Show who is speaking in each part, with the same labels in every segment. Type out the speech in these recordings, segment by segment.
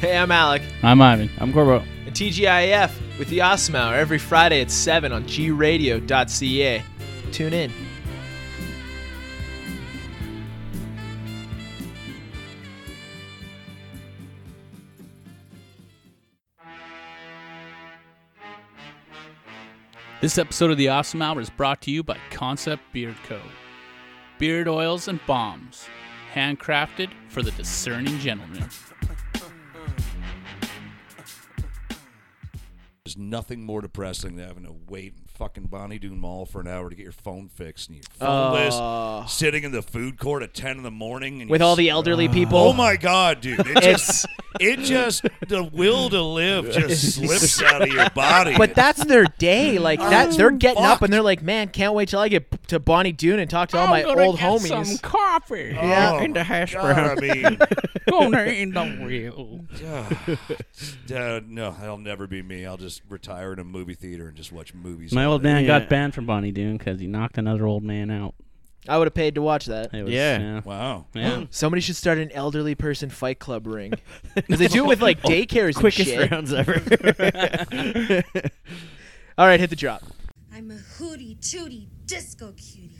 Speaker 1: Hey, I'm Alec.
Speaker 2: I'm Ivan. I'm Corbo.
Speaker 1: And TGIF with the Awesome Hour every Friday at 7 on gradio.ca. Tune in.
Speaker 2: This episode of the Awesome Hour is brought to you by Concept Beard Co. Beard oils and bombs, handcrafted for the discerning gentleman.
Speaker 3: There's nothing more depressing than having to wait in fucking Bonnie Doon Mall for an hour to get your phone fixed and your phone list sitting in the food court at ten in the morning
Speaker 1: Uh.
Speaker 3: and
Speaker 1: With
Speaker 3: you
Speaker 1: all
Speaker 3: s-
Speaker 1: the elderly people.
Speaker 3: Oh my god, dude! It just,
Speaker 1: It's
Speaker 3: it just the will to live just slips out of your body.
Speaker 1: but that's their day. Like that,
Speaker 3: I'm
Speaker 1: they're getting up
Speaker 3: fucked.
Speaker 1: and they're like, "Man, can't wait till I get p- to Bonnie Doon and talk to all my old homies."
Speaker 2: coffee.
Speaker 3: oh,
Speaker 1: yeah,
Speaker 3: in the
Speaker 2: hash
Speaker 3: I mean,
Speaker 2: Gonna in the wheel.
Speaker 3: uh, no, that'll never be me. I'll just retire in a movie theater and just watch movies.
Speaker 4: My old man
Speaker 5: Yeah.
Speaker 4: got banned from Bonnie Doon because he knocked another old man out.
Speaker 1: I would have paid to watch that.
Speaker 4: It was,
Speaker 5: Yeah.
Speaker 3: Wow.
Speaker 4: Yeah.
Speaker 1: Somebody should start an elderly person fight club ring. 'Cause they do it with like
Speaker 3: Oh,
Speaker 1: daycares. and
Speaker 5: Quickest
Speaker 1: shit.
Speaker 5: rounds ever.
Speaker 1: All right, hit the drop.
Speaker 6: I'm a hootie tootie disco cutie.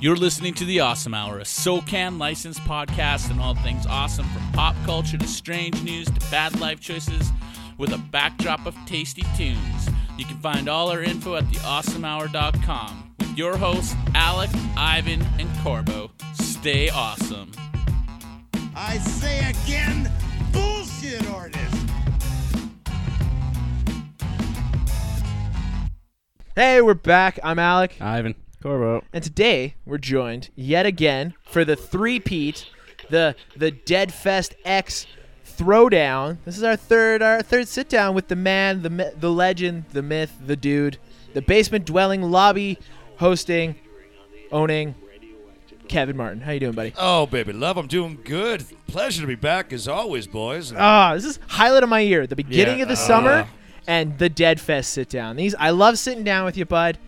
Speaker 2: You're listening to The Awesome Hour, a SoCan licensed podcast on all things awesome from pop culture to strange news to bad life choices with a backdrop of tasty tunes. You can find all our info at theawesomehour.com with your hosts, Alec, Ivan, and Corbo. Stay awesome.
Speaker 7: I say again, bullshit artist.
Speaker 1: Hey, we're back. I'm Alec,
Speaker 4: Ivan.
Speaker 5: Corbo.
Speaker 1: and today we're joined yet again for the three-peat, the the Dead Fest X throwdown. This is our third our third sit down with the man, the mi- the legend, the myth, the dude, the basement dwelling lobby hosting owning Kevin Martin. How you doing, buddy?
Speaker 3: Oh, baby, love, I'm doing good. Pleasure to be back as always, boys.
Speaker 1: Ah, this is highlight of my year. The beginning
Speaker 5: Yeah.
Speaker 1: of the summer and the Dead Fest sit down. These I love sitting down with you, bud.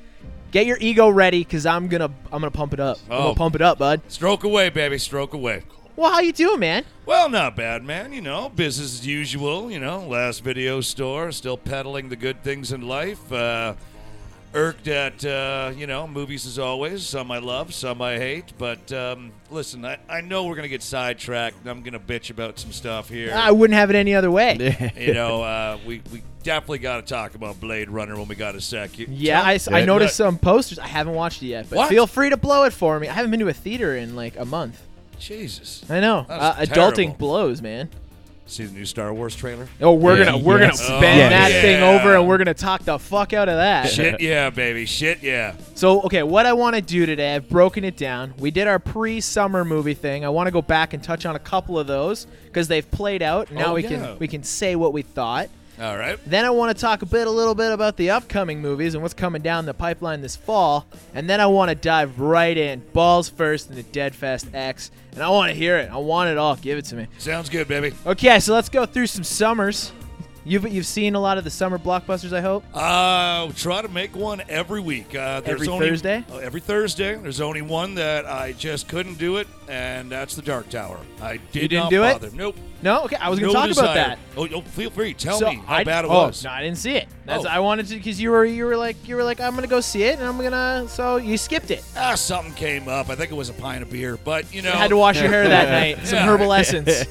Speaker 1: Get your ego ready, cause I'm gonna I'm gonna pump it up. I'm
Speaker 3: Oh.
Speaker 1: gonna pump it up, bud.
Speaker 3: Stroke away, baby, stroke away.
Speaker 1: Well, how you doing, man?
Speaker 3: Well, not bad, man. You know, business as usual. You know, last video store, still peddling the good things in life. Uh, irked at, uh, you know, movies as always. Some I love, some I hate. But um, listen, I, I know we're going to get sidetracked. and I'm going to bitch about some stuff here.
Speaker 1: I wouldn't have it any other way.
Speaker 3: you know, uh, we, we definitely got to talk about Blade Runner when we got a sec. You-
Speaker 1: Yeah, I, s- I
Speaker 3: Yeah,
Speaker 1: noticed
Speaker 3: look.
Speaker 1: some posters. I haven't watched it yet, but
Speaker 3: What?
Speaker 1: feel free to blow it for me. I haven't been to a theater in like a month.
Speaker 3: Jesus.
Speaker 1: I know. Uh,
Speaker 3: That was
Speaker 1: adulting
Speaker 3: terrible.
Speaker 1: blows, man.
Speaker 3: See the new Star Wars trailer?
Speaker 1: Oh, we're
Speaker 4: Yeah.
Speaker 1: gonna we're
Speaker 4: Yes.
Speaker 1: gonna bend
Speaker 4: Yes.
Speaker 1: that
Speaker 3: Yeah.
Speaker 1: thing over and we're gonna talk the fuck out of that.
Speaker 3: Shit, yeah, baby. Shit, yeah.
Speaker 1: So, okay, what I want to do today, I've broken it down. We did our pre summer movie thing. I want to go back and touch on a couple of those because they've played out. Now
Speaker 3: Oh,
Speaker 1: we
Speaker 3: yeah.
Speaker 1: can we can say what we thought.
Speaker 3: All right.
Speaker 1: Then I want to talk a bit, a little bit about the upcoming movies and what's coming down the pipeline this fall. And then I want to dive right in, balls first, into Dead Fest X. And I want to hear it. I want it all. Give it to me.
Speaker 3: Sounds good, baby.
Speaker 1: Okay, so let's go through some summers. You've you've seen a lot of the summer blockbusters, I hope.
Speaker 3: Uh, try to make one every week. Uh, there's
Speaker 1: Every
Speaker 3: only,
Speaker 1: Thursday?
Speaker 3: Uh, every Thursday. There's only one that I just couldn't do it, and that's the Dark Tower. I did
Speaker 1: You didn't
Speaker 3: not
Speaker 1: do it?
Speaker 3: bother. Nope.
Speaker 1: No, okay, I was gonna
Speaker 3: No
Speaker 1: talk about
Speaker 3: desire.
Speaker 1: that.
Speaker 3: Oh, oh, feel free. Tell
Speaker 1: So
Speaker 3: me how
Speaker 1: I-
Speaker 3: bad it
Speaker 1: oh,
Speaker 3: was.
Speaker 1: No, I didn't see it. That's
Speaker 3: Oh.
Speaker 1: I wanted to because you were you were like you were like I'm gonna go see it and I'm gonna so you skipped it.
Speaker 3: Ah, something came up. I think it was a pint of beer, but you know,
Speaker 1: You had to wash your hair that night. Some
Speaker 3: Oh, Yeah.
Speaker 1: herbal essence.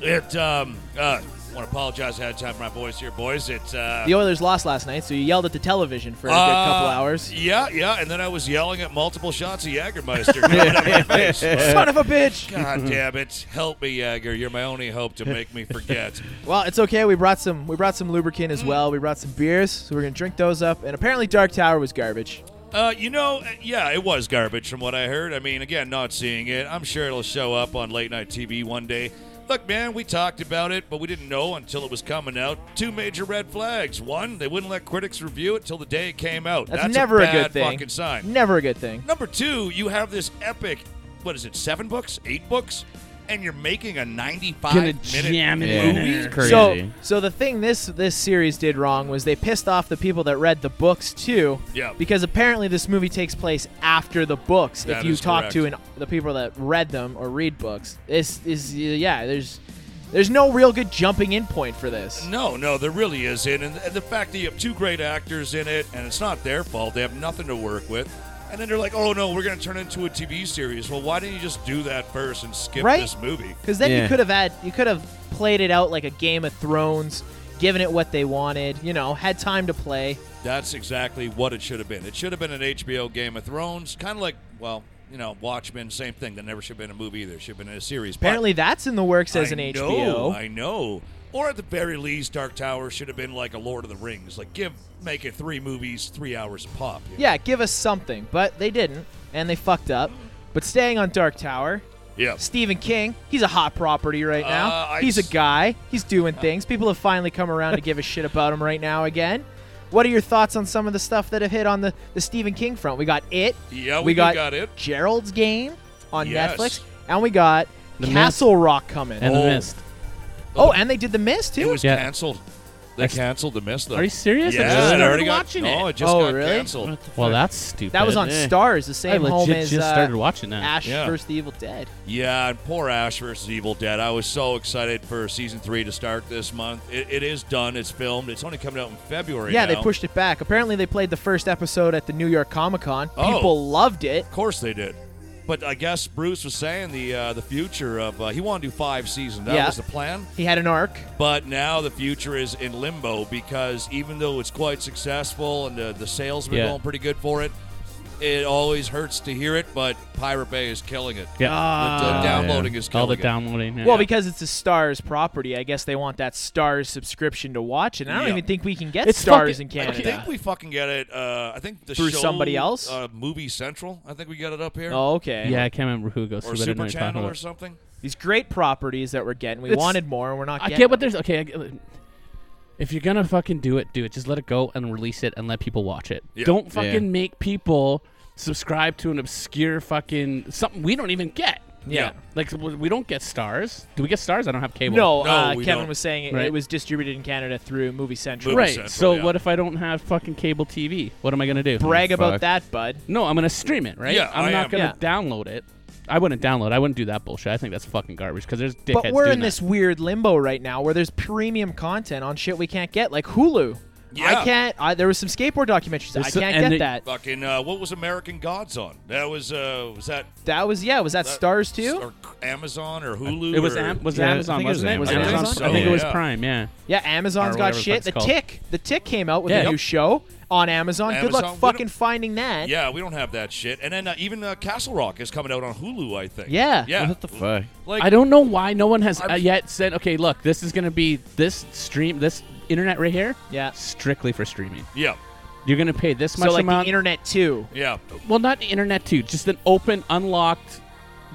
Speaker 3: it. Um, uh, want to apologize ahead of time for my voice here, boys. It's uh,
Speaker 1: The Oilers lost last night, so you yelled at the television for a good
Speaker 3: Uh,
Speaker 1: couple hours.
Speaker 3: Yeah, yeah, and then I was yelling at multiple shots of Jagermeister coming out of my face.
Speaker 1: Son of a bitch!
Speaker 3: God damn it! Help me, Jagger. You're my only hope to make me forget.
Speaker 1: Well, it's okay. We brought some we brought some lubricant
Speaker 3: Mm.
Speaker 1: as well. We brought some beers, so we're gonna drink those up. And apparently, Dark Tower was garbage.
Speaker 3: Uh, you know, uh, yeah, it was garbage from what I heard. I mean, again, not seeing it. I'm sure it'll show up on late night TV one day. Look, man, we talked about it, but we didn't know until it was coming out. Two major red flags. One, they wouldn't let critics review it till the day it came out.
Speaker 1: That's, never a,
Speaker 3: bad
Speaker 1: good thing.
Speaker 3: Fucking sign.
Speaker 1: Never a good thing.
Speaker 3: Number two, you have this epic. What is it? Seven books? Eight books? and you're making a 95
Speaker 4: Gonna
Speaker 3: minute
Speaker 4: jam it in
Speaker 3: movie.
Speaker 4: there. Crazy.
Speaker 1: So, so the thing this this series did wrong was they pissed off the people that read the books too.
Speaker 3: Yeah.
Speaker 1: Because apparently this movie takes place after the books.
Speaker 3: That
Speaker 1: if you
Speaker 3: is
Speaker 1: talk to an,
Speaker 3: correct.
Speaker 1: the people that read them or read books, this is yeah. There's there's no real good jumping in point for this.
Speaker 3: No, no, there really isn't. And, and the fact that you have two great actors in it, and it's not their fault, they have nothing to work with. And then they're like, oh no, we're going to turn it into a TV series. Well, why didn't you just do that first and skip
Speaker 1: Right?
Speaker 3: this movie?
Speaker 1: Because then you
Speaker 4: Yeah.
Speaker 1: could have had you could have played it out like a Game of Thrones, given it what they wanted. You know, had time to play.
Speaker 3: That's exactly what it should have been. It should have been an HBO Game of Thrones, kind of like, well, you know, Watchmen, same thing. That never should have been a movie either. Should have been a series. But
Speaker 1: Apparently that's in the works as
Speaker 3: I
Speaker 1: an HBO.
Speaker 3: know, I know. Or at the very least, Dark Tower should have been like a Lord of the Rings. Like, give, make it three movies, three hours a pop. you know?
Speaker 1: yeah, give us something. But they didn't, and they fucked up. But staying on Dark Tower,
Speaker 3: Yeah.
Speaker 1: Stephen King, he's a hot property right now.
Speaker 3: Uh, I
Speaker 1: he's a
Speaker 3: s-
Speaker 1: guy. He's doing things. People have finally come around to give a shit about him right now again. What are your thoughts on some of the stuff that have hit on the, the Stephen King front? We got it.
Speaker 3: Yeah,
Speaker 1: we,
Speaker 3: we
Speaker 1: got,
Speaker 3: got It.
Speaker 1: Gerald's Game on
Speaker 3: Yes.
Speaker 1: Netflix, and we got
Speaker 4: The
Speaker 1: Castle Rock coming.
Speaker 4: and
Speaker 3: Oh.
Speaker 4: the mist.
Speaker 1: oh, and they did the Mist too.
Speaker 3: It was
Speaker 4: Yeah.
Speaker 3: canceled. They canceled the miss though.
Speaker 4: Are you serious? I
Speaker 3: Yeah,
Speaker 4: just
Speaker 3: it
Speaker 4: started
Speaker 3: already got
Speaker 4: watching
Speaker 3: no,
Speaker 4: it.
Speaker 3: it just
Speaker 1: Oh,
Speaker 3: got
Speaker 1: really?
Speaker 3: canceled.
Speaker 4: Well, that's stupid.
Speaker 1: that was on
Speaker 4: Eh.
Speaker 1: Stars, the
Speaker 4: I
Speaker 1: same
Speaker 4: legit
Speaker 1: home as
Speaker 4: just
Speaker 1: uh,
Speaker 4: started watching that.
Speaker 1: Ash
Speaker 3: Yeah.
Speaker 1: vs. the Evil Dead.
Speaker 3: Yeah, and poor Ash versus Evil Dead. I was so excited for season three to start this month. It, it is done. It's filmed. It's only coming out in February.
Speaker 1: yeah, they
Speaker 3: now.
Speaker 1: pushed it back. Apparently, they played the first episode at the New York Comic Con.
Speaker 3: Oh.
Speaker 1: People loved it.
Speaker 3: Of course they did. But I guess Bruce was saying the uh, the future of uh, he wanted to do five seasons. That
Speaker 1: Yeah.
Speaker 3: was the plan.
Speaker 1: He had an arc.
Speaker 3: But now the future is in limbo because even though it's quite successful and the, the sales have been
Speaker 4: Yeah.
Speaker 3: going pretty good for it, it always hurts to hear it. But Pirate Bay is killing it.
Speaker 4: Yeah. Ah,
Speaker 3: The- the
Speaker 4: Yeah.
Speaker 3: downloading is
Speaker 4: all the
Speaker 3: killing it.
Speaker 4: downloading. yeah.
Speaker 1: Well, because it's a Stars property, I guess they want that Stars subscription to watch, and I don't
Speaker 3: Yeah.
Speaker 1: even think we can get
Speaker 4: It's
Speaker 1: Stars
Speaker 4: fucking-
Speaker 1: in
Speaker 3: I
Speaker 1: Canada.
Speaker 3: think we fucking get it. Uh, I think the
Speaker 1: Through
Speaker 3: show,
Speaker 1: somebody else?
Speaker 3: uh, Movie Central. I think we got it up here,
Speaker 1: oh, okay.
Speaker 4: yeah, I can't remember who goes
Speaker 3: or
Speaker 4: through, but I know
Speaker 3: Super
Speaker 4: what you're talking
Speaker 3: Channel or
Speaker 4: about.
Speaker 3: something.
Speaker 1: These great properties that we're getting, we
Speaker 4: It's-
Speaker 1: wanted more, and we're not.
Speaker 4: I
Speaker 1: getting
Speaker 4: get what
Speaker 1: them.
Speaker 4: there's okay. I get, if you're gonna fucking do it, do it. Just let it go and release it and let people watch it.
Speaker 3: Yeah.
Speaker 4: Don't fucking make people subscribe to an obscure fucking something we don't even get.
Speaker 1: Yeah.
Speaker 4: Like w- we don't get stars. Do we get stars? I don't have cable.
Speaker 1: No,
Speaker 3: No,
Speaker 1: uh,
Speaker 3: we
Speaker 1: Kevin
Speaker 3: don't.
Speaker 1: was saying it, it
Speaker 4: Right.
Speaker 1: was distributed in Canada through Movie Central.
Speaker 3: Movie
Speaker 4: Right.
Speaker 3: Central,
Speaker 4: so
Speaker 3: yeah.
Speaker 4: what if I don't have fucking cable TV? What am I gonna do?
Speaker 1: Brag about
Speaker 5: Fuck.
Speaker 1: that, bud.
Speaker 4: No, I'm gonna stream it. Right.
Speaker 3: Yeah,
Speaker 4: I'm
Speaker 3: I
Speaker 4: not
Speaker 3: am.
Speaker 4: gonna download it. I wouldn't download. I wouldn't do that bullshit. I think that's fucking garbage because there's dickheads.
Speaker 1: But we're
Speaker 4: doing
Speaker 1: in
Speaker 4: that.
Speaker 1: this weird limbo right now where there's premium content on shit we can't get, like Hulu. I
Speaker 3: Yeah.
Speaker 1: can't. I, there was some skateboard documentaries. I
Speaker 4: There's some-
Speaker 1: can't
Speaker 4: and
Speaker 1: get
Speaker 4: they-
Speaker 1: that.
Speaker 3: Fucking uh, what was American Gods on? That was uh, was that,
Speaker 1: That was yeah. Was that,
Speaker 3: that-
Speaker 1: Stars too?
Speaker 3: or Amazon or Hulu?
Speaker 4: It was
Speaker 3: or-
Speaker 4: Am- was
Speaker 1: Yeah, I
Speaker 4: Amazon,
Speaker 1: think it was
Speaker 4: wasn't it?
Speaker 1: Amazon.
Speaker 4: Amazon?
Speaker 3: Amazon?
Speaker 4: I think it was
Speaker 3: Yeah.
Speaker 4: Prime. Yeah.
Speaker 1: Yeah, Amazon's
Speaker 4: or
Speaker 1: got
Speaker 4: whatever the
Speaker 1: shit.
Speaker 4: fuck's
Speaker 1: The
Speaker 4: called.
Speaker 1: Tick, the Tick came out with
Speaker 4: Yeah.
Speaker 1: a new
Speaker 4: Yep.
Speaker 1: show on Amazon. Good
Speaker 3: Amazon,
Speaker 1: luck
Speaker 3: we
Speaker 1: fucking
Speaker 3: don't-
Speaker 1: finding that.
Speaker 3: Yeah, we don't have that shit. And then uh, even uh, Castle Rock is coming out on Hulu, I think.
Speaker 1: Yeah.
Speaker 3: Yeah.
Speaker 5: What the fuck?
Speaker 3: Like,
Speaker 4: I don't know why no one has uh,
Speaker 3: I'm-
Speaker 4: yet said, okay, look, this is going to be this stream, this internet right here,
Speaker 1: Yeah.
Speaker 4: strictly for streaming.
Speaker 3: Yeah.
Speaker 4: You're going to pay this
Speaker 1: So
Speaker 4: much
Speaker 1: like
Speaker 4: amount.
Speaker 1: the internet too.
Speaker 3: Yeah.
Speaker 4: well, not internet too, just an open, unlocked.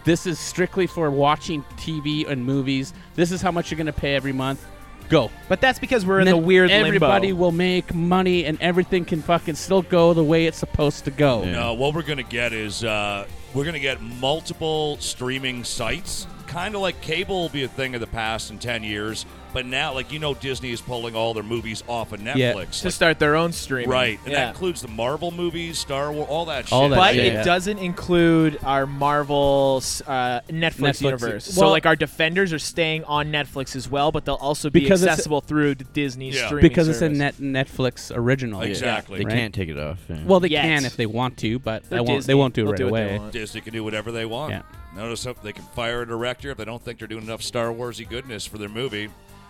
Speaker 4: This is strictly for watching TV and movies. This is how much you're going to pay every month. Go.
Speaker 1: But that's because we're in
Speaker 4: And
Speaker 1: the
Speaker 4: then
Speaker 1: weird
Speaker 4: Everybody
Speaker 1: limbo.
Speaker 4: will make money, and everything can fucking still go the way it's supposed to go.
Speaker 5: Yeah.
Speaker 3: No, what we're going to get is uh, we're going to get multiple streaming sites. Kind of like cable will be a thing of the past in 10 years. But now, like, you know, Disney is pulling all their movies off of Netflix.
Speaker 4: Yeah.
Speaker 1: to start their own stream.
Speaker 3: Like, right. And that
Speaker 1: Yeah.
Speaker 3: includes the Marvel movies, Star Wars, all that
Speaker 4: All
Speaker 3: shit.
Speaker 4: that
Speaker 1: But
Speaker 4: shit.
Speaker 1: it
Speaker 4: Yeah.
Speaker 1: doesn't include our Marvel uh, Netflix,
Speaker 4: Netflix,
Speaker 1: universe. so
Speaker 4: well-
Speaker 1: like our Defenders are staying on Netflix as well, but they'll also be
Speaker 4: Because it's-
Speaker 1: accessible through the Disney
Speaker 3: Yeah.
Speaker 1: streaming.
Speaker 4: Because it's a
Speaker 1: service.
Speaker 4: net Netflix original.
Speaker 3: Exactly.
Speaker 5: They
Speaker 4: Right.
Speaker 5: can't take it off. yeah.
Speaker 4: Well, they
Speaker 1: Yet.
Speaker 4: can if they want to, but
Speaker 1: They're
Speaker 4: they won't.
Speaker 1: Disney.
Speaker 4: They won't do it
Speaker 1: They'll
Speaker 4: right
Speaker 1: what they
Speaker 4: away.
Speaker 1: want.
Speaker 3: Disney can do whatever they want.
Speaker 4: Yeah.
Speaker 3: Notice how they can fire a director if they don't think they're doing enough Star Warsy goodness for their movie.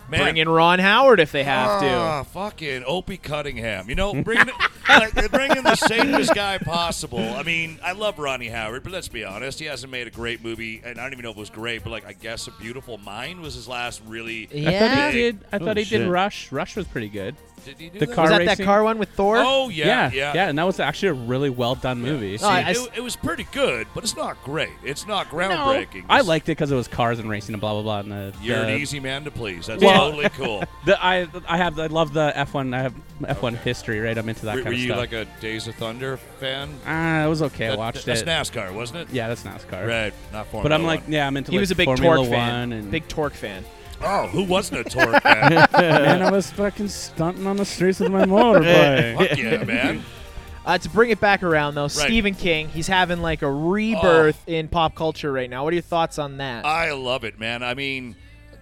Speaker 3: Man,
Speaker 1: Bring in Ron Howard if they have to.
Speaker 3: Ah, fucking Opie Cunningham. You know, bringing like, they're bringing the safest guy possible. I mean, I love Ronnie Howard, but let's be honest, he hasn't made a great movie, and I don't even know if it was great, but like I guess A Beautiful Mind was his last really.
Speaker 4: I thought
Speaker 1: Yeah.
Speaker 4: he did. I thought
Speaker 5: Holy
Speaker 4: he did
Speaker 5: shit.
Speaker 4: Rush. Rush was pretty good.
Speaker 3: Did he do
Speaker 4: The
Speaker 3: that?
Speaker 4: car
Speaker 1: Was that that
Speaker 4: racing?
Speaker 1: car one with Thor?
Speaker 3: Oh yeah,
Speaker 4: yeah,
Speaker 3: yeah,
Speaker 4: and that was actually a really well done movie.
Speaker 1: Oh, I- I
Speaker 3: it,
Speaker 1: s-
Speaker 3: it was pretty good, but it's not great. It's not
Speaker 4: No,
Speaker 3: groundbreaking.
Speaker 4: I liked it because it was cars and racing and blah blah blah. And the,
Speaker 3: You're
Speaker 4: the,
Speaker 3: an easy man to please. That's
Speaker 4: Well-
Speaker 3: totally cool.
Speaker 4: the- I I have I love the F1. I have F1 history, right? I'm into that
Speaker 3: were
Speaker 4: kind
Speaker 3: were
Speaker 4: of
Speaker 3: you
Speaker 4: stuff.
Speaker 3: like a Days of Thunder fan?
Speaker 4: Ah, it was okay. I
Speaker 3: That-
Speaker 4: watched
Speaker 3: that's
Speaker 4: it.
Speaker 3: NASCAR, wasn't it?
Speaker 4: yeah, that's NASCAR.
Speaker 3: Right, not Formula
Speaker 4: But I'm like,
Speaker 3: One.
Speaker 4: yeah, I'm into.
Speaker 1: he
Speaker 4: like,
Speaker 1: was a big
Speaker 4: Formula
Speaker 1: Torque
Speaker 4: One
Speaker 1: fan.
Speaker 4: and
Speaker 1: Big Torque fan.
Speaker 3: oh, who wasn't a Torque fan?
Speaker 4: man, I was fucking stunting on the streets with my motorbike.
Speaker 3: Fuck yeah, man.
Speaker 1: Uh, to bring it back around though, Stephen King, he's having like a rebirth
Speaker 3: Oh.
Speaker 1: in pop culture right now. What are your thoughts on that?
Speaker 3: I love it, man. I mean,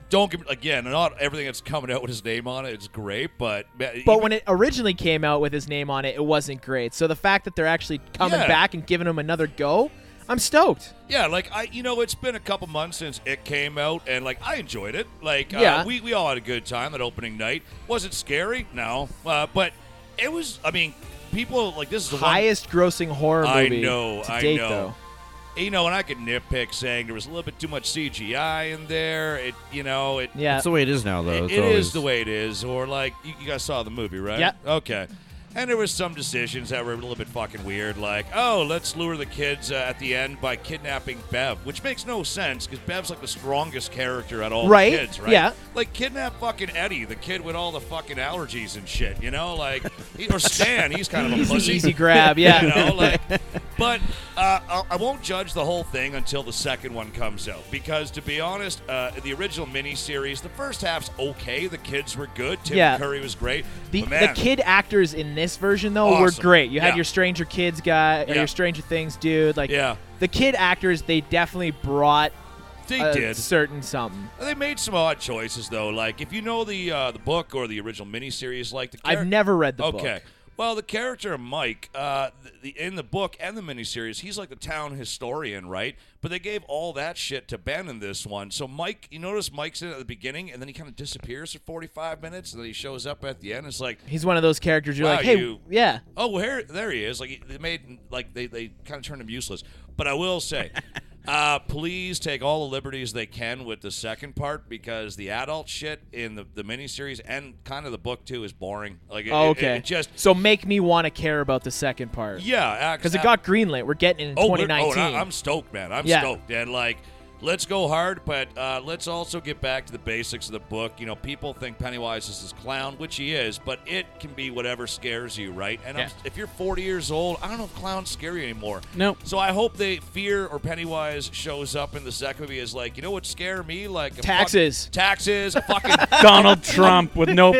Speaker 3: don't get again. Not everything that's coming out with his name on it is great, but but
Speaker 1: but when it originally came out with his name on it, it wasn't great. So the fact that they're actually coming
Speaker 3: Yeah.
Speaker 1: back and giving him another go, I'm stoked.
Speaker 3: Yeah, like I, you know, it's been a couple months since it came out, and like I enjoyed it. Like, uh,
Speaker 1: Yeah.
Speaker 3: we we all had a good time that opening night. Was it scary? No, uh, but it was. I mean, people like this is the one-
Speaker 1: Highest grossing horror
Speaker 3: I
Speaker 1: movie
Speaker 3: know,
Speaker 1: to
Speaker 3: I
Speaker 1: date
Speaker 3: know.
Speaker 1: though.
Speaker 3: you know, and I could nitpick saying there was a little bit too much CGI in there. It, you know, it
Speaker 1: Yeah.
Speaker 5: That's the way it is now, though.
Speaker 3: it,
Speaker 5: It's
Speaker 3: it
Speaker 5: always-
Speaker 3: is the way it is. Or like you, you guys saw the movie, right?
Speaker 1: Yep.
Speaker 3: Okay. And there was some decisions that were a little bit fucking weird, like oh, let's lure the kids uh, at the end by kidnapping Bev, which makes no sense because Bev's like the strongest character at all
Speaker 1: Right,
Speaker 3: the kids, right?
Speaker 1: yeah.
Speaker 3: Like kidnap fucking Eddie, the kid with all the fucking allergies and shit, you know, like he- or Stan, he's kind of a
Speaker 1: easy,
Speaker 3: pussy.
Speaker 1: easy grab,
Speaker 3: You
Speaker 1: yeah.
Speaker 3: know, like, but uh, I'll- I won't judge the whole thing until the second one comes out because, to be honest, uh, the original miniseries, the first half's okay. The kids were good. Tim
Speaker 1: Yeah.
Speaker 3: Curry was great.
Speaker 1: The,
Speaker 3: But, man,
Speaker 1: the kid actors in this version though were
Speaker 3: Awesome.
Speaker 1: great. You had
Speaker 3: Yeah.
Speaker 1: your Stranger Kids guy or
Speaker 3: Yeah.
Speaker 1: your Stranger Things dude. Like
Speaker 3: Yeah.
Speaker 1: the kid actors, they definitely brought
Speaker 3: they
Speaker 1: a
Speaker 3: did.
Speaker 1: certain something.
Speaker 3: They made some odd choices though. Like if you know the uh, the book or the original miniseries, like the
Speaker 1: I've
Speaker 3: char-
Speaker 1: never read the book.
Speaker 3: okay. Well, the character of Mike, uh, th- the, in the book and the miniseries, he's like the town historian, right? But they gave all that shit to Ben in this one. So Mike, you notice Mike's in at the beginning, and then he kind of disappears for forty-five minutes, and then he shows up at the end. It's like,
Speaker 1: He's one of those characters you're
Speaker 3: Wow,
Speaker 1: like, hey,
Speaker 3: you-
Speaker 1: yeah.
Speaker 3: oh, well, here, there he is. Like they made, like they, they kind of turned him useless. But I will say, uh, please take all the liberties they can with the second part because the adult shit in the the miniseries and kind of the book too is boring. Like, it,
Speaker 1: Oh,
Speaker 3: it-
Speaker 1: okay.
Speaker 3: it just.
Speaker 1: so make me want to care about the second part.
Speaker 3: Yeah, uh,
Speaker 1: Because it got greenlit. We're getting it in
Speaker 3: Oh, we're-
Speaker 1: 2019.
Speaker 3: Oh, and I, am stoked, man. I'm
Speaker 1: Yeah.
Speaker 3: stoked. And like, let's go hard, but uh, let's also get back to the basics of the book. You know, people think Pennywise is this clown, which he is, but it can be whatever scares you, right? And I'm,
Speaker 4: Yeah.
Speaker 3: if you're 40 years old, I don't know if clowns scare you anymore.
Speaker 4: Nope.
Speaker 3: So I hope they fear or Pennywise shows up in the second movie is like, you know what scare me? Like a fuck-
Speaker 1: Taxes.
Speaker 3: taxes. A fucking
Speaker 4: Donald Trump with no
Speaker 3: a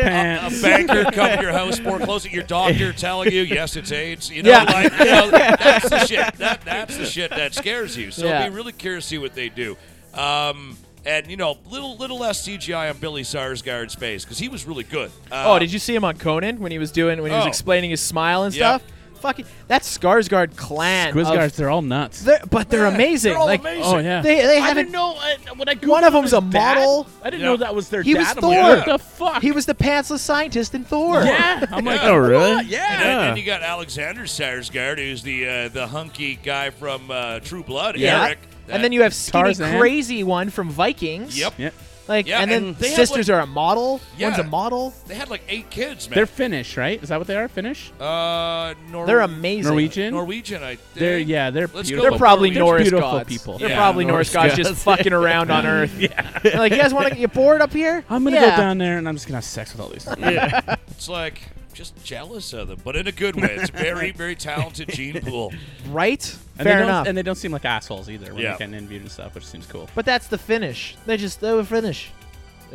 Speaker 4: pants.
Speaker 3: banker come to your house foreclosing your doctor telling you yes it's AIDS you know
Speaker 1: Yeah.
Speaker 3: like you know, that's the shit that, that's the shit that scares you so
Speaker 1: Yeah.
Speaker 3: be really curious to see what they do um, and you know little little less CGI on Billy Sarsgaard's face because he was really good uh,
Speaker 1: oh, did you see him on Conan when he was doing when he was
Speaker 3: Oh.
Speaker 1: explaining his smile and
Speaker 3: Yeah.
Speaker 1: stuff? Fucking that Skarsgård clan. of-
Speaker 4: Squizguards, they're all nuts.
Speaker 1: they're- but they're amazing.
Speaker 3: they're all
Speaker 1: like
Speaker 3: amazing.
Speaker 4: Oh yeah.
Speaker 1: they they
Speaker 4: I
Speaker 1: haven't.
Speaker 4: didn't know I, when I Googled
Speaker 1: One of them's
Speaker 4: his
Speaker 1: a model.
Speaker 4: Dad, I didn't
Speaker 3: Yeah.
Speaker 4: know that was their
Speaker 1: He was
Speaker 4: dad. I'm like,
Speaker 1: Thor.
Speaker 4: what the fuck?
Speaker 1: He was the pantsless scientist in Thor.
Speaker 4: Yeah. I'm like,
Speaker 3: Yeah.
Speaker 4: oh
Speaker 5: really?
Speaker 4: what?
Speaker 3: and
Speaker 4: Yeah.
Speaker 3: then, and you got Alexander Sarsgaard who's the uh, the hunky guy from uh, True Blood
Speaker 1: Yeah.
Speaker 3: Eric
Speaker 1: And then you have skinny,
Speaker 4: Tarzan.
Speaker 1: crazy one from Vikings.
Speaker 3: yep
Speaker 4: Yeah.
Speaker 1: Like,
Speaker 3: Yeah,
Speaker 1: and then
Speaker 3: and they have,
Speaker 1: sisters are a model.
Speaker 3: Yeah.
Speaker 1: One's a model.
Speaker 3: they had like eight kids man
Speaker 4: They're Finnish, right? Is that what they are? Finnish?
Speaker 3: uh, Nor-
Speaker 1: They're amazing.
Speaker 4: Norwegian?
Speaker 3: Norwegian I think
Speaker 4: They're yeah, they're
Speaker 3: Let's go
Speaker 4: beautiful.
Speaker 3: with
Speaker 1: They're probably
Speaker 3: Norwegian.
Speaker 1: Norse
Speaker 4: beautiful
Speaker 1: gods.
Speaker 4: people.
Speaker 1: They're
Speaker 3: Yeah,
Speaker 1: probably
Speaker 5: Norse
Speaker 1: Norse gods just
Speaker 5: gods.
Speaker 1: fucking around on Earth. They're like, you guys want to get bored up here?
Speaker 4: I'm gonna
Speaker 1: Yeah.
Speaker 4: go down there and I'm just gonna have sex with all these. people.
Speaker 3: It's like just jealous of them, but in a good way. It's very, very talented gene pool.
Speaker 1: Right?
Speaker 4: And they
Speaker 1: Fair
Speaker 4: don't-
Speaker 1: enough.
Speaker 4: And they don't seem like assholes either when
Speaker 3: Yeah.
Speaker 4: they're getting interviewed and stuff, which seems cool.
Speaker 1: but that's the Finnish. They just they were Finnish.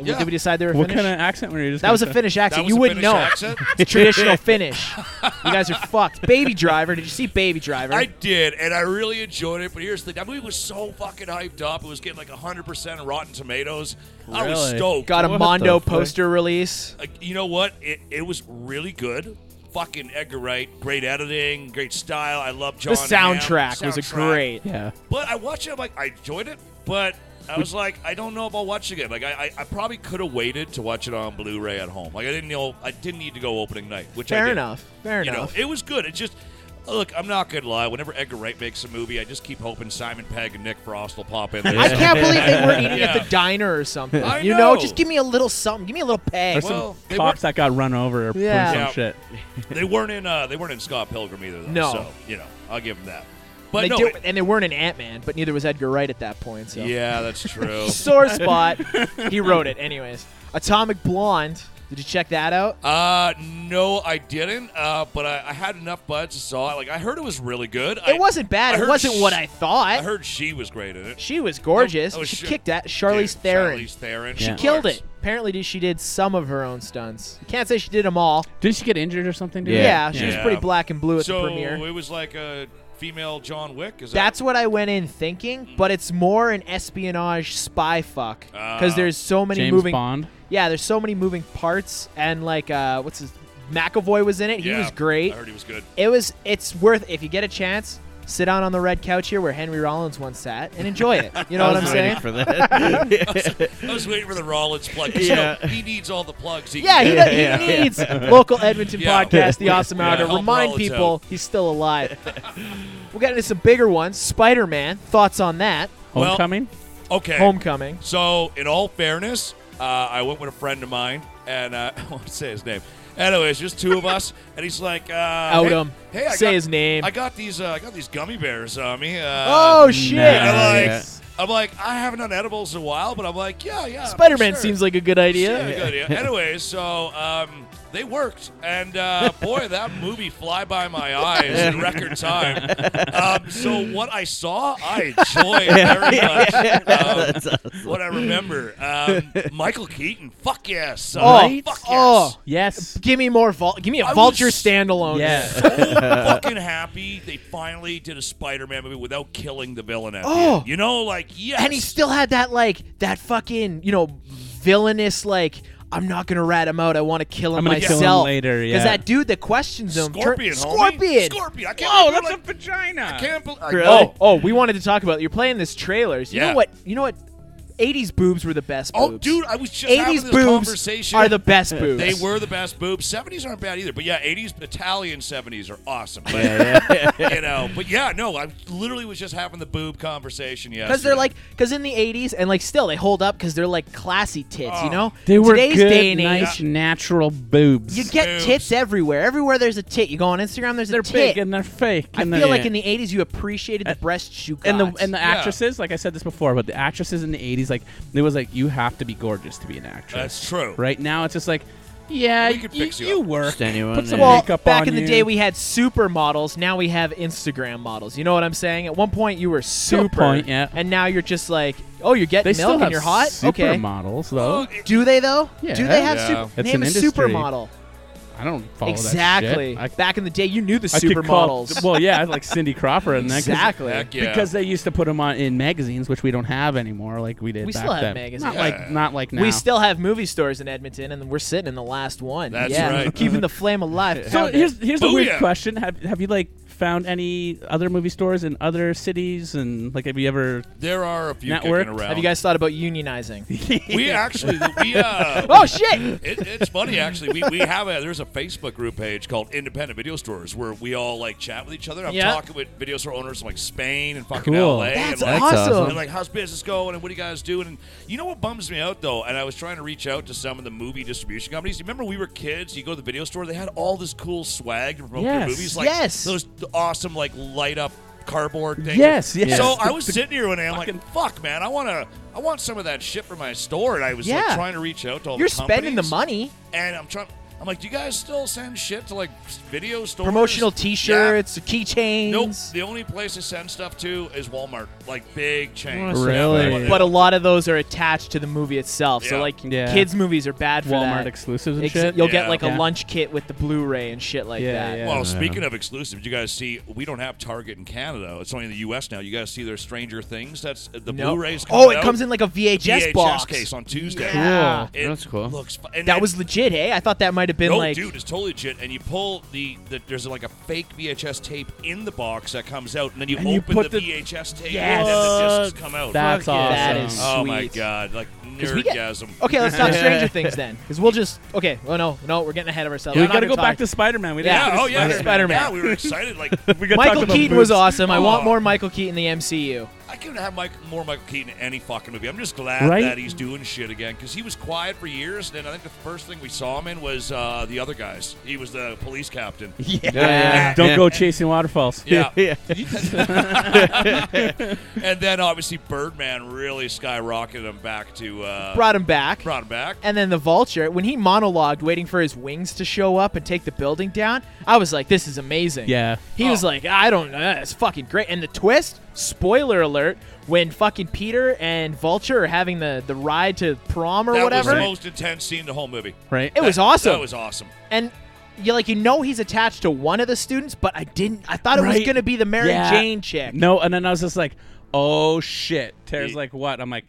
Speaker 3: Yeah.
Speaker 1: Did we decide they were
Speaker 4: What
Speaker 1: Finnish?
Speaker 4: kind of accent were you just
Speaker 1: that was a
Speaker 4: gonna
Speaker 1: Finnish accent.
Speaker 3: That was
Speaker 1: you
Speaker 3: a
Speaker 1: wouldn't
Speaker 3: Finnish
Speaker 1: know. it.
Speaker 3: accent.
Speaker 1: It's traditional Finnish. You guys are fucked. Baby Driver. Did you see Baby Driver?
Speaker 3: I did, and I really enjoyed it. But here's the thing: that movie was so fucking hyped up. It was getting like 100 percent Rotten Tomatoes. I was
Speaker 4: Really?
Speaker 3: stoked.
Speaker 1: Got a
Speaker 5: What the
Speaker 1: Mondo
Speaker 5: fuck?
Speaker 1: poster release.
Speaker 3: Uh, you know what? It, it was really good. Fucking Edgar Wright, great editing, great style. I love John.
Speaker 1: the soundtrack
Speaker 3: Hamm.
Speaker 1: was a
Speaker 3: Soundtrack.
Speaker 1: great.
Speaker 4: Yeah.
Speaker 3: But I watched it. I'm like, I enjoyed it, but I was like, I don't know about watching it. Like, I, I, I probably could have waited to watch it on Blu-ray at home. Like, I didn't know, I didn't need to go opening night, which I
Speaker 1: Fair
Speaker 3: did.
Speaker 1: enough. Fair
Speaker 3: You know,
Speaker 1: enough.
Speaker 3: it was good. It just Look, I'm not gonna lie. Whenever Edgar Wright makes a movie, I just keep hoping Simon Pegg and Nick Frost will pop in. There.
Speaker 1: I can't believe they were eating
Speaker 3: Yeah.
Speaker 1: at the diner or something.
Speaker 3: I
Speaker 1: you know,
Speaker 3: know.
Speaker 1: just give me a little something. Give me a little peg.
Speaker 4: There's some
Speaker 3: Well, they
Speaker 4: cops that got run over or
Speaker 1: Yeah.
Speaker 4: some
Speaker 3: Yeah.
Speaker 4: shit.
Speaker 3: they weren't in. Uh, they weren't in Scott Pilgrim either. Though,
Speaker 1: No.
Speaker 3: so you know, I'll give them that. But
Speaker 1: they
Speaker 3: no,
Speaker 1: did-
Speaker 3: it-
Speaker 1: and they weren't an Ant Man, but neither was Edgar Wright at that point. So
Speaker 3: yeah, that's true.
Speaker 1: sore spot. he wrote it, anyways. Atomic Blonde. Did you check that out?
Speaker 3: Uh, no, I didn't. Uh, but I, I had enough buds to saw it. Like I heard it was really good. I-
Speaker 1: It wasn't
Speaker 3: I
Speaker 1: bad. It
Speaker 3: heard
Speaker 1: wasn't what
Speaker 3: sh-
Speaker 1: I thought.
Speaker 3: I heard she was great in it.
Speaker 1: she was gorgeous.
Speaker 3: Oh,
Speaker 1: she
Speaker 3: sh-
Speaker 1: kicked at Charlize
Speaker 3: Dude,
Speaker 1: Theron.
Speaker 3: Charlize Theron.
Speaker 4: She
Speaker 3: of
Speaker 1: Killed
Speaker 3: course.
Speaker 1: it. Apparently, did- she did some of her own stunts. You can't say she did them all.
Speaker 4: Didn't she get injured or something? dude?
Speaker 1: Yeah,
Speaker 2: Yeah.
Speaker 1: she was
Speaker 3: Yeah.
Speaker 1: pretty black and blue at
Speaker 3: So
Speaker 1: the premiere.
Speaker 3: it was like a female John Wick. Is that
Speaker 1: That's what I went in thinking, but it's more an espionage spy fuck because
Speaker 3: Ah.
Speaker 1: there's so many
Speaker 4: James
Speaker 1: moving.
Speaker 4: Bond.
Speaker 1: Yeah, there's so many moving parts, and like, uh, what's his? McAvoy was in it. He
Speaker 3: Yeah,
Speaker 1: was great.
Speaker 3: I heard he was good.
Speaker 1: It was. It's worth if you get a chance. Sit down on the red couch here where Henry Rollins once sat and enjoy it. You know
Speaker 5: I
Speaker 1: what
Speaker 5: was
Speaker 1: I'm
Speaker 5: waiting
Speaker 1: saying?
Speaker 5: for that.
Speaker 3: I was waiting for the Rollins plug. 'cause,
Speaker 5: Yeah.
Speaker 3: you know, he needs all the plugs. He
Speaker 1: Yeah,
Speaker 3: can
Speaker 1: he,
Speaker 3: get.
Speaker 1: does- he
Speaker 5: Yeah, yeah.
Speaker 1: needs local Edmonton
Speaker 3: Yeah.
Speaker 1: podcast, The Awesome Hour,
Speaker 3: Yeah.
Speaker 1: to
Speaker 3: Help
Speaker 1: remind
Speaker 3: Rollins
Speaker 1: people
Speaker 3: out.
Speaker 1: he's still alive. we'll get into some bigger ones. Spider Man, thoughts on that?
Speaker 3: Well-
Speaker 4: Homecoming.
Speaker 3: Okay.
Speaker 1: Homecoming.
Speaker 3: So, in all fairness, uh, I went with a friend of mine, and uh, I won't say his name. Anyways, just two of us, and he's like, uh,
Speaker 1: Out
Speaker 3: hey,
Speaker 1: him.
Speaker 3: Hey, I
Speaker 1: Say
Speaker 3: got-
Speaker 1: his name.
Speaker 3: I got these. Uh, I got these gummy bears on me. Uh,
Speaker 1: oh, shit.
Speaker 3: and
Speaker 5: Nah.
Speaker 3: I'm like,
Speaker 5: Yeah.
Speaker 3: I'm like, I haven't done edibles in a while, but I'm like, yeah, yeah.
Speaker 1: Spider Man
Speaker 3: sure.
Speaker 1: seems like a good idea.
Speaker 3: Sure, good idea. Anyways, so um, they worked, and uh, boy, that movie fly by my eyes in record time. Um, so what I saw, I enjoyed very much. Um, What I remember, um, Michael Keaton, fuck yes, son.
Speaker 1: Oh,
Speaker 3: fuck yes.
Speaker 1: oh.
Speaker 4: Yes.
Speaker 1: Give me more Vul- Give me a
Speaker 3: I
Speaker 1: Vulture
Speaker 3: was-
Speaker 1: standalone.
Speaker 4: Yes.
Speaker 3: fucking happy they finally did a Spider-Man movie without killing the villain at the
Speaker 1: Oh.
Speaker 3: end. You know, like yes,
Speaker 1: And he still had that like that fucking you know villainous like. I'm not gonna rat him out. I want to kill him
Speaker 4: I'm gonna kill him
Speaker 1: myself.
Speaker 4: later,
Speaker 1: Because
Speaker 4: yeah.
Speaker 1: that dude that questions him, tur-
Speaker 3: Scorpion, homie.
Speaker 1: Scorpion,
Speaker 3: Scorpion. I can't.
Speaker 4: Oh,
Speaker 3: believe
Speaker 4: that's
Speaker 3: I
Speaker 4: a vagina.
Speaker 3: can't bel- I-
Speaker 1: Oh,
Speaker 3: Oh,
Speaker 1: oh, we wanted to talk about you're playing this trailers. You
Speaker 3: Yeah.
Speaker 1: know what? You know what? 80s boobs were the best.
Speaker 3: Oh,
Speaker 1: boobs.
Speaker 3: dude, I was just having
Speaker 1: 80s
Speaker 3: this
Speaker 1: boobs
Speaker 3: conversation.
Speaker 1: are the best boobs.
Speaker 3: They were the best boobs. Seventies aren't bad either, but yeah, eighties Italian seventies are awesome. But, you know, but yeah, no, I literally was just having the boob conversation. Yeah,
Speaker 1: because they're like because in the 80s and like still they hold up because they're like classy tits.
Speaker 3: Oh.
Speaker 1: you know,
Speaker 4: They were
Speaker 1: today's
Speaker 4: good,
Speaker 1: day and age,
Speaker 4: nice, natural boobs.
Speaker 1: You get
Speaker 3: Boobs.
Speaker 1: tits everywhere. Everywhere there's a tit. You go on Instagram, there's
Speaker 4: they're
Speaker 1: a tit.
Speaker 4: big and they're fake.
Speaker 1: I
Speaker 4: and
Speaker 1: feel
Speaker 4: they're-
Speaker 1: like in the 80s you appreciated the breasts you got.
Speaker 4: and the and the
Speaker 3: Yeah.
Speaker 4: actresses, like I said this before, but the actresses in the '80s, like it was like you have to be gorgeous to be an actress.
Speaker 3: that's true.
Speaker 4: Right now, it's just like, yeah,
Speaker 3: We could
Speaker 4: you,
Speaker 3: fix you
Speaker 4: you
Speaker 3: up.
Speaker 4: work.
Speaker 5: Just anyone
Speaker 4: Put some
Speaker 5: there.
Speaker 1: well,
Speaker 4: makeup
Speaker 1: back
Speaker 4: on
Speaker 1: in the
Speaker 4: you.
Speaker 1: day we had supermodels. Now we have Instagram models. You know what I'm saying? At one point you were
Speaker 4: a
Speaker 1: super,
Speaker 4: point, yeah.
Speaker 1: and now you're just like, oh, you're getting
Speaker 4: they
Speaker 1: milk
Speaker 4: still
Speaker 1: and
Speaker 4: have
Speaker 1: you're hot. okay,
Speaker 4: supermodels though.
Speaker 1: Do they though?
Speaker 4: Yeah.
Speaker 1: Do they have
Speaker 3: Yeah.
Speaker 1: super?
Speaker 4: It's
Speaker 1: name
Speaker 4: an
Speaker 1: a
Speaker 4: industry.
Speaker 1: supermodel.
Speaker 4: I don't follow
Speaker 1: Exactly.
Speaker 4: that shit.
Speaker 1: Back in the day, you knew the
Speaker 4: I, I could call,
Speaker 1: supermodels.
Speaker 4: well, yeah, like Cindy Crawford and that. 'cause-
Speaker 1: exactly.
Speaker 3: Heck yeah.
Speaker 4: Because they used to put them on in magazines, which we don't have anymore, like we did.
Speaker 1: We
Speaker 4: back
Speaker 1: still have
Speaker 4: then.
Speaker 1: magazines.
Speaker 4: Not like not like now.
Speaker 1: We still have movie stores in Edmonton, and we're sitting in the last one.
Speaker 3: That's
Speaker 1: yeah,
Speaker 3: right.
Speaker 1: keeping the flame alive.
Speaker 4: So
Speaker 1: Pound it.
Speaker 4: here's here's the weird
Speaker 3: Booyah.
Speaker 4: question: Have have you like found any other movie stores in other cities and like have you ever?
Speaker 3: there are a few
Speaker 4: Networked.
Speaker 3: kicking around.
Speaker 1: have you guys thought about unionizing?
Speaker 3: We actually, we uh,
Speaker 1: oh shit!
Speaker 3: It, it's funny actually. We, we have a there's a Facebook group page called Independent Video Stores where we all like chat with each other. I'm
Speaker 1: Yeah.
Speaker 3: talking with video store owners from like Spain and fucking
Speaker 4: Cool.
Speaker 3: LA.
Speaker 1: That's
Speaker 3: and, like,
Speaker 1: awesome.
Speaker 5: awesome.
Speaker 3: And like, how's business going? And what are you guys doing? And you know what bums me out though? And I was trying to reach out to some of the movie distribution companies. You remember we were kids? You go to the video store, they had all this cool swag to promote their
Speaker 4: Yes.
Speaker 3: movies, like
Speaker 1: Yes.
Speaker 3: those awesome like light up cardboard things.
Speaker 4: Yes, yes.
Speaker 3: So I was sitting here one day, I'm like, fuck, man, I want to, I want some of that shit for my store. And I was
Speaker 1: Yeah.
Speaker 3: like trying to reach out to all
Speaker 1: You're
Speaker 3: the
Speaker 1: spending the
Speaker 3: companies
Speaker 1: money.
Speaker 3: and I'm trying. I'm like, do you guys still send shit to like s- video stores?
Speaker 1: Promotional
Speaker 3: Yeah.
Speaker 1: T-shirts, keychains.
Speaker 3: Nope. The only place I send stuff to is Walmart, like big chains.
Speaker 4: Really?
Speaker 1: but a lot of those are attached to the movie itself. So
Speaker 3: Yeah.
Speaker 1: like,
Speaker 4: Yeah.
Speaker 1: kids' movies are bad for
Speaker 4: Walmart
Speaker 1: that.
Speaker 4: exclusives and
Speaker 1: Ex-
Speaker 4: shit.
Speaker 1: You'll
Speaker 3: Yeah.
Speaker 1: get like a
Speaker 4: Yeah.
Speaker 1: lunch kit with the Blu-ray and shit like
Speaker 4: Yeah,
Speaker 1: that.
Speaker 4: yeah.
Speaker 3: well,
Speaker 5: Yeah.
Speaker 3: speaking of exclusives, you guys see we don't have Target in Canada. It's only in the U.S. now. You guys see their Stranger Things. That's uh, the
Speaker 1: Nope.
Speaker 3: Blu-rays.
Speaker 1: Oh,
Speaker 3: coming
Speaker 1: it
Speaker 3: out.
Speaker 1: comes in like a VHS,
Speaker 3: VHS
Speaker 1: box.
Speaker 3: case on Tuesday.
Speaker 1: Yeah.
Speaker 4: Cool.
Speaker 3: It
Speaker 5: That's cool.
Speaker 3: Looks fu- and-
Speaker 1: That
Speaker 3: and-
Speaker 1: was legit, hey? I thought that might have been
Speaker 3: no,
Speaker 1: like
Speaker 3: dude, it's totally legit. And you pull the, the there's like a fake VHS tape in the box that comes out, and then you
Speaker 4: And you
Speaker 3: open
Speaker 4: put
Speaker 3: the,
Speaker 4: the-
Speaker 3: VHS tape,
Speaker 1: Yes.
Speaker 3: and then the discs come out.
Speaker 4: That's
Speaker 1: Fuck
Speaker 4: awesome.
Speaker 1: yeah, that is-
Speaker 3: Oh my
Speaker 1: Sweet.
Speaker 3: god! Like
Speaker 1: 'Cause we get-
Speaker 3: Nerdgasm.
Speaker 1: Okay, let's talk Stranger Things then, because we'll just okay. Well, no, no, we're getting ahead of ourselves.
Speaker 4: we
Speaker 1: I'm not
Speaker 4: got to go
Speaker 1: gonna
Speaker 4: back
Speaker 1: talk.
Speaker 4: to Spider Man. We
Speaker 1: Yeah,
Speaker 4: didn't
Speaker 3: oh
Speaker 4: talk
Speaker 3: yeah,
Speaker 4: Spider-Man.
Speaker 3: Yeah, we were excited. Like
Speaker 4: We gotta talk
Speaker 1: Michael
Speaker 4: about
Speaker 1: Keaton was
Speaker 4: boobs.
Speaker 1: awesome. I want
Speaker 3: Oh.
Speaker 1: more Michael Keaton in the MCU.
Speaker 3: I couldn't have Mike, more Michael Keaton in any fucking movie. I'm just glad
Speaker 4: Right?
Speaker 3: that he's doing shit again because he was quiet for years. And then I think the first thing we saw him in was uh, the other guys. He was the police captain.
Speaker 4: Yeah.
Speaker 1: Yeah.
Speaker 4: Don't
Speaker 1: Yeah.
Speaker 4: go chasing waterfalls.
Speaker 3: Yeah.
Speaker 1: Yeah.
Speaker 3: and then obviously Birdman really skyrocketed him back to uh,
Speaker 1: Brought him back.
Speaker 3: brought him back.
Speaker 1: And then the vulture, when he monologued, waiting for his wings to show up and take the building down, I was like, "This is amazing."
Speaker 4: Yeah.
Speaker 1: He was like, "I don't know, that's fucking great." And the twist, spoiler alert, when fucking Peter and Vulture are having the the ride to prom or
Speaker 3: that
Speaker 1: whatever,
Speaker 3: was the most intense scene in the whole movie.
Speaker 4: Right.
Speaker 1: it was awesome.
Speaker 3: That was awesome.
Speaker 1: and you like you know he's attached to one of the students, but I didn't. I thought it was
Speaker 4: Right.
Speaker 1: gonna be the Mary
Speaker 4: Yeah.
Speaker 1: Jane chick.
Speaker 4: No, and then I was just like, oh shit. Tara's
Speaker 3: Yeah.
Speaker 4: like, what? I'm like,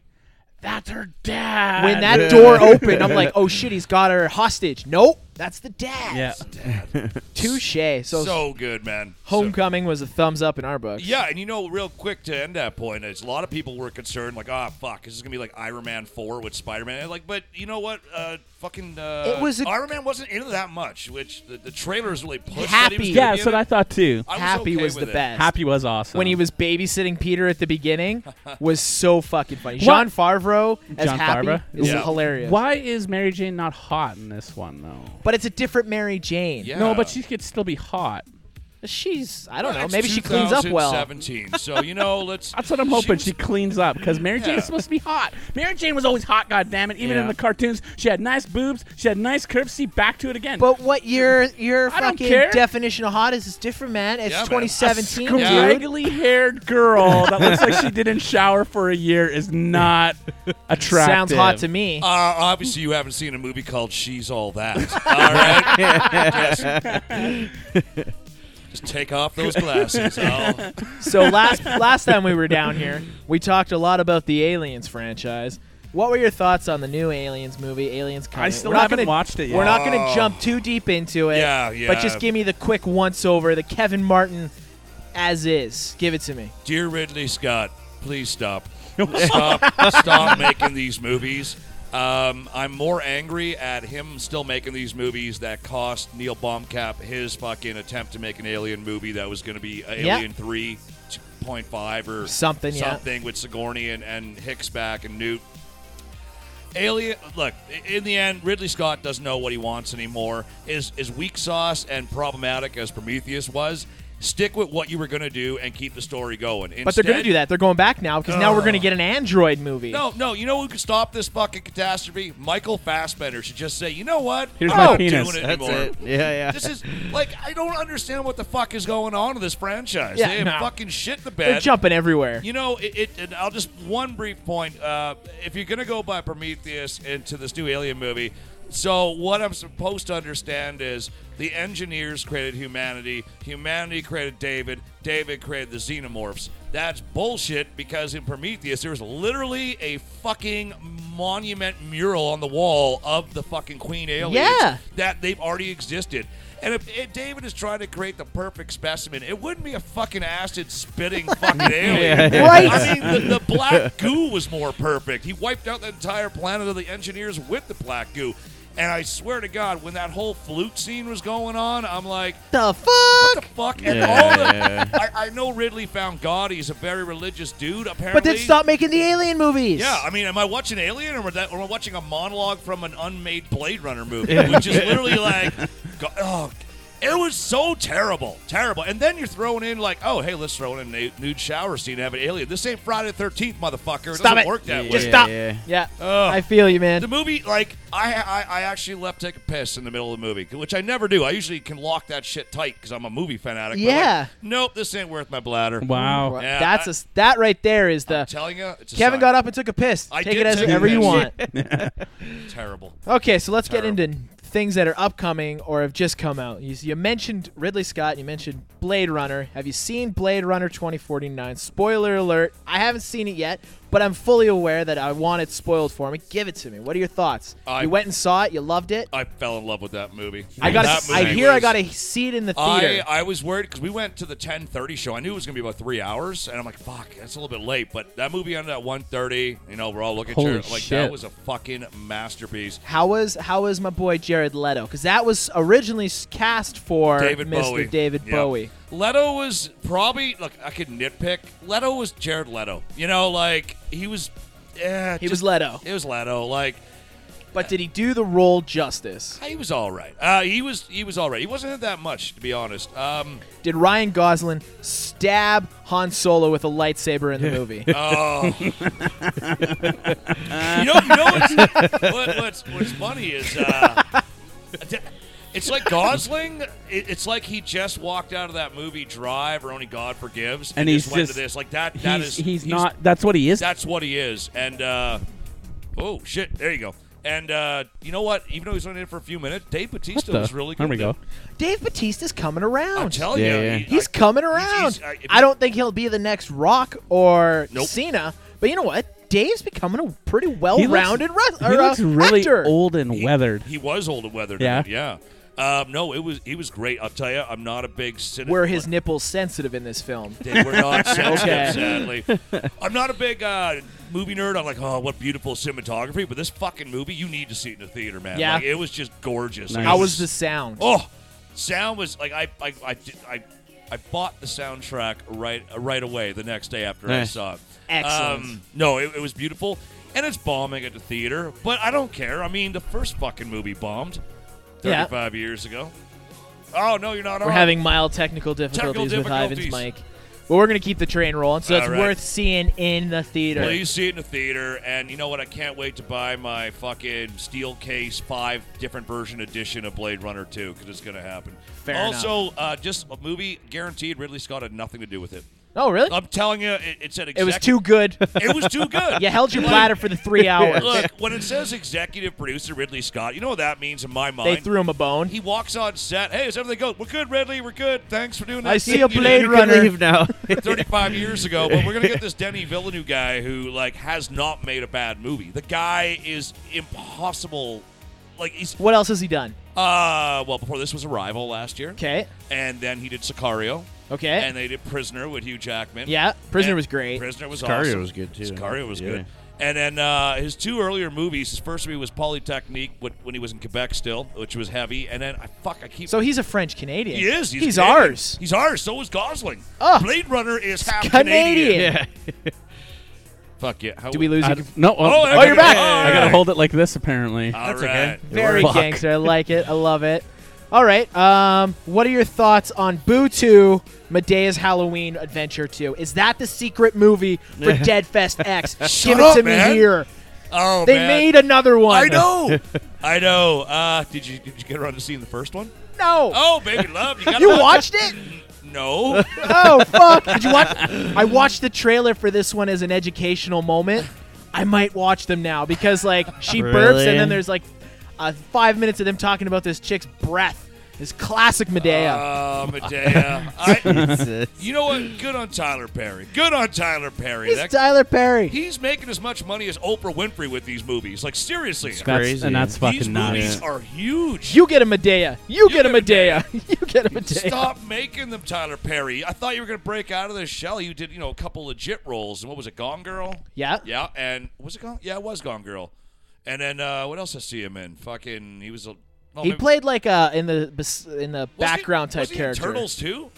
Speaker 4: that's her dad.
Speaker 1: When that door opened, I'm like, "Oh shit, he's got her hostage." Nope, that's the dad.
Speaker 4: yeah.
Speaker 1: Touche. So,
Speaker 3: So, good, man. So-
Speaker 1: Homecoming was a thumbs up in our books.
Speaker 3: yeah, and you know, real quick to end that point, is a lot of people were concerned, like, ah, fuck, is this gonna be like Iron Man four with Spider Man? Like, but you know what? Uh, fucking, uh,
Speaker 1: It was a-
Speaker 3: Iron Man wasn't into that much, which the, the trailers really pushed. That he was
Speaker 1: Happy.
Speaker 4: Yeah,
Speaker 3: gonna be
Speaker 4: that's
Speaker 3: in
Speaker 4: what I
Speaker 3: it.
Speaker 4: thought too.
Speaker 3: I was
Speaker 1: Happy
Speaker 3: okay
Speaker 1: was the
Speaker 3: with it.
Speaker 1: best.
Speaker 4: Happy was awesome.
Speaker 1: when he was babysitting Peter at the beginning was so fucking funny. John
Speaker 4: What?
Speaker 1: Favreau as
Speaker 4: John
Speaker 1: Happy
Speaker 4: Favreau?
Speaker 1: is
Speaker 3: Yeah.
Speaker 1: hilarious.
Speaker 4: Why is Mary Jane not hot in this one though?
Speaker 1: But it's a different Mary Jane.
Speaker 3: Yeah.
Speaker 4: No, but she could still be hot.
Speaker 1: She's I don't know.
Speaker 3: It's
Speaker 1: Maybe she cleans up well.
Speaker 3: 2017, so you know, let's.
Speaker 4: That's what I'm hoping.
Speaker 3: was-
Speaker 4: She, cleans up because Mary Jane
Speaker 3: Yeah.
Speaker 4: is supposed to be hot. Mary Jane was always hot, goddammit. Even
Speaker 1: Yeah.
Speaker 4: in the cartoons, she had nice boobs. She had nice curves. See, back to it again.
Speaker 1: But what your your
Speaker 4: I don't
Speaker 1: fucking
Speaker 4: care.
Speaker 1: definition of hot is is different, man. It's
Speaker 3: Yeah, man.
Speaker 1: 2017,
Speaker 4: a
Speaker 1: dude.
Speaker 3: Yeah.
Speaker 4: scraggly haired girl that looks like she didn't shower for a year is not attractive.
Speaker 1: Sounds hot to me.
Speaker 3: Uh, obviously, you haven't seen a movie called "She's All That." All right, just, just take off those glasses. I'll-
Speaker 1: So last last time we were down here, we talked a lot about the Aliens franchise. What were your thoughts on the new Aliens movie, Aliens Covenant?
Speaker 4: still
Speaker 1: We're not
Speaker 4: haven't
Speaker 1: gonna-
Speaker 4: watched it yet.
Speaker 1: We're not going to
Speaker 3: Oh.
Speaker 1: jump too deep into it.
Speaker 3: Yeah,
Speaker 1: But
Speaker 3: yeah.
Speaker 1: just give me the quick once over, the Kevin Martin as is. Give it to me.
Speaker 3: Dear Ridley Scott, please stop. Stop, stop making these movies. Um, I'm more angry at him still making these movies that cost Neil Baumkap his fucking attempt to make an Alien movie that was going to be
Speaker 1: Yeah.
Speaker 3: Alien 3, 2.5 or
Speaker 1: Something, yeah.
Speaker 3: something with Sigourney and, and Hicks back and Newt. Alien, look, i- in the end, Ridley Scott doesn't know what he wants anymore. Is is weak sauce and problematic as Prometheus was. Stick with what you were going to do and keep the story going.
Speaker 1: But they're going to
Speaker 3: Instead- Oh.
Speaker 1: do that. They're going back now because now we're going to get an Android movie.
Speaker 3: No, no. You know who could stop this fucking catastrophe? Michael Fassbender should just say, you know what?
Speaker 4: Here's
Speaker 3: I'm
Speaker 4: my
Speaker 3: not
Speaker 4: penis."
Speaker 3: Doing it
Speaker 5: That's
Speaker 3: anymore.
Speaker 5: it. Yeah, yeah.
Speaker 3: This is like I don't understand what the fuck is going on in this franchise.
Speaker 1: Yeah,
Speaker 3: they have
Speaker 1: no.
Speaker 3: fucking shit in the
Speaker 1: They're
Speaker 3: bed.
Speaker 1: jumping everywhere.
Speaker 3: You know, it, it. And I'll just one brief point. Uh, if you're gonna go by Prometheus into this new Alien movie, so what I'm supposed to understand is the engineers created humanity, humanity created David, David created the xenomorphs. That's bullshit because in Prometheus there was literally a fucking monument mural on the wall of the fucking Queen Aliens
Speaker 1: Yeah.
Speaker 3: that they've already existed. And if, if David is trying to create the perfect specimen, it wouldn't be a fucking acid spitting fucking alien.
Speaker 1: Right.
Speaker 3: I mean, the, the black goo was more perfect. He wiped out the entire planet of the engineers with the black goo. And I swear to God, when that whole flute scene was going on, I'm like,
Speaker 1: the fuck?
Speaker 3: the fuck? And all the, I, I know Ridley found God. He's a very religious dude, apparently.
Speaker 1: But then stop making the Alien movies.
Speaker 3: Yeah, I mean, am I watching Alien or am I, or am I watching a monologue from an unmade Blade Runner movie? Which is literally like, go- oh, it was so terrible, terrible. And then you're throwing in like, oh, hey, let's throw in a nude, nude shower scene to have an alien. This ain't Friday the 13th, motherfucker. It
Speaker 1: Stop
Speaker 3: doesn't
Speaker 1: it.
Speaker 3: work that way.
Speaker 1: Just stop.
Speaker 5: Yeah.
Speaker 1: Yeah.
Speaker 3: Ugh.
Speaker 1: I feel you, man.
Speaker 3: the movie, like, I, I I actually left take a piss in the middle of the movie, which I never do. I usually can lock that shit tight because I'm a movie fanatic. but, like,
Speaker 1: Yeah.
Speaker 3: nope, this ain't worth my bladder.
Speaker 4: Wow.
Speaker 1: Well,
Speaker 3: Yeah,
Speaker 1: That's
Speaker 3: I-
Speaker 1: a s that right there is the
Speaker 3: I'm telling you, it's a
Speaker 1: Kevin
Speaker 3: sign.
Speaker 1: got up and took a piss.
Speaker 3: I
Speaker 1: Take
Speaker 3: did
Speaker 1: it as
Speaker 3: take a
Speaker 1: whatever you
Speaker 3: piss.
Speaker 1: want.
Speaker 3: Terrible.
Speaker 1: Okay, so let's get
Speaker 3: Terrible.
Speaker 1: into things that are upcoming or have just come out. You, you mentioned Ridley Scott. You mentioned Blade Runner. Have you seen Blade Runner 2049? Spoiler alert: I haven't seen it yet, but I'm fully aware that I want it spoiled for me. Give it to me. What are your thoughts?
Speaker 3: I-
Speaker 1: you went and saw it. You loved it.
Speaker 3: I fell in love with that movie.
Speaker 1: I got.
Speaker 3: That
Speaker 1: to I
Speaker 3: movie
Speaker 1: hear I
Speaker 3: was-
Speaker 1: got to see it in the
Speaker 3: I,
Speaker 1: theater.
Speaker 3: I was worried because we went to the 10:30 show. I knew it was going to be about three hours, and I'm like, "Fuck, that's a little bit late." But that movie ended at 1:30. You know, we're all looking
Speaker 4: Holy
Speaker 3: at her, like
Speaker 4: shit.
Speaker 3: that was a fucking masterpiece.
Speaker 1: how was how was my boy Jared Leto? Because that was originally s- cast for
Speaker 3: David
Speaker 1: Mr.
Speaker 3: Bowie.
Speaker 1: David
Speaker 3: Yeah.
Speaker 1: Bowie.
Speaker 3: Leto was probably look. I could nitpick. Leto was Jared Leto. You know, like he was. Yeah,
Speaker 1: He was Leto.
Speaker 3: It was Leto. Like
Speaker 1: But did he do the role justice?
Speaker 3: he was all right. Uh, he was he was all right. He wasn't in that much, to be honest. Um,
Speaker 1: Did Ryan Gosling stab Han Solo with a lightsaber in the movie?
Speaker 3: Oh. you know, you know what's, what, what's, what's funny is uh, it's like Gosling. It, it's like he just walked out of that movie Drive or Only God Forgives, and,
Speaker 4: And
Speaker 3: just
Speaker 4: he's
Speaker 3: went
Speaker 4: just-
Speaker 3: to this. Like that.
Speaker 4: He's,
Speaker 3: That is.
Speaker 4: he's not. That's what he is.
Speaker 3: That's what he is. And uh, oh shit, there you go. And uh, you know what? Even though he's only in for a few minutes, Dave Batista
Speaker 4: The-
Speaker 3: was really good.
Speaker 4: There we go.
Speaker 1: Dave Batista's coming around.
Speaker 3: I'm telling
Speaker 4: Yeah,
Speaker 3: you,
Speaker 4: yeah.
Speaker 3: he-
Speaker 1: He's
Speaker 3: I-
Speaker 1: coming
Speaker 3: he's-
Speaker 1: around.
Speaker 3: he's- if
Speaker 1: I don't think he'll be the next Rock or
Speaker 3: Nope.
Speaker 1: Cena, but you know what? Dave's becoming a pretty well-rounded
Speaker 4: he looks,
Speaker 1: wrestler.
Speaker 4: he looks really
Speaker 1: actor.
Speaker 4: old and
Speaker 3: He-
Speaker 4: weathered.
Speaker 3: He was old and weathered.
Speaker 4: Yeah.
Speaker 3: Yeah, yeah. Um, no, it was he was great. I'll tell you, I'm not a big cinema.
Speaker 1: Were his nipples sensitive in this film?
Speaker 3: They were not sensitive,
Speaker 1: Okay.
Speaker 3: sadly. I'm not a big uh, movie nerd. I'm like, oh, what beautiful cinematography! But this fucking movie, you need to see it in the theater, man.
Speaker 1: Yeah.
Speaker 3: like, it was just gorgeous.
Speaker 4: Nice.
Speaker 3: It
Speaker 1: How was the sound?
Speaker 3: Oh, sound was like I I I did- I, I bought the soundtrack right right away the next day after I
Speaker 4: Nice.
Speaker 3: saw it. Um,
Speaker 1: Excellent.
Speaker 3: no, it, it was beautiful, and it's bombing at the theater, but I don't care. I mean, the first fucking movie bombed
Speaker 1: Yeah.
Speaker 3: 35 years ago. Oh no, you're not
Speaker 1: We're
Speaker 3: on.
Speaker 1: having mild technical difficulties with Ivan's
Speaker 3: difficulties.
Speaker 1: mic, but we're gonna keep the train rolling. So it's
Speaker 3: All right.
Speaker 1: worth seeing in the theater.
Speaker 3: Please see it in the theater, and you know what? I can't wait to buy my fucking steel case five different version edition of Blade Runner 2 because it's going to happen.
Speaker 1: Fair
Speaker 3: also, uh, just a movie guaranteed Ridley Scott had nothing to do with it.
Speaker 1: Oh, really?
Speaker 3: I'm telling you, it, it said
Speaker 1: It was
Speaker 3: exec-
Speaker 1: too good.
Speaker 3: It was too good.
Speaker 1: you held your
Speaker 3: Like,
Speaker 1: platter for the three hours.
Speaker 3: Look, when it says executive producer Ridley Scott, you know what that means in my mind.
Speaker 1: they threw him a bone.
Speaker 3: He walks on set. Hey, is everything good? We're good, Ridley. We're good. Thanks for doing that.
Speaker 1: I see a
Speaker 3: You know,
Speaker 1: Blade
Speaker 3: you
Speaker 1: Runner.
Speaker 5: leave now.
Speaker 3: 35 years ago, but we're gonna get this Denny Villeneuve guy who like has not made a bad movie. The guy is impossible. Like he's
Speaker 1: What else has he done?
Speaker 3: uh well before this was Arrival last year,
Speaker 1: Okay.
Speaker 3: and then he did Sicario,
Speaker 1: Okay.
Speaker 3: and they did Prisoner with Hugh Jackman.
Speaker 1: yeah. Prisoner
Speaker 3: And
Speaker 1: was great.
Speaker 3: Prisoner was
Speaker 5: Sicario
Speaker 3: awesome.
Speaker 5: was good, too.
Speaker 3: Sicario was
Speaker 5: Yeah.
Speaker 3: good. And then uh, his two earlier movies, his first movie was Polytechnique when when he was in Quebec still, which was heavy. And then I fuck, I keep
Speaker 1: so he's a French Canadian.
Speaker 3: he is. He's,
Speaker 1: He's,
Speaker 3: Canadian.
Speaker 1: ours.
Speaker 3: He's ours. So is Gosling.
Speaker 1: Oh.
Speaker 3: Blade Runner is half
Speaker 1: Canadian.
Speaker 3: Fuck yeah. How
Speaker 1: Do we lose?
Speaker 4: I
Speaker 1: you?
Speaker 4: d- no.
Speaker 3: Oh,
Speaker 4: I,
Speaker 3: there
Speaker 4: gotta-
Speaker 1: you're back.
Speaker 4: I gotta hold it like this. Apparently.
Speaker 3: All right.
Speaker 1: Very
Speaker 4: Fuck.
Speaker 1: gangster. I like it. I love it. All right. Um, what are your thoughts on Boo 2, Medea's Halloween Adventure 2? Is that the secret movie for Dead Fest X? Give it
Speaker 3: up,
Speaker 1: to
Speaker 3: man.
Speaker 1: me here.
Speaker 3: Oh
Speaker 1: They
Speaker 3: man.
Speaker 1: made another one.
Speaker 3: I know. I know. Uh, did you did you get around to seeing the first one?
Speaker 1: No.
Speaker 3: Oh, baby love, you got
Speaker 1: you watched it?
Speaker 3: No.
Speaker 1: Oh fuck! Did you watch? I watched the trailer for this one as an educational moment. I might watch them now because like she burps
Speaker 5: Really?
Speaker 1: and then there's like uh, five minutes of them talking about this chick's breath. This classic Medea.
Speaker 3: Oh, Medea. I, you know what? Good on Tyler Perry. Good on Tyler Perry.
Speaker 1: He's
Speaker 3: That-
Speaker 1: Tyler Perry.
Speaker 3: he's making as much money as Oprah Winfrey with these movies. Like seriously.
Speaker 4: That's,
Speaker 5: Crazy.
Speaker 4: And that's
Speaker 3: These
Speaker 4: fucking
Speaker 3: movies
Speaker 4: nuts.
Speaker 3: are huge.
Speaker 1: you get a Medea. You, get a Medea. you get a Medea.
Speaker 3: Stop making them, Tyler Perry. I thought you were gonna break out of this shell. You did, you know, a couple legit roles. And what was it, Gone Girl?
Speaker 1: Yeah.
Speaker 3: Yeah, and was it Gone? Yeah, it was Gone Girl. And then uh, what else I see him in? Fucking, he was a. Oh,
Speaker 1: He
Speaker 3: maybe-
Speaker 1: played like a in the bes- in the
Speaker 3: wasn't he-
Speaker 1: background type
Speaker 3: wasn't he in
Speaker 1: character.
Speaker 3: Turtles too.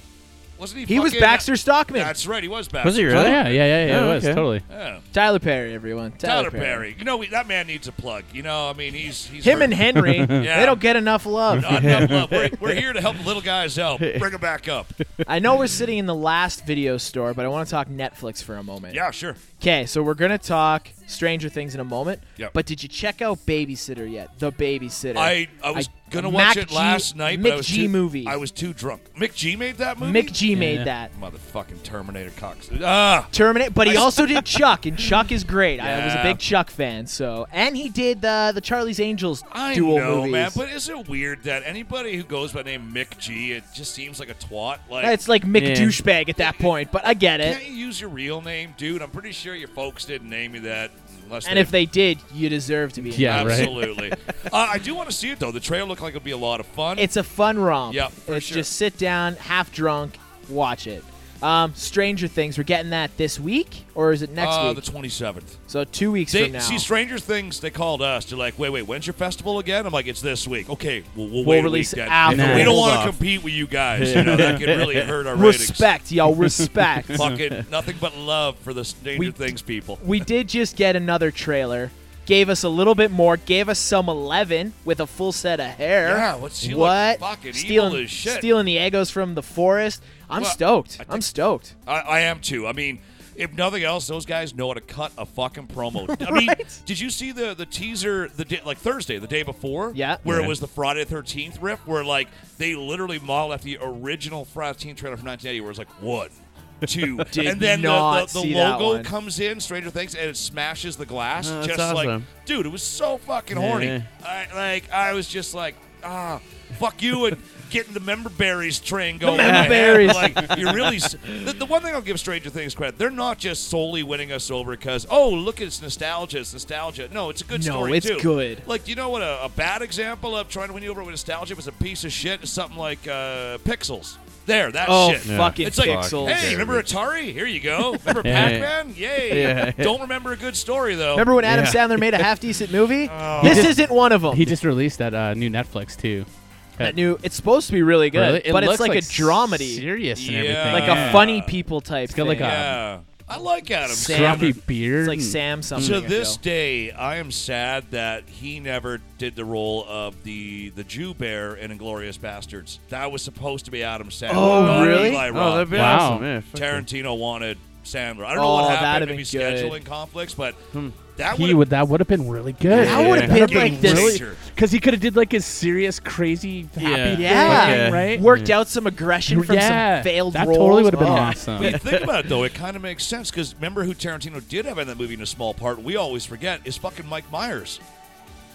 Speaker 3: Wasn't he?
Speaker 1: He was
Speaker 3: fucking- uh,
Speaker 1: Baxter Stockman.
Speaker 3: That's right. He was Baxter.
Speaker 5: Was he
Speaker 4: Oh,
Speaker 5: really?
Speaker 4: yeah, yeah, yeah, yeah.
Speaker 5: Oh,
Speaker 4: it was
Speaker 5: okay.
Speaker 4: totally.
Speaker 3: Yeah.
Speaker 1: Tyler Perry, everyone.
Speaker 3: Tyler, Perry. You know we, that man needs a plug. You know, I mean, he's he's
Speaker 1: Him
Speaker 3: hurt.
Speaker 1: and Henry, they don't get enough love.
Speaker 3: Not enough love. We're, we're here to help little guys out. Bring them back up.
Speaker 1: I know we're sitting in the last video store, but I want to talk Netflix for a moment.
Speaker 3: Yeah, sure.
Speaker 1: Okay, so we're gonna talk Stranger Things in a moment.
Speaker 3: Yep.
Speaker 1: But did you check out Babysitter yet? The Babysitter.
Speaker 3: I, I was gonna
Speaker 1: Mac
Speaker 3: watch it
Speaker 1: G-
Speaker 3: last night,
Speaker 1: Mick
Speaker 3: but I was
Speaker 1: G
Speaker 3: too,
Speaker 1: movie.
Speaker 3: I was too drunk. Mick G made that movie.
Speaker 1: Mick G made that.
Speaker 3: motherfucking Terminator cocks. Ah,
Speaker 1: Terminator, but he
Speaker 3: I-
Speaker 1: also did Chuck, and Chuck is great. I was a
Speaker 3: Yeah.
Speaker 1: big Chuck fan, so and he did the the Charlie's Angels
Speaker 3: I
Speaker 1: dual
Speaker 3: know,
Speaker 1: movies.
Speaker 3: man. But is it weird that anybody who goes by the name Mick G, it just seems like a twat? Like,
Speaker 1: it's like Mick
Speaker 4: Yeah.
Speaker 1: douchebag at that point, but I get it.
Speaker 3: can't you use your real name, dude? I'm pretty sure sure your folks didn't name you that. Unless
Speaker 1: And if they did, you deserve to be. in
Speaker 4: Yeah. right.
Speaker 3: absolutely. uh, I do want to see it though. The trailer looked like it'd be a lot of fun.
Speaker 1: It's a fun romp.
Speaker 3: Yep, for
Speaker 1: it's
Speaker 3: sure.
Speaker 1: just sit down, half drunk, watch it. Um, Stranger Things, we're getting that this week, or is it next
Speaker 3: uh, the
Speaker 1: week?
Speaker 3: twenty seventh.
Speaker 1: so two weeks
Speaker 3: They
Speaker 1: from now.
Speaker 3: see Stranger Things. They called us. They're like, "Wait, wait, when's your festival again?" I'm like, "It's this week." Okay, well, we'll, wait a
Speaker 1: release
Speaker 3: week
Speaker 1: it
Speaker 3: then.
Speaker 1: after.
Speaker 4: Nah.
Speaker 3: We don't
Speaker 4: Hold
Speaker 3: want
Speaker 4: off.
Speaker 3: to compete with you guys. You know that could really hurt our ratings.
Speaker 1: respect, y'all. Respect.
Speaker 3: Fucking nothing but love for the Stranger
Speaker 1: We-
Speaker 3: Things people.
Speaker 1: we did just get another trailer. Gave us a little bit more. Gave us some eleven with a full set of hair.
Speaker 3: Yeah, what- she looked
Speaker 1: what?
Speaker 3: fucking
Speaker 1: stealing,
Speaker 3: evil as shit.
Speaker 1: Stealing the egos from the forest. I'm
Speaker 3: Well,
Speaker 1: stoked.
Speaker 3: I
Speaker 1: I'm
Speaker 3: think-
Speaker 1: stoked.
Speaker 3: I, I am too. I mean, if nothing else, those guys know how to cut a fucking promo. I mean, did you see the the teaser the day, like Thursday, the day before?
Speaker 1: Yeah.
Speaker 3: where
Speaker 4: Yeah.
Speaker 3: it was the Friday the Thirteenth riff, where like they literally modeled after the original Friday the Thirteenth trailer from 1980, where it's like one. Two.
Speaker 1: Did
Speaker 3: and then the-
Speaker 1: not
Speaker 3: the, the,
Speaker 1: see that
Speaker 3: logo
Speaker 1: one.
Speaker 3: comes in, Stranger Things, and it smashes the glass.
Speaker 4: Oh, that's
Speaker 3: just like,
Speaker 4: awesome.
Speaker 3: dude, it was so fucking
Speaker 4: Yeah.
Speaker 3: horny. I, like, I was just like, ah, fuck you, and getting the member berries train going. in my head.
Speaker 1: berries.
Speaker 3: Like, you're really s- the, the one thing I'll give Stranger Things credit. They're not just solely winning us over because oh look it's nostalgia, it's nostalgia. No, it's a good
Speaker 1: No,
Speaker 3: story
Speaker 1: it's
Speaker 3: too.
Speaker 1: good.
Speaker 3: Like you know what a, a bad example of trying to win you over with nostalgia was a piece of shit. is Something like uh, Pixels. There, that
Speaker 1: Oh,
Speaker 3: shit.
Speaker 1: fucking
Speaker 3: it's like,
Speaker 1: Pixels.
Speaker 3: Hey, remember Atari? Here you go. Remember
Speaker 4: Yeah.
Speaker 3: Pac-Man? Yay!
Speaker 4: Yeah.
Speaker 3: Don't remember a good story though.
Speaker 1: Remember when Adam
Speaker 4: Yeah.
Speaker 1: Sandler made a half decent movie?
Speaker 3: Oh.
Speaker 1: this
Speaker 4: did-
Speaker 1: isn't one of them.
Speaker 4: He just released that uh, new Netflix too.
Speaker 1: that new. It's supposed to be really good,
Speaker 4: Really? It
Speaker 1: but it's
Speaker 4: looks
Speaker 1: like, a dramedy,
Speaker 4: serious and
Speaker 3: Yeah.
Speaker 4: everything.
Speaker 1: like
Speaker 4: yeah.
Speaker 1: a funny people type.
Speaker 4: got like
Speaker 1: thing.
Speaker 4: a-
Speaker 3: yeah, I like Adam.
Speaker 1: Sam-
Speaker 3: Sandler.
Speaker 4: scruffy beard.
Speaker 1: It's like
Speaker 4: and-
Speaker 1: Sam something.
Speaker 3: To
Speaker 1: I
Speaker 3: this
Speaker 1: feel.
Speaker 3: day, I am sad that he never did the role of the the Jew bear in Inglorious Bastards. That was supposed to be Adam Sandler.
Speaker 1: Oh,
Speaker 3: not
Speaker 1: really?
Speaker 3: Eli
Speaker 1: Oh,
Speaker 3: Roth.
Speaker 4: Wow. awesome. Yeah,
Speaker 3: Tarantino wanted Sandler. I don't know
Speaker 1: Oh,
Speaker 3: what
Speaker 1: that'd
Speaker 3: happened.
Speaker 1: have
Speaker 3: Maybe
Speaker 1: been good. Hmm.
Speaker 3: scheduling conflicts, but that
Speaker 4: He would that would have been really good.
Speaker 1: That would've been
Speaker 4: That'd've
Speaker 1: like this-
Speaker 3: Major.
Speaker 4: because he could have did like his serious, crazy, happy
Speaker 2: Yeah.
Speaker 4: thing,
Speaker 1: Yeah.
Speaker 4: right.
Speaker 1: Worked out some aggression from
Speaker 4: yeah,
Speaker 1: some failed
Speaker 4: that
Speaker 1: roles.
Speaker 4: totally would have been
Speaker 1: Oh.
Speaker 4: awesome.
Speaker 3: When you think about it, though, it kind of makes sense because remember who Tarantino did have in that movie in a small part. We always forget is fucking Mike Myers.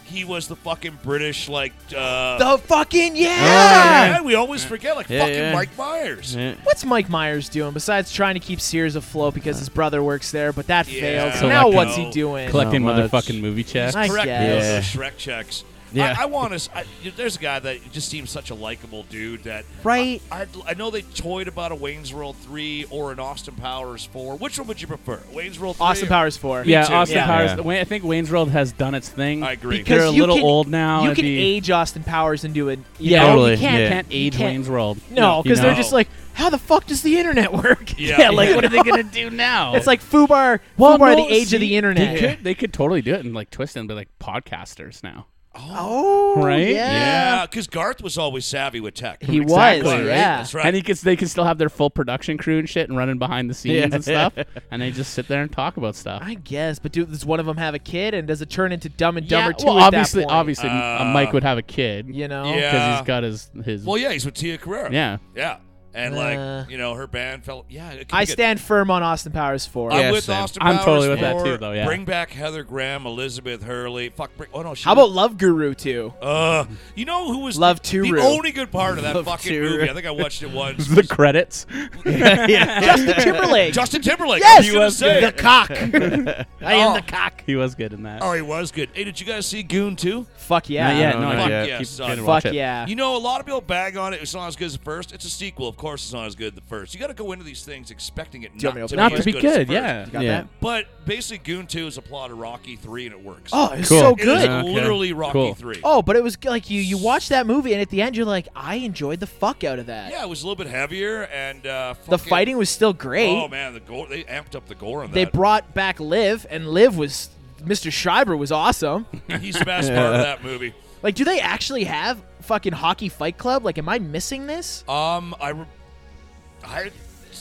Speaker 3: He was the fucking British like. Uh,
Speaker 1: The fucking
Speaker 4: Oh,
Speaker 1: yeah!
Speaker 3: man, we always forget like
Speaker 4: Yeah,
Speaker 3: fucking
Speaker 4: yeah.
Speaker 3: Mike Myers.
Speaker 1: What's Mike Myers doing besides trying to keep Sears afloat because his brother works there? But that
Speaker 3: Yeah.
Speaker 1: failed. So
Speaker 4: So
Speaker 1: now
Speaker 4: like,
Speaker 1: what's
Speaker 3: no.
Speaker 1: he doing?
Speaker 4: Collecting
Speaker 5: Not much.
Speaker 4: motherfucking movie checks.
Speaker 1: I
Speaker 3: Correct.
Speaker 1: guess.
Speaker 3: those Shrek checks.
Speaker 4: Yeah.
Speaker 3: I, I want to. There's a guy that just seems such a likable dude that.
Speaker 1: Right.
Speaker 3: I, I'd- I know they toyed about a Wayne's World 3 or an Austin Powers 4. Which one would you prefer? Wayne's World 3?
Speaker 1: Austin
Speaker 3: or-
Speaker 1: Powers four.
Speaker 4: Yeah,
Speaker 3: too.
Speaker 4: Austin
Speaker 1: Yeah.
Speaker 4: Powers.
Speaker 5: Yeah.
Speaker 4: Wayne- I think Wayne's World has done its thing.
Speaker 3: I agree.
Speaker 1: Because
Speaker 4: They're a
Speaker 1: you
Speaker 4: little
Speaker 1: can-
Speaker 4: old now.
Speaker 1: You
Speaker 4: It'd
Speaker 1: can
Speaker 4: be-
Speaker 1: age Austin Powers into an you
Speaker 4: Yeah,
Speaker 1: know,
Speaker 5: Totally,
Speaker 1: you can't,
Speaker 5: yeah.
Speaker 4: can't age
Speaker 1: can't-
Speaker 4: Wayne's World.
Speaker 1: No, because
Speaker 4: You
Speaker 1: they're
Speaker 4: know?
Speaker 1: just like, how the fuck does the internet work?
Speaker 3: Yeah.
Speaker 4: like what are they gonna do now?
Speaker 1: It's like Fubar,
Speaker 4: Well,
Speaker 1: Fubar,
Speaker 4: no,
Speaker 1: the age
Speaker 4: see,
Speaker 1: of the internet.
Speaker 4: They could, they could totally do it and like twist them to like podcasters now.
Speaker 1: Oh,
Speaker 4: Right?
Speaker 1: Yeah,
Speaker 3: Yeah, because Garth was always savvy with tech.
Speaker 1: he
Speaker 4: Exactly,
Speaker 1: was.
Speaker 4: right?
Speaker 1: Yeah,
Speaker 3: That's right.
Speaker 4: And he gets, they can still have their full production crew and shit and running behind the scenes
Speaker 5: Yeah.
Speaker 4: and stuff. And they just sit there and talk about stuff.
Speaker 1: I guess. But do, does one of them have a kid? And does it turn into Dumb and
Speaker 4: Yeah,
Speaker 1: Dumber two?
Speaker 4: well,
Speaker 1: at
Speaker 4: obviously,
Speaker 1: that point?
Speaker 4: obviously, uh, Mike would have a kid.
Speaker 1: You know.
Speaker 3: Yeah.
Speaker 4: because he's got his his.
Speaker 3: well, yeah, he's with Tia Carrera.
Speaker 4: yeah,
Speaker 3: Yeah. And,
Speaker 1: Uh.
Speaker 3: like, you know, her band fell. Yeah. it could
Speaker 1: I
Speaker 3: be good.
Speaker 1: stand firm on Austin Powers four.
Speaker 3: I'm
Speaker 5: Yeah,
Speaker 3: with
Speaker 5: same.
Speaker 3: Austin
Speaker 4: I'm
Speaker 3: Powers
Speaker 4: totally with that
Speaker 3: for
Speaker 4: too, though, yeah.
Speaker 3: Bring back Heather Graham, Elizabeth Hurley. Fuck. Bring, oh no. She
Speaker 1: How about Love Guru two?
Speaker 3: Uh, you know who was
Speaker 1: Love
Speaker 3: the, the
Speaker 1: Turu.
Speaker 3: only good part of that
Speaker 5: Love
Speaker 3: fucking
Speaker 5: Turu.
Speaker 3: movie? I think I watched it once.
Speaker 4: the credits.
Speaker 1: Justin Timberlake.
Speaker 3: Justin Timberlake.
Speaker 1: yes,
Speaker 3: he was
Speaker 1: the cock. I am the cock.
Speaker 4: he was good in that.
Speaker 3: Oh, he was good. Hey, did you guys see Goon 2?
Speaker 1: Fuck yeah.
Speaker 4: Not yet,
Speaker 5: No,
Speaker 4: no,
Speaker 5: not
Speaker 4: I-
Speaker 3: Fuck
Speaker 5: yet.
Speaker 3: yes,
Speaker 5: Keep
Speaker 3: son.
Speaker 5: getting
Speaker 1: Fuck
Speaker 5: watch it.
Speaker 1: yeah.
Speaker 3: You know, a lot of people bag on it. It's not as good as the first. It's a sequel, of course. It's not as good as the first. You got to go into these things expecting it
Speaker 1: you
Speaker 3: not,
Speaker 1: want me
Speaker 3: to
Speaker 1: to
Speaker 3: be,
Speaker 4: Not
Speaker 1: open
Speaker 4: to
Speaker 3: as
Speaker 4: be
Speaker 3: good, as the
Speaker 4: good,
Speaker 3: first.
Speaker 4: yeah.
Speaker 1: You got
Speaker 5: Yeah.
Speaker 1: that?
Speaker 3: But basically, Goon 2 is a plot of Rocky 3, and it works.
Speaker 1: Oh, it's
Speaker 5: Cool.
Speaker 1: so
Speaker 3: it is
Speaker 1: good.
Speaker 5: Okay.
Speaker 3: literally Rocky
Speaker 4: Cool.
Speaker 3: 3.
Speaker 1: Oh, but it was like you you watch that movie and at the end you're like, I enjoyed the fuck out of that.
Speaker 3: Yeah, it was a little bit heavier, and uh,
Speaker 1: the
Speaker 3: fucking-
Speaker 1: fighting was still great.
Speaker 3: Oh man, the gore, they amped up the gore on
Speaker 1: they
Speaker 3: that.
Speaker 1: brought back Liv and Liv was Mr. Schreiber was awesome.
Speaker 3: He's the best part of that movie.
Speaker 1: like, do they actually have fucking hockey fight club? Like, am I missing this?
Speaker 4: Uh,
Speaker 3: Um, I, re- I,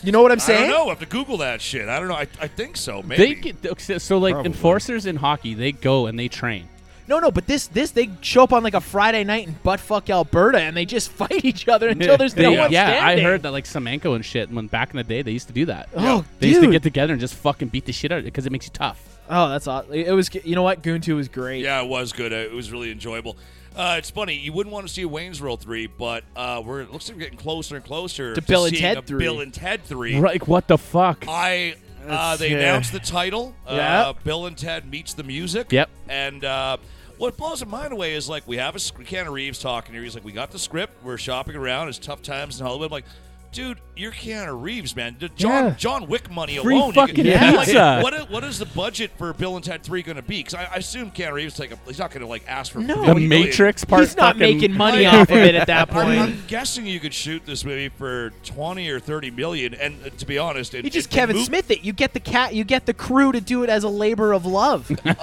Speaker 1: You know what I'm
Speaker 3: I don't
Speaker 1: saying?
Speaker 3: know. I have to Google that shit. I don't know. I, I think so.
Speaker 4: They
Speaker 3: Maybe.
Speaker 4: get, so- so like enforcers in hockey, they go and they train.
Speaker 1: No, no, but this this they show up on like a Friday night in butt fuck Alberta and they just fight each other until there's no
Speaker 4: yeah,
Speaker 1: one standing.
Speaker 4: I heard that like Semenko and shit. When back in the day, they used to do that.
Speaker 1: Oh,
Speaker 4: they used to
Speaker 1: dude.
Speaker 4: get together and just fucking beat the shit out of it because it makes you tough.
Speaker 1: Oh, that's awesome. It was you know what? Goon 2 was great.
Speaker 3: yeah, it was good. Uh, It was really enjoyable. Uh, it's funny. You wouldn't want to see a Wayne's World three, but uh, we're it looks like we're getting closer and closer
Speaker 1: To Bill and
Speaker 3: seeing
Speaker 1: Ted
Speaker 3: a
Speaker 1: 3.
Speaker 3: Bill and Ted three.
Speaker 4: Like what the fuck?
Speaker 3: I Uh, they
Speaker 1: yeah.
Speaker 3: announced the title. Uh,
Speaker 1: Yeah.
Speaker 3: Bill and Ted meets the music.
Speaker 4: Yep.
Speaker 3: And uh, what blows my mind away is like we have a sc- Keanu Reeves talking here. He's like, we got the script. We're shopping around. It's tough times in Hollywood. I'm like. Dude, you're Keanu Reeves, man. The John
Speaker 4: Yeah.
Speaker 3: John Wick money
Speaker 4: Free
Speaker 3: alone.
Speaker 4: fucking
Speaker 1: Yeah.
Speaker 3: like,
Speaker 4: pizza.
Speaker 3: what, i- what is the budget for Bill and Ted Three going to be? Because I, I assume Keanu Reeves like a, he's not going to like ask for
Speaker 1: No.
Speaker 4: The
Speaker 3: 40 million.
Speaker 4: Matrix part.
Speaker 1: He's not
Speaker 4: fucking-
Speaker 1: making money off of it at that
Speaker 3: I'm,
Speaker 1: point.
Speaker 3: I'm guessing you could shoot this movie for twenty or thirty million. And uh, to be honest, it,
Speaker 1: You just
Speaker 3: it- it
Speaker 1: Kevin
Speaker 3: moved-
Speaker 1: Smith it. You get the cat. You get the crew to do it as a labor of love.
Speaker 3: Uh,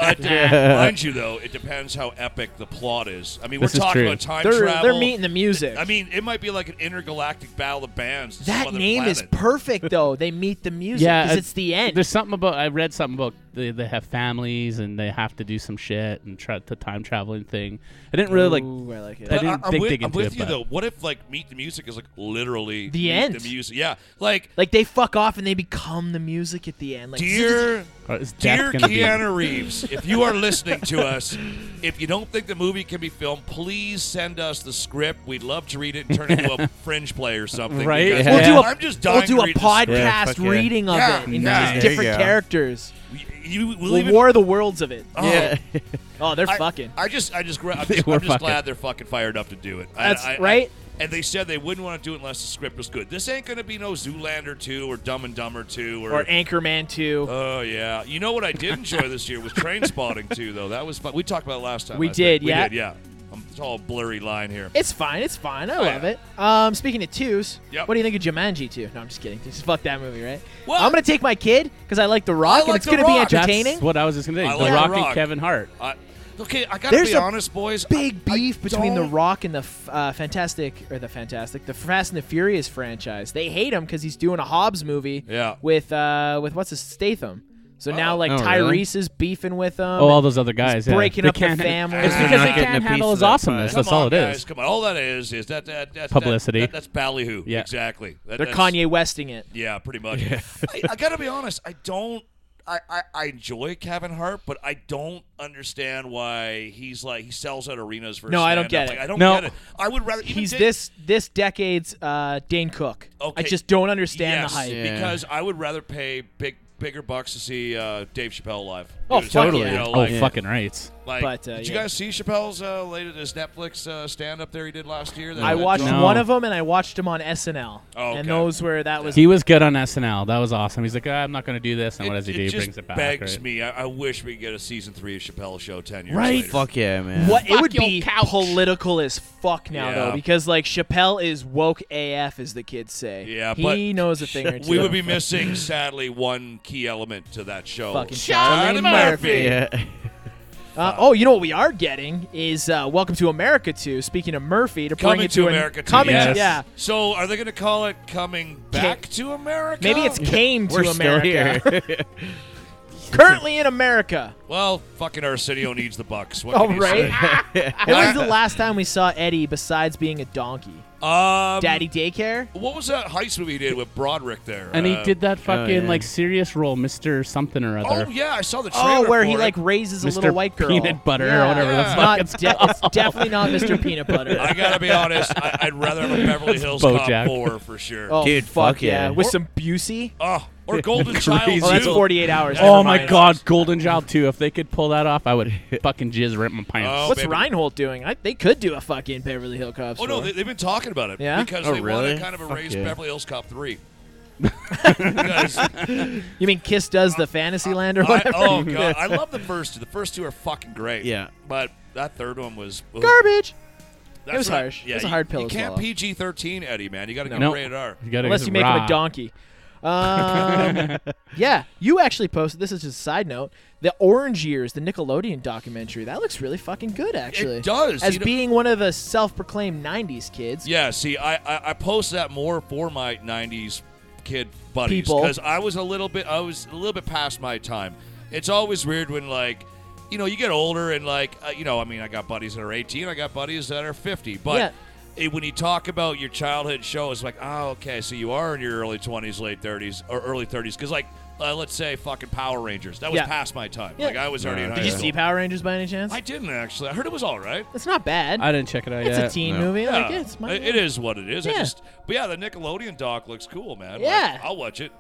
Speaker 3: Mind you, though, it depends how epic the plot is. I mean,
Speaker 4: This
Speaker 3: we're
Speaker 4: is
Speaker 3: talking
Speaker 4: true.
Speaker 3: about time
Speaker 1: they're
Speaker 3: travel.
Speaker 1: they're meeting the music.
Speaker 3: I mean, it might be like an intergalactic battle of bands. to some
Speaker 1: that
Speaker 3: other
Speaker 1: name is
Speaker 3: planet.
Speaker 1: perfect though. They meet the music
Speaker 4: Yeah,
Speaker 1: because
Speaker 4: uh,
Speaker 1: it's the end.
Speaker 4: There's something about I read something about they, they have families and they have to do some shit and try the time traveling thing. I didn't really like.
Speaker 1: Ooh, I like it.
Speaker 4: I
Speaker 3: But
Speaker 4: didn't
Speaker 3: I'm
Speaker 4: dig-
Speaker 3: with,
Speaker 4: dig
Speaker 3: I'm
Speaker 4: into
Speaker 3: with
Speaker 4: it,
Speaker 3: you
Speaker 4: but-
Speaker 3: though. What if like meet the music is like literally
Speaker 1: The
Speaker 3: Meet
Speaker 1: end.
Speaker 3: The music, yeah. Like,
Speaker 1: like they fuck off and they become the music at the end. Like
Speaker 3: dear,
Speaker 4: Or uh, is death
Speaker 3: dear
Speaker 4: gonna be-
Speaker 3: Keanu Reeves, if you are listening to us, if you don't think the movie can be filmed, please send us the script. We'd love to read it and turn it into a fringe play or something.
Speaker 4: Right?
Speaker 3: because
Speaker 1: we'll
Speaker 4: Yeah.
Speaker 1: do a,
Speaker 3: I'm just
Speaker 1: we'll
Speaker 3: dying
Speaker 1: do
Speaker 3: to
Speaker 1: a
Speaker 3: read the script.
Speaker 5: Yeah,
Speaker 1: podcast
Speaker 5: fuck yeah.
Speaker 1: reading of
Speaker 3: Yeah,
Speaker 1: it and just
Speaker 3: yeah.
Speaker 5: There you
Speaker 1: different
Speaker 5: go.
Speaker 1: characters.
Speaker 3: You, we'll
Speaker 1: We'll
Speaker 3: even-
Speaker 1: war the worlds of it.
Speaker 3: Oh,
Speaker 5: Yeah.
Speaker 1: Oh, they're
Speaker 3: I-
Speaker 1: fucking.
Speaker 3: I just, I just, gra- I'm
Speaker 4: They
Speaker 3: just,
Speaker 4: were
Speaker 3: I'm just
Speaker 4: fucking.
Speaker 3: glad they're fucking fired up to do it. I-
Speaker 1: That's
Speaker 3: I- I-
Speaker 1: right.
Speaker 3: and they said they wouldn't want to do it unless the script was good. This ain't gonna be no Zoolander two or Dumb and Dumber two or.
Speaker 1: Or Anchorman 2.
Speaker 3: Oh yeah, you know what I did enjoy this year was Train Spotting too, though. That was fun. We talked about it last time.
Speaker 1: We
Speaker 3: I
Speaker 1: did,
Speaker 3: think.
Speaker 1: yeah.
Speaker 3: We did, yeah. Um, it's all a blurry line here.
Speaker 1: It's fine. It's fine. I love
Speaker 3: Oh, yeah.
Speaker 1: it. Um, speaking of twos,
Speaker 3: Yep.
Speaker 1: what do you think of Jumanji 2? No, I'm just kidding. Just fuck that movie, right?
Speaker 3: Well-
Speaker 1: I'm gonna take my kid because I like The Rock and
Speaker 3: like
Speaker 1: it's
Speaker 3: The
Speaker 1: gonna be
Speaker 3: Rock.
Speaker 4: That's
Speaker 1: entertaining.
Speaker 4: what I was just gonna say.
Speaker 3: I
Speaker 4: the,
Speaker 3: like The
Speaker 4: Rock
Speaker 3: Rock.
Speaker 4: and Kevin Hart.
Speaker 3: I, okay, I gotta
Speaker 1: There's
Speaker 3: be
Speaker 1: a
Speaker 3: honest, boys. I-
Speaker 1: Big
Speaker 3: I
Speaker 1: beef between The
Speaker 3: don't-
Speaker 1: Rock and the f- uh, Fantastic or the Fantastic, the Fast and the Furious franchise. They hate him because he's doing a Hobbs movie
Speaker 3: Yeah. Uh,
Speaker 1: with uh, with what's his Statham. So now like
Speaker 4: Oh, really?
Speaker 1: Tyrese is beefing with him.
Speaker 4: Oh, all those other guys. yeah.
Speaker 1: breaking
Speaker 4: They
Speaker 1: up the
Speaker 4: can't-
Speaker 1: family.
Speaker 4: It's
Speaker 1: They're
Speaker 4: because
Speaker 5: not
Speaker 4: they
Speaker 5: getting a
Speaker 4: can't
Speaker 5: piece
Speaker 4: handle
Speaker 5: of
Speaker 4: his
Speaker 5: that pie.
Speaker 4: awesomeness.
Speaker 3: Come
Speaker 4: That's all
Speaker 3: on,
Speaker 4: it
Speaker 3: guys,
Speaker 4: is.
Speaker 3: Come on, all that is is that that, that
Speaker 4: Publicity.
Speaker 3: That, that's ballyhoo.
Speaker 4: Yeah.
Speaker 3: exactly. That-
Speaker 1: They're
Speaker 3: that's-
Speaker 1: Kanye Westing it.
Speaker 3: Yeah, pretty much. I, I gotta be honest. I don't. I, I, I enjoy Kevin Hart, but I don't understand why he's like he sells out arenas for.
Speaker 1: No, I don't
Speaker 3: stand-up.
Speaker 1: get it.
Speaker 3: Like, I don't
Speaker 4: No.
Speaker 3: get it. I would rather. Even
Speaker 1: He's
Speaker 3: Dave-
Speaker 1: this this decade's uh, Dane Cook. I
Speaker 3: Okay.
Speaker 1: just don't understand
Speaker 3: yes,
Speaker 1: the hype.
Speaker 5: Yeah.
Speaker 3: because I would rather pay big bigger bucks to see uh, Dave Chappelle live.
Speaker 1: Oh,
Speaker 3: Dude,
Speaker 1: fuck
Speaker 3: You
Speaker 1: yeah.
Speaker 3: know,
Speaker 4: Oh,
Speaker 3: like,
Speaker 4: fucking rights.
Speaker 3: like,
Speaker 1: But, uh,
Speaker 3: did you
Speaker 1: yeah.
Speaker 3: guys see Chappelle's uh, latest Netflix uh, stand up there he did last year? That-
Speaker 1: I
Speaker 3: that
Speaker 1: watched
Speaker 3: drama?
Speaker 4: No.
Speaker 1: one of them, and I watched him on SNL.
Speaker 3: Oh, okay.
Speaker 1: And those were that was
Speaker 4: He was good on SNL. That was awesome. He's like, "Ah, I'm not going to do this. And
Speaker 3: It,
Speaker 4: what does he
Speaker 3: it
Speaker 4: do? He
Speaker 3: just
Speaker 4: brings it back.
Speaker 3: begs
Speaker 4: right?
Speaker 3: me. I, I wish we could get a season three of Chappelle's show ten years
Speaker 1: Right.
Speaker 3: later.
Speaker 5: Fuck yeah, man.
Speaker 1: what it
Speaker 4: Fuck
Speaker 1: would
Speaker 4: your
Speaker 1: be
Speaker 4: couch.
Speaker 1: political as fuck now
Speaker 3: Yeah.
Speaker 1: though because like Chappelle is woke AF as the kids say.
Speaker 3: Yeah,
Speaker 1: he
Speaker 3: but
Speaker 1: knows a thing or two.
Speaker 3: We would be missing, sadly, one key element to that show.
Speaker 1: fucking
Speaker 4: Charlie
Speaker 1: Charlie Murphy.
Speaker 5: Yeah.
Speaker 1: Uh, oh, you know what we are getting is uh, Welcome to America 2. Speaking of Murphy, to
Speaker 3: Coming
Speaker 1: bring it
Speaker 3: to
Speaker 1: to an-
Speaker 3: America. too.
Speaker 1: coming
Speaker 4: yes.
Speaker 1: to, yeah.
Speaker 3: So, are they going to call it "Coming Back to America"?
Speaker 1: Maybe it's came
Speaker 5: We're
Speaker 1: to
Speaker 5: still
Speaker 1: America.
Speaker 5: here.
Speaker 1: Currently in America.
Speaker 3: Well, fucking Arsenio needs the bucks. What
Speaker 1: All
Speaker 3: can you
Speaker 1: right.
Speaker 3: say?
Speaker 1: when was the last time we saw Eddie besides being a donkey?
Speaker 3: Um,
Speaker 1: Daddy daycare?
Speaker 3: What was that heist movie he did with Broderick there?
Speaker 4: And he
Speaker 3: Uh,
Speaker 4: did that fucking
Speaker 5: yeah.
Speaker 4: like serious role, Mister something or other.
Speaker 3: Oh yeah, I saw the trailer.
Speaker 1: Oh, where
Speaker 3: for
Speaker 1: he
Speaker 3: it.
Speaker 1: like raises a
Speaker 4: Mr.
Speaker 1: little white girl.
Speaker 4: Peanut Butter or whatever the
Speaker 1: It's,
Speaker 3: fuck
Speaker 1: not
Speaker 4: it's
Speaker 1: de- it's definitely not Mr. Peanut Butter.
Speaker 3: I gotta be honest. I, I'd rather have a Beverly Hills Cop
Speaker 4: Bojack.
Speaker 3: four for sure. Oh,
Speaker 1: Oh,
Speaker 5: Dude,
Speaker 1: fuck,
Speaker 5: fuck
Speaker 1: yeah.
Speaker 5: yeah.
Speaker 1: With
Speaker 3: Or-
Speaker 1: some Busey.
Speaker 3: or Golden Child.
Speaker 1: Oh, that's
Speaker 3: too.
Speaker 1: 48 hours.
Speaker 3: Oh
Speaker 1: never
Speaker 4: my
Speaker 1: mind.
Speaker 4: God, Golden Child too. If they could pull that off, I would fucking jizz right in my
Speaker 3: Oh,
Speaker 4: pants.
Speaker 1: What's
Speaker 3: baby.
Speaker 1: Reinhold doing? I, they could do a fucking Beverly Hill Cops.
Speaker 3: Oh no,
Speaker 1: four.
Speaker 3: they, they've been talking about it
Speaker 1: Yeah?
Speaker 3: because
Speaker 5: Oh,
Speaker 3: they want
Speaker 5: really?
Speaker 3: to kind of
Speaker 5: Fuck
Speaker 3: erase
Speaker 5: yeah.
Speaker 3: Beverly Hills Cop three. Because
Speaker 1: you mean Kiss does the Fantasyland or
Speaker 3: I,
Speaker 1: whatever?
Speaker 3: oh god, I love the first two. The first two are fucking great.
Speaker 5: Yeah.
Speaker 3: but that third one was ugh.
Speaker 1: Garbage.
Speaker 3: That's
Speaker 1: was
Speaker 3: what I-
Speaker 1: harsh. It
Speaker 3: Yeah,
Speaker 1: was a
Speaker 3: you-
Speaker 1: hard pill
Speaker 3: You
Speaker 1: to
Speaker 3: can't
Speaker 1: swallow.
Speaker 3: PG thirteen, Eddie. Man, you got to get
Speaker 4: No.
Speaker 3: radar.
Speaker 4: You gotta
Speaker 1: Unless
Speaker 4: get
Speaker 1: you make him
Speaker 4: raw.
Speaker 1: a donkey. Um, yeah, you actually posted. This is just a side note. The Orange Years, the Nickelodeon documentary, that looks really fucking good, actually.
Speaker 3: does.
Speaker 1: As
Speaker 3: You know- radar.
Speaker 1: being one of the self-proclaimed '90s kids.
Speaker 3: Yeah, see, I, I I post that more for my '90s kid buddies
Speaker 1: People.
Speaker 3: because I was a little bit I was a little bit past my time. It's always weird when like. You know, you get older and like, uh, you know, I mean, I got buddies that are 18, I got buddies that are 50. But
Speaker 1: Yeah.
Speaker 3: it, when you talk about your childhood show, it's like, oh, okay, so you are in your early 20s, late 30s, or early 30s. Because, like, uh, let's say fucking Power Rangers. That was
Speaker 1: Yeah.
Speaker 3: past my time.
Speaker 1: Yeah.
Speaker 3: Like, I was already in high
Speaker 1: Did you
Speaker 3: school.
Speaker 1: see Power Rangers by any chance?
Speaker 3: I didn't actually. I heard it was all right.
Speaker 1: it's not bad.
Speaker 4: I didn't check it out
Speaker 1: it's a
Speaker 4: yet.
Speaker 1: teen
Speaker 5: no.
Speaker 1: movie. Like,
Speaker 3: Yeah,
Speaker 1: it's my
Speaker 3: it it is what it is. I
Speaker 1: Yeah.
Speaker 3: just, but yeah, the Nickelodeon doc looks cool, man. Like,
Speaker 1: Yeah.
Speaker 3: I'll watch it.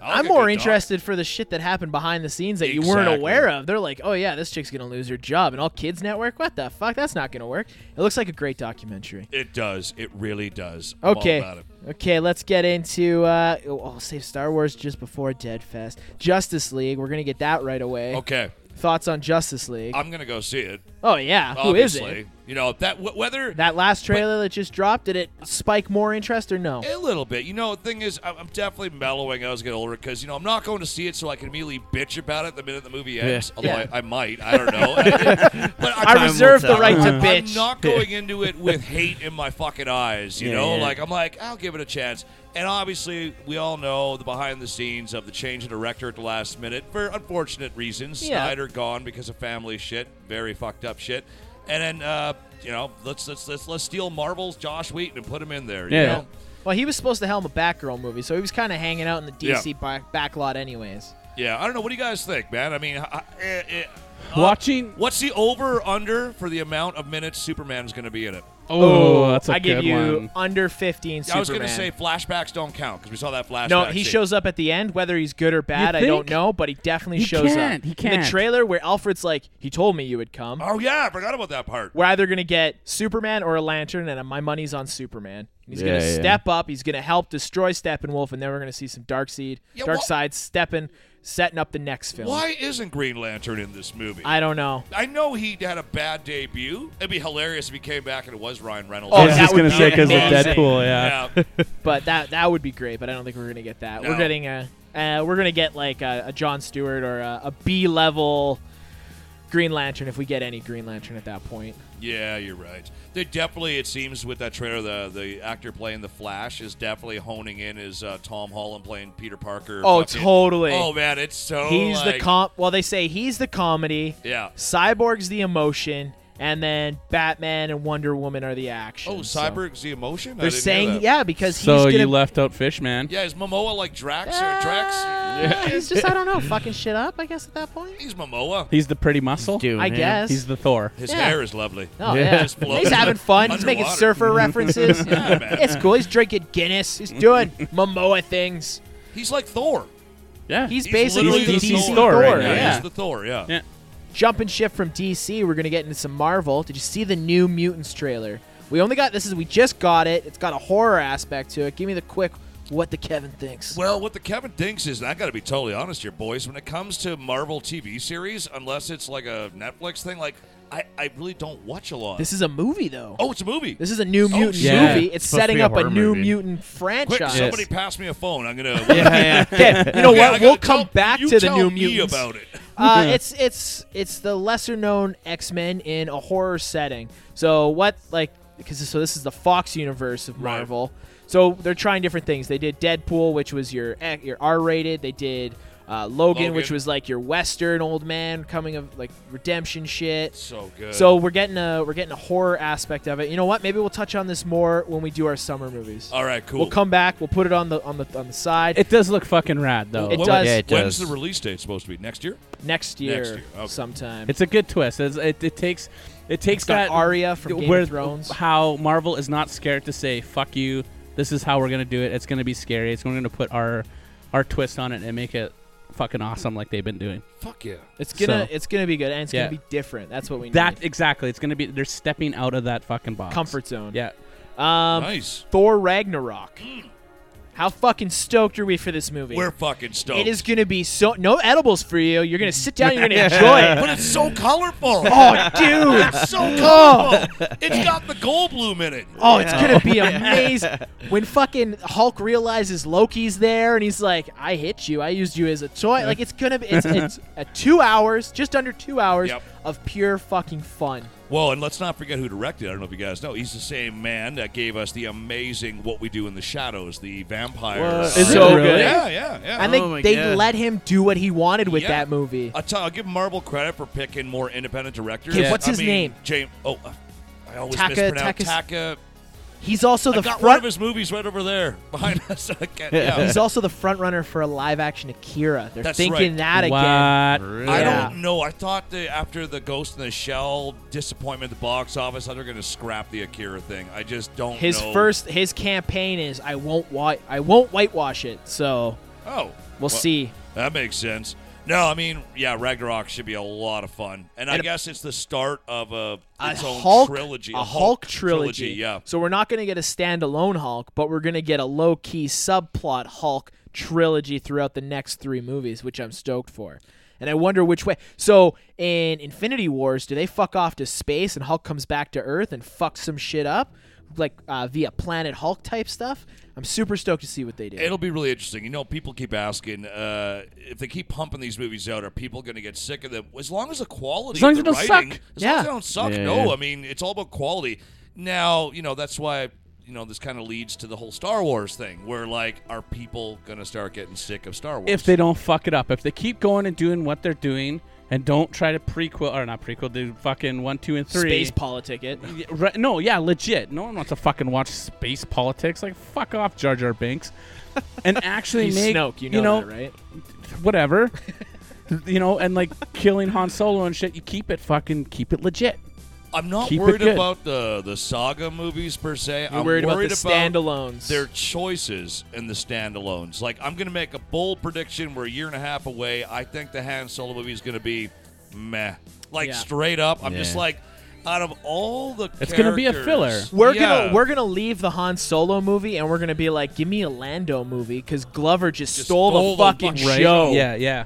Speaker 3: I like
Speaker 1: I'm
Speaker 3: a
Speaker 1: more
Speaker 3: good dog.
Speaker 1: interested for the shit that happened behind the scenes that you weren't
Speaker 3: Exactly.
Speaker 1: aware of. They're like, oh yeah, this chick's gonna lose her job, and all kids network. What the fuck? That's not gonna work. It looks like a great documentary.
Speaker 3: It does. It really does. I'm all
Speaker 1: Okay,
Speaker 3: about it.
Speaker 1: okay, let's get into. Uh, oh, I'll save Star Wars just before Dead Fest. Justice League. We're gonna get that right away.
Speaker 3: Okay.
Speaker 1: Thoughts on Justice League?
Speaker 3: I'm gonna go see it.
Speaker 1: oh yeah,
Speaker 3: obviously.
Speaker 1: who is it?
Speaker 3: You know that w- whether
Speaker 1: That last trailer that just dropped, did it spike more interest or no?
Speaker 3: A little bit. You know, the thing is, I- I'm definitely mellowing as I get older because, you know, I'm not going to see it so I can immediately bitch about it the minute the movie ends. Although
Speaker 1: Yeah.
Speaker 3: I, I might. I don't know. but I'm not-
Speaker 1: I reserve the
Speaker 5: tell.
Speaker 1: right to
Speaker 3: Uh-huh. I'm
Speaker 1: bitch.
Speaker 3: not going into it with hate in my fucking eyes, you
Speaker 5: Yeah,
Speaker 3: know?
Speaker 5: yeah.
Speaker 3: Like, I'm like, I'll give it a chance. And obviously, we all know the behind the scenes of the change in director at the last minute for unfortunate reasons.
Speaker 1: Yeah.
Speaker 3: Snyder gone because of family shit, very fucked up shit. And then, uh, you know, let's let's let's let's steal Marvel's Josh Wheaton and put him in there. You
Speaker 4: Yeah.
Speaker 3: know?
Speaker 1: Well, he was supposed to helm a Batgirl movie, so he was kind of hanging out in the
Speaker 3: Yeah.
Speaker 1: DC back, back lot, anyways.
Speaker 3: Yeah, I don't know. What do you guys think, man? I mean, h- h- eh, eh, uh,
Speaker 4: Watching.
Speaker 3: what's the over or under for the amount of minutes Superman's going to be in it?
Speaker 4: Oh, that's a
Speaker 1: I
Speaker 4: good
Speaker 1: give you
Speaker 4: one.
Speaker 1: under 15 Superman.
Speaker 3: I was going to say flashbacks don't count because we saw that flashback.
Speaker 1: no, he
Speaker 3: scene.
Speaker 1: shows up at the end, whether he's good or bad, I don't
Speaker 4: think?
Speaker 1: know, but he definitely
Speaker 4: He
Speaker 1: shows
Speaker 4: can't,
Speaker 1: up.
Speaker 4: he
Speaker 1: In
Speaker 4: can't.
Speaker 1: the trailer where Alfred's like, "He told me you would come."
Speaker 3: Oh yeah, I forgot about that part.
Speaker 1: We're either gonna get Superman or a Lantern, and my money's on Superman. He's
Speaker 5: Yeah,
Speaker 1: gonna
Speaker 5: yeah.
Speaker 1: step up. He's gonna help destroy Steppenwolf, and then we're gonna see some Dark Seed,
Speaker 3: Yeah,
Speaker 1: Dark
Speaker 3: wha-
Speaker 1: Side stepping, setting up the next film.
Speaker 3: Why isn't Green Lantern in this movie? I,
Speaker 1: I don't know.
Speaker 3: know he had a bad debut. It'd be hilarious if he came back and it was Ryan Reynolds.
Speaker 1: Oh,
Speaker 5: I was
Speaker 1: that
Speaker 5: just
Speaker 1: would
Speaker 5: gonna
Speaker 1: be
Speaker 5: say because of
Speaker 1: amazing.
Speaker 5: Deadpool. Yeah.
Speaker 3: yeah.
Speaker 1: but that that would be great. But I don't think we're gonna get that.
Speaker 3: No.
Speaker 1: We're getting a uh, we're gonna get like a, a John Stewart or a, a B level Green Lantern if we get any Green Lantern at that point.
Speaker 3: Yeah, you're right. They definitely, it seems, with that trailer, the the actor playing the Flash is definitely honing in as uh, Tom Holland playing Peter Parker.
Speaker 1: Oh,
Speaker 3: fucking-
Speaker 1: totally.
Speaker 3: Oh man, it's so.
Speaker 1: he's the
Speaker 3: like-
Speaker 1: com. Well, they say he's the comedy.
Speaker 3: Yeah.
Speaker 1: Cyborg's the emotion, and then Batman and Wonder Woman are the action.
Speaker 3: Oh,
Speaker 1: so-
Speaker 3: Cyborg's the emotion. I
Speaker 1: They're
Speaker 3: didn't
Speaker 1: saying
Speaker 3: hear that.
Speaker 1: yeah because
Speaker 4: So
Speaker 1: he's gonna.
Speaker 4: you left out Fish, man.
Speaker 3: Yeah, is Momoa like Drax or Drax?
Speaker 1: Ah, He's just I don't know fucking shit up. I guess at that point.
Speaker 3: He's Momoa.
Speaker 4: He's the pretty muscle.
Speaker 5: Dude,
Speaker 1: I
Speaker 5: man.
Speaker 1: guess.
Speaker 4: He's the Thor.
Speaker 3: His
Speaker 1: Yeah.
Speaker 3: hair is lovely.
Speaker 1: Oh
Speaker 5: Yeah.
Speaker 1: yeah,
Speaker 3: Just blows
Speaker 1: he's having fun. He's making
Speaker 3: underwater.
Speaker 1: surfer references.
Speaker 3: Yeah, man.
Speaker 1: It's cool. He's drinking Guinness. He's doing Momoa things.
Speaker 3: He's like Thor.
Speaker 4: Yeah.
Speaker 1: He's,
Speaker 3: He's
Speaker 1: basically the
Speaker 3: literally the
Speaker 1: DC Thor.
Speaker 4: Thor right now.
Speaker 1: yeah.
Speaker 4: Yeah.
Speaker 3: he's the Thor. Yeah.
Speaker 4: Yeah.
Speaker 1: Jumping ship from DC, we're gonna get into some Marvel. Did you see the new Mutants trailer? We only got this is we just got it. It's got a horror aspect to it. Give me the quick what the Kevin thinks.
Speaker 3: Well, what the Kevin thinks is, and I got to be totally honest here, boys. When it comes to Marvel TV series, unless it's like a Netflix thing, like I, I really don't watch a lot.
Speaker 1: This is a movie though.
Speaker 3: oh, it's a movie.
Speaker 1: This is a new mutant
Speaker 3: shit.
Speaker 5: Yeah.
Speaker 1: movie. It's
Speaker 5: It's supposed to
Speaker 1: setting
Speaker 5: be a
Speaker 1: up a
Speaker 5: horror
Speaker 1: new
Speaker 5: movie.
Speaker 1: mutant
Speaker 3: Quick,
Speaker 1: franchise.
Speaker 3: somebody pass me a phone. I'm gonna.
Speaker 1: Okay, you know
Speaker 3: Okay, I
Speaker 1: what?
Speaker 3: gotta
Speaker 1: We'll come
Speaker 3: tell-
Speaker 1: back
Speaker 3: you
Speaker 1: to the
Speaker 3: tell
Speaker 1: new
Speaker 3: me
Speaker 1: mutants.
Speaker 3: about it.
Speaker 1: Uh, it's it's it's the lesser known X Men in a horror setting. So what like because so this is the Fox universe of Marvel. So they're trying different things. They did Deadpool, which was your eh, your R rated. They did uh, Logan,
Speaker 3: Logan.
Speaker 1: which was like your Western old man coming of like redemption shit.
Speaker 3: So good.
Speaker 1: So we're getting a we're getting a horror aspect of it. You know what? Maybe we'll touch on this more when we do our summer movies.
Speaker 3: all right, Oh, cool.
Speaker 1: We'll come back. We'll put it on the on the on the side
Speaker 4: It does look fucking rad though.
Speaker 1: It
Speaker 3: When-
Speaker 1: does. Yeah,
Speaker 5: it
Speaker 3: When's
Speaker 5: does.
Speaker 3: the release date supposed to be? Next year?
Speaker 1: next year,
Speaker 3: Next year, okay.
Speaker 1: sometime.
Speaker 4: It's a good twist. It's, it, it takes it takes
Speaker 1: It's got
Speaker 4: that
Speaker 1: Arya from Game
Speaker 4: where
Speaker 1: of Thrones.
Speaker 4: how Marvel is not scared to say "fuck you." This is how we're gonna do it. It's gonna be scary. It's we're gonna put our our twist on it and make it fucking awesome like they've been doing.
Speaker 3: Fuck yeah.
Speaker 1: It's gonna
Speaker 4: So-
Speaker 1: it's gonna be good and it's
Speaker 4: Yeah.
Speaker 1: gonna be different. That's what we need.
Speaker 4: That exactly. It's gonna be they're stepping out of that fucking box.
Speaker 1: comfort zone.
Speaker 4: Yeah.
Speaker 1: Um,
Speaker 3: nice.
Speaker 1: Thor Ragnarok. How fucking stoked are we for this movie?
Speaker 3: We're fucking stoked.
Speaker 1: it is gonna be so no edibles for you. You're gonna sit down. You're gonna enjoy
Speaker 3: But
Speaker 1: it.
Speaker 3: it's so colorful.
Speaker 1: Oh, dude.
Speaker 3: so colorful. It's got the gold bloom in it.
Speaker 1: Oh, it's gonna be amazing when fucking Hulk realizes Loki's there and he's like, "I hit you. I used you as a toy." Like it's gonna be it's, it's a two hours, just under two hours
Speaker 3: Yep.
Speaker 1: of pure fucking fun.
Speaker 3: Well, and let's not forget who directed. it. I don't know if you guys know. He's the same man that gave us the amazing "What We Do in the Shadows," the vampire.
Speaker 1: Whoa.
Speaker 3: uh,
Speaker 1: Is it
Speaker 4: So really? good.
Speaker 3: Yeah, yeah, yeah.
Speaker 1: And they
Speaker 5: Oh my
Speaker 1: they
Speaker 5: God.
Speaker 1: let him do what he wanted with
Speaker 3: Yeah.
Speaker 1: that movie.
Speaker 3: I'll, tell, I'll give Marvel credit for picking more independent directors.
Speaker 1: Okay, what's
Speaker 3: I
Speaker 1: his
Speaker 3: mean,
Speaker 1: name?
Speaker 3: James. Oh, uh, I always
Speaker 1: Taka-
Speaker 3: mispronounce
Speaker 1: Taka's-
Speaker 3: Taka.
Speaker 1: He's also the
Speaker 3: I got
Speaker 1: front
Speaker 3: one of his movies right over there behind us. I can't- yeah.
Speaker 1: He's also the front runner for a live action Akira. They're
Speaker 3: That's
Speaker 1: thinking
Speaker 3: right.
Speaker 1: that
Speaker 4: what?
Speaker 1: again.
Speaker 3: I
Speaker 1: Yeah.
Speaker 3: don't know. I thought that after the Ghost in the Shell disappointment at the box office, I thought they were going to scrap the Akira thing. I just don't
Speaker 1: His
Speaker 3: know.
Speaker 1: first his campaign is I won't white I won't whitewash it. So
Speaker 3: Oh,
Speaker 1: We'll see.
Speaker 3: That makes sense. No, I mean, yeah, Ragnarok should be a lot of fun, and, I
Speaker 1: And a-
Speaker 3: guess it's the start of a
Speaker 1: A
Speaker 3: its own
Speaker 1: Hulk
Speaker 3: trilogy,
Speaker 1: a Hulk trilogy.
Speaker 3: Yeah,
Speaker 1: So we're not going to get a standalone Hulk, but we're going to get a low key subplot Hulk trilogy throughout the next three movies, which I'm stoked for. And I wonder which way. So in Infinity Wars, do they fuck off to space and Hulk comes back to Earth and fucks some shit up, like uh, via Planet Hulk type stuff? I'm super stoked to see what they do.
Speaker 3: it'll be really interesting. You know, people keep asking uh, if they keep pumping these movies out, are people going to get sick of them? As long as the quality,
Speaker 4: As long
Speaker 3: of
Speaker 4: as
Speaker 3: the
Speaker 4: it don't
Speaker 3: writing- as
Speaker 4: suck.
Speaker 3: long as they
Speaker 1: Yeah.
Speaker 3: don't suck.
Speaker 4: Yeah,
Speaker 3: no,
Speaker 4: yeah.
Speaker 3: I mean, it's all about quality. Now, you know, that's why. You know, this kind of leads to the whole Star Wars thing, where like, are people gonna start getting sick of Star Wars?
Speaker 4: if they don't fuck it up. If they keep going and doing what they're doing and don't try to prequel or not prequel, do fucking one, two, and three.
Speaker 1: Space politic it.
Speaker 4: Y- Right, no, yeah, legit. No one wants to fucking watch space politics. Like, fuck off, Jar Jar Binks, and actually
Speaker 1: He's
Speaker 4: make
Speaker 1: Snoke, you know, that, right?
Speaker 4: whatever, you know, and like killing Han Solo and shit. You keep it fucking keep it legit.
Speaker 3: I'm not
Speaker 4: Keep it
Speaker 3: worried
Speaker 4: good.
Speaker 3: about the the saga movies per se.
Speaker 1: You're
Speaker 3: I'm
Speaker 1: worried,
Speaker 3: worried
Speaker 1: about the standalones.
Speaker 3: their choices and the standalones. Like I'm gonna make a bold prediction. We're a year and a half away. I think the Han Solo movie is gonna be meh. Like
Speaker 1: Yeah.
Speaker 3: straight up. I'm just
Speaker 4: Yeah.
Speaker 3: like, out of all the,
Speaker 4: It's gonna be a
Speaker 3: characters-
Speaker 1: We're
Speaker 3: Yeah.
Speaker 1: gonna we're gonna leave the Han Solo movie and we're gonna be like, give me a Lando movie because Glover just,
Speaker 3: Just
Speaker 1: stole, the
Speaker 3: stole the
Speaker 1: fucking
Speaker 3: fucking
Speaker 1: show.
Speaker 4: Yeah, yeah.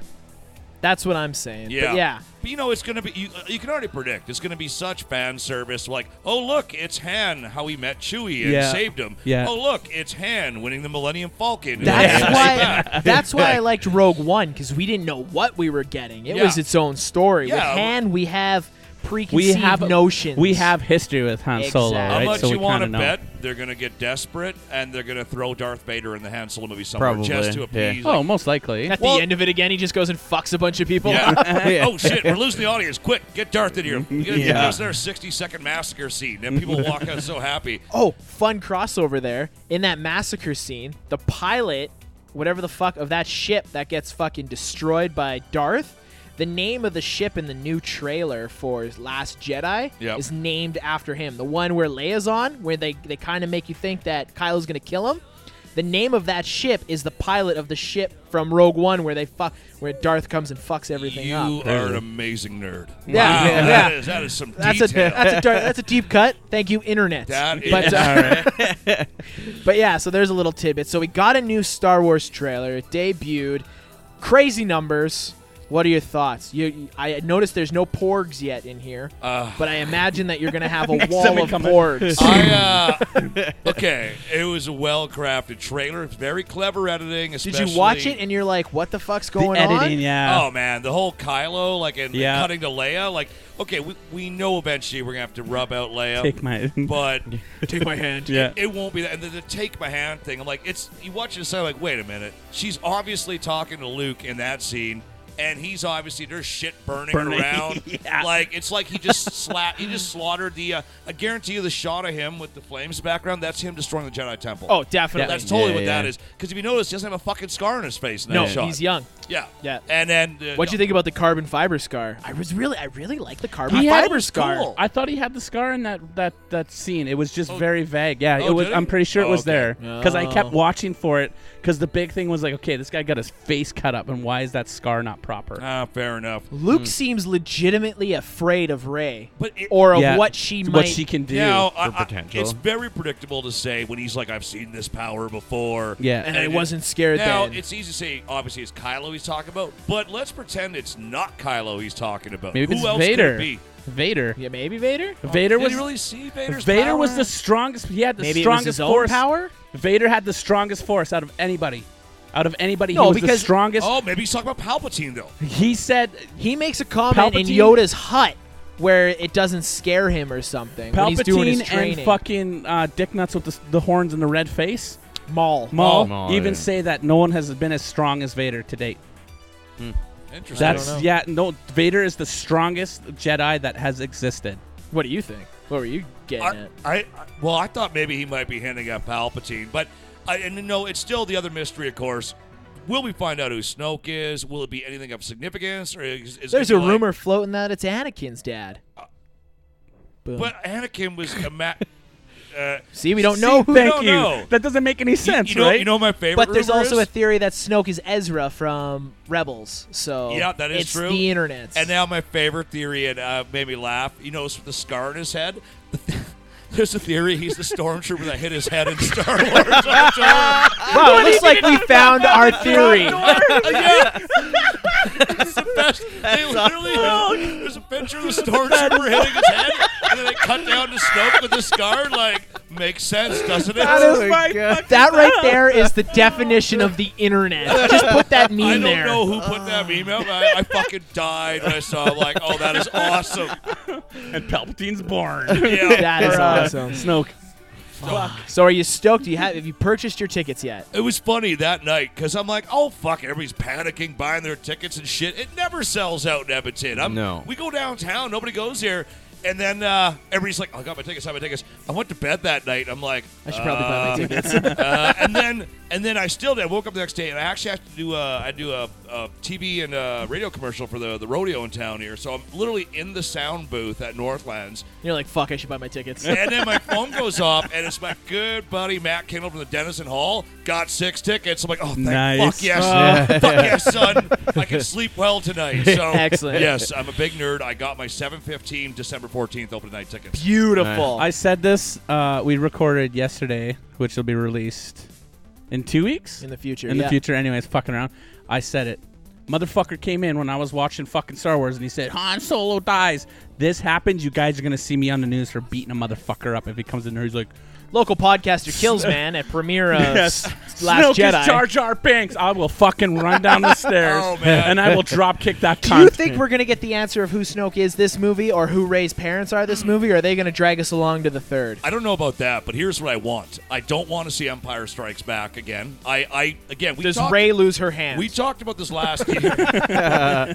Speaker 1: that's what I'm saying. But
Speaker 3: Yeah.
Speaker 1: yeah.
Speaker 3: But you know, it's going to be, you, uh, you can already predict, it's going to be such fan service. Like, oh, look, it's Han, how he met Chewie and
Speaker 4: Yeah.
Speaker 3: saved him.
Speaker 4: Yeah.
Speaker 3: Oh, look, it's Han winning the Millennium Falcon. and
Speaker 1: That's
Speaker 3: bringing us
Speaker 1: why.
Speaker 3: back.
Speaker 1: That's why I liked Rogue One because we didn't know what we were getting. It
Speaker 3: Yeah.
Speaker 1: was its own story.
Speaker 3: Yeah.
Speaker 1: With Han, we have preconceived
Speaker 4: We have
Speaker 1: notions.
Speaker 4: We have history with Han Solo,
Speaker 1: Exactly.
Speaker 4: right?
Speaker 3: How much
Speaker 4: so
Speaker 3: you
Speaker 4: we kind
Speaker 3: want to
Speaker 4: of know.
Speaker 3: bet they're going to get desperate and they're going to throw Darth Vader in the Han Solo movie somewhere
Speaker 5: Probably,
Speaker 3: just to
Speaker 5: yeah.
Speaker 3: appease.
Speaker 4: Oh,
Speaker 3: like,
Speaker 4: most likely.
Speaker 1: At
Speaker 3: Well-
Speaker 1: the end of it again, he just goes and fucks a bunch of people.
Speaker 3: yeah.
Speaker 5: Yeah.
Speaker 3: Oh shit, we're losing the audience. Quick, get Darth in here. You gotta
Speaker 5: Yeah.
Speaker 3: There's their 60 second massacre scene, and people walk out so happy.
Speaker 1: Oh, fun crossover there. In that massacre scene, the pilot, whatever the fuck, of that ship that gets fucking destroyed by Darth, the name of the ship in the new trailer for Last Jedi
Speaker 3: Yep.
Speaker 1: is named after him. The one where Leia's on, where they, they kind of make you think that Kylo's going to kill him. The name of that ship is the pilot of the ship from Rogue One, where they fuck, where Darth comes and fucks everything
Speaker 3: You
Speaker 1: up.
Speaker 3: are an amazing nerd.
Speaker 1: Yeah.
Speaker 3: Wow,
Speaker 1: Yeah.
Speaker 3: That, is, that is some
Speaker 1: That's a
Speaker 3: detail.
Speaker 1: that's a dar- that's a deep cut. Thank you, internet.
Speaker 3: That
Speaker 1: but,
Speaker 3: is-
Speaker 1: uh, but yeah, so there's a little tidbit. So we got a new Star Wars trailer. It debuted. Crazy numbers. What are your thoughts? You, I noticed there's no porgs yet in here, but I imagine that you're gonna have a wall
Speaker 4: time we
Speaker 1: of
Speaker 4: come in.
Speaker 1: porgs.
Speaker 3: I, uh, okay, it was a well crafted trailer. It's very clever editing.
Speaker 1: Did
Speaker 3: Especially
Speaker 1: you watch it and you're like, what the fuck's
Speaker 4: The
Speaker 1: going on?
Speaker 4: editing, yeah.
Speaker 3: oh man, the whole Kylo like and
Speaker 4: Yeah.
Speaker 3: cutting to Leia, like okay, we, we know eventually we're gonna have to rub out Leia,
Speaker 4: Take my.
Speaker 3: but
Speaker 1: Take my hand.
Speaker 4: yeah.
Speaker 3: it won't be that. And then the take my hand thing, I'm like, it's you watch this, I'm like, wait a minute, she's obviously talking to Luke in that scene. And he's obviously there's shit burning,
Speaker 4: Burning.
Speaker 3: around, like it's like he just sla- he just slaughtered the. Uh, I guarantee you the shot of him with the flames background. That's him destroying the Jedi Temple.
Speaker 1: Oh, definitely.
Speaker 3: that's totally
Speaker 5: Yeah,
Speaker 3: what
Speaker 5: yeah.
Speaker 3: that is. Because if you notice, he doesn't have a fucking scar on his face. In that
Speaker 1: no,
Speaker 3: shot.
Speaker 1: he's young.
Speaker 3: Yeah.
Speaker 1: Yeah.
Speaker 3: And then uh,
Speaker 1: What'd you think about the carbon fiber scar? I was really, I really like the carbon
Speaker 4: He had-
Speaker 1: fiber scar.
Speaker 3: cool.
Speaker 4: I thought he had the scar in that that that scene. It was just very vague. Yeah,
Speaker 3: Oh,
Speaker 4: it was.
Speaker 3: did he?
Speaker 4: I'm pretty sure
Speaker 3: Oh,
Speaker 4: it was
Speaker 3: okay.
Speaker 4: there because I kept
Speaker 1: Oh.
Speaker 4: watching for it. Because the big thing was like, okay, this guy got his face cut up, and why is that scar not proper?
Speaker 3: Ah, fair enough.
Speaker 1: Luke
Speaker 4: Hmm.
Speaker 1: seems legitimately afraid of Ray,
Speaker 3: But it-
Speaker 1: or of
Speaker 4: Yeah,
Speaker 1: what she might.
Speaker 4: what she can do.
Speaker 3: Now, I,
Speaker 5: For
Speaker 3: I-
Speaker 5: potential.
Speaker 3: it's very predictable to say when he's like, "I've seen this power before."
Speaker 4: Yeah.
Speaker 1: and,
Speaker 3: it-
Speaker 1: I wasn't scared
Speaker 3: Now
Speaker 1: then.
Speaker 3: it's easy to say. Obviously, it's Kylo he's talking about, but let's pretend it's not Kylo he's talking about.
Speaker 4: Maybe
Speaker 3: Who
Speaker 4: it's
Speaker 3: else could
Speaker 4: Vader.
Speaker 3: it be?
Speaker 4: Vader.
Speaker 1: yeah, maybe Vader.
Speaker 4: Vader
Speaker 3: Did
Speaker 4: was
Speaker 3: he really see Vader's
Speaker 4: Vader
Speaker 3: power?
Speaker 4: was the strongest. He had the
Speaker 1: Maybe it was
Speaker 4: strongest
Speaker 1: his own
Speaker 4: force
Speaker 1: power.
Speaker 4: Vader had the strongest force out of anybody. Out of anybody,
Speaker 1: No,
Speaker 4: he was the
Speaker 1: because-
Speaker 4: strongest.
Speaker 3: Oh, maybe he's talking about Palpatine though.
Speaker 4: He said
Speaker 1: He makes a comment in
Speaker 4: Palpatine-
Speaker 1: Yoda's hut where it doesn't scare him or something. when he's doing his
Speaker 4: Palpatine
Speaker 1: training.
Speaker 4: and fucking uh, Dick Nuts with the, s- the horns and the red face.
Speaker 1: Maul.
Speaker 4: Maul,
Speaker 5: Maul,
Speaker 4: even
Speaker 5: yeah.
Speaker 4: say that no one has been as strong as Vader to date.
Speaker 3: Interesting.
Speaker 4: That's
Speaker 1: know.
Speaker 4: yeah, no. Vader is the strongest Jedi that has existed.
Speaker 1: What do you think? What were you getting
Speaker 3: I,
Speaker 1: at?
Speaker 3: I, I- well, I thought maybe he might be hinting at Palpatine, but I, and no, it's still the other mystery, of course. Will we find out who Snoke is? Will it be anything of significance? Or is, is it
Speaker 1: There's a
Speaker 3: gonna be like-
Speaker 1: rumor floating that it's Anakin's dad. Boom.
Speaker 3: but Anakin was a ma- Uh,
Speaker 1: See, we don't know who.
Speaker 3: they-
Speaker 4: Thank
Speaker 3: don't
Speaker 4: you.
Speaker 3: know.
Speaker 4: That doesn't make any sense,
Speaker 3: you know,
Speaker 4: right?
Speaker 3: you know my favorite.
Speaker 1: But there's
Speaker 3: rumor
Speaker 1: also a
Speaker 3: is?
Speaker 1: theory that Snoke is Ezra from Rebels. So
Speaker 3: Yeah, that is
Speaker 1: it's
Speaker 3: true.
Speaker 1: The internet.
Speaker 3: And now my favorite theory, and uh, made me laugh. You know, the scar in his head. There's a theory he's the stormtrooper that hit his head in Star Wars. I'm sorry.
Speaker 1: wow, it looks like we found our theory.
Speaker 3: That's- they literally have- there's a picture of the stormtrooper hitting his head, and then they cut down to Snoke with the scar. Like, makes sense, doesn't it?
Speaker 4: That is
Speaker 1: my
Speaker 4: my
Speaker 1: God.
Speaker 4: fucking
Speaker 1: That right there is the definition of the internet. Just put that meme
Speaker 3: I don't
Speaker 1: there.
Speaker 3: know who put that meme out. but I, I fucking died when I saw. it. I'm like, oh, that is awesome.
Speaker 4: and Palpatine's born.
Speaker 3: Yeah.
Speaker 1: That is
Speaker 4: Or, uh,
Speaker 1: awesome.
Speaker 4: Snoke.
Speaker 1: So are you stoked? Do you have have you purchased your tickets yet?
Speaker 3: It was funny that night because I'm like, oh fuck, everybody's panicking, buying their tickets and shit. It never sells out in Edmonton. I'm,
Speaker 5: No.
Speaker 3: we go downtown, nobody goes here, and then uh, everybody's like, oh, I got my tickets, I got my tickets. I went to bed that night. I'm like,
Speaker 1: I should probably buy my tickets.
Speaker 3: uh, and then and then I still did. I woke up the next day and I actually have to do uh, I do a, a TV and a radio commercial for the the rodeo in town here. So I'm literally in the sound booth at Northlands.
Speaker 1: You're like, fuck, I should buy my tickets.
Speaker 3: And then my phone goes off, and it's my good buddy Matt Kindle from the Denison Hall. Got six tickets. I'm like, oh, thank
Speaker 4: Nice.
Speaker 3: fuck yes, fuck yes, son. I can sleep well tonight. So
Speaker 1: Excellent.
Speaker 3: Yes, I'm a big nerd. I got my 7:15 December 14th open night tickets.
Speaker 1: Beautiful.
Speaker 4: I said this. Uh, we recorded yesterday, which will be released in two weeks.
Speaker 1: in the future.
Speaker 4: in
Speaker 1: yeah.
Speaker 4: the future, anyways. Fucking around. I said it. Motherfucker came in when I was watching fucking Star Wars, and he said, "Han Solo dies. This happens. You guys are gonna see me on the news for beating a motherfucker up if he comes in there." He's like,
Speaker 1: Local podcaster kills man at premiere of
Speaker 4: Yes.
Speaker 1: Uh, S- Last
Speaker 4: Snoke
Speaker 1: Jedi.
Speaker 4: is Jar Jar Binks. I will fucking run down the stairs
Speaker 3: Oh, man.
Speaker 4: and I will drop kick that.
Speaker 1: Do you
Speaker 4: cunt.
Speaker 1: think we're gonna get the answer of who Snoke is this movie, or who Ray's parents are this movie, or are they gonna drag us along to the third?
Speaker 3: I don't know about that, but here's what I want. I don't want to see Empire Strikes Back again. I, I again, we
Speaker 1: Does
Speaker 3: talked-
Speaker 1: Ray lose her hand?
Speaker 3: We talked about this last year.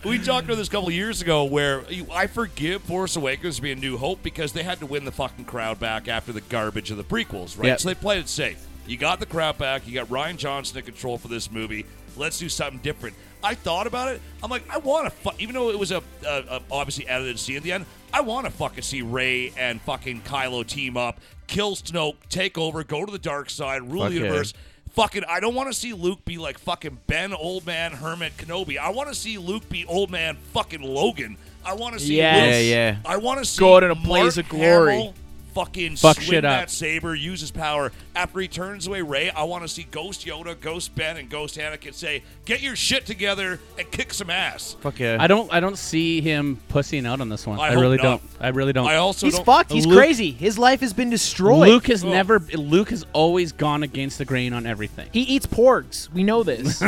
Speaker 3: we talked about this a couple of years ago where you- I forgive Force Awakens being New Hope because they had to win the fucking crowd back after the garbage of the prequels, right?
Speaker 4: Yep.
Speaker 3: So they played it safe. You got the crowd back. You got Ryan Johnson in control for this movie. Let's do something different. I thought about it. I'm like, I want to, fu-, even though it was a, a, a obviously edited scene at the end. I want to fucking see Ray and fucking Kylo team up, kill Snoke, take over, go to the dark side, rule
Speaker 5: Fuck
Speaker 3: the
Speaker 5: yeah.
Speaker 3: universe. Fucking, I don't want to see Luke be like fucking Ben, old man, Hermit, Kenobi. I want to see Luke be old man, fucking Logan. I want to see.
Speaker 1: Yes.
Speaker 5: Yeah,
Speaker 3: Luke-
Speaker 5: yeah.
Speaker 3: I want to see.
Speaker 1: Go out in a
Speaker 3: Mark
Speaker 1: blaze of glory.
Speaker 3: Hamill fucking
Speaker 4: Fuck
Speaker 3: swing
Speaker 4: shit up.
Speaker 3: that saber, use his power. After he turns away Ray, I want to see Ghost Yoda, Ghost Ben, and Ghost Anakin say, "Get your shit together and kick some ass."
Speaker 5: Fuck yeah.
Speaker 4: I don't. I don't see him pussying out on this one.
Speaker 3: I
Speaker 4: I,
Speaker 3: hope
Speaker 4: really
Speaker 3: not.
Speaker 4: don't. I really don't.
Speaker 3: I also
Speaker 1: He's
Speaker 3: don't.
Speaker 1: fucked. He's
Speaker 4: Luke-
Speaker 1: crazy. His life has been destroyed.
Speaker 4: Luke
Speaker 3: Oh.
Speaker 4: has never. Luke has always gone against the grain on everything.
Speaker 1: he eats porgs. We know this.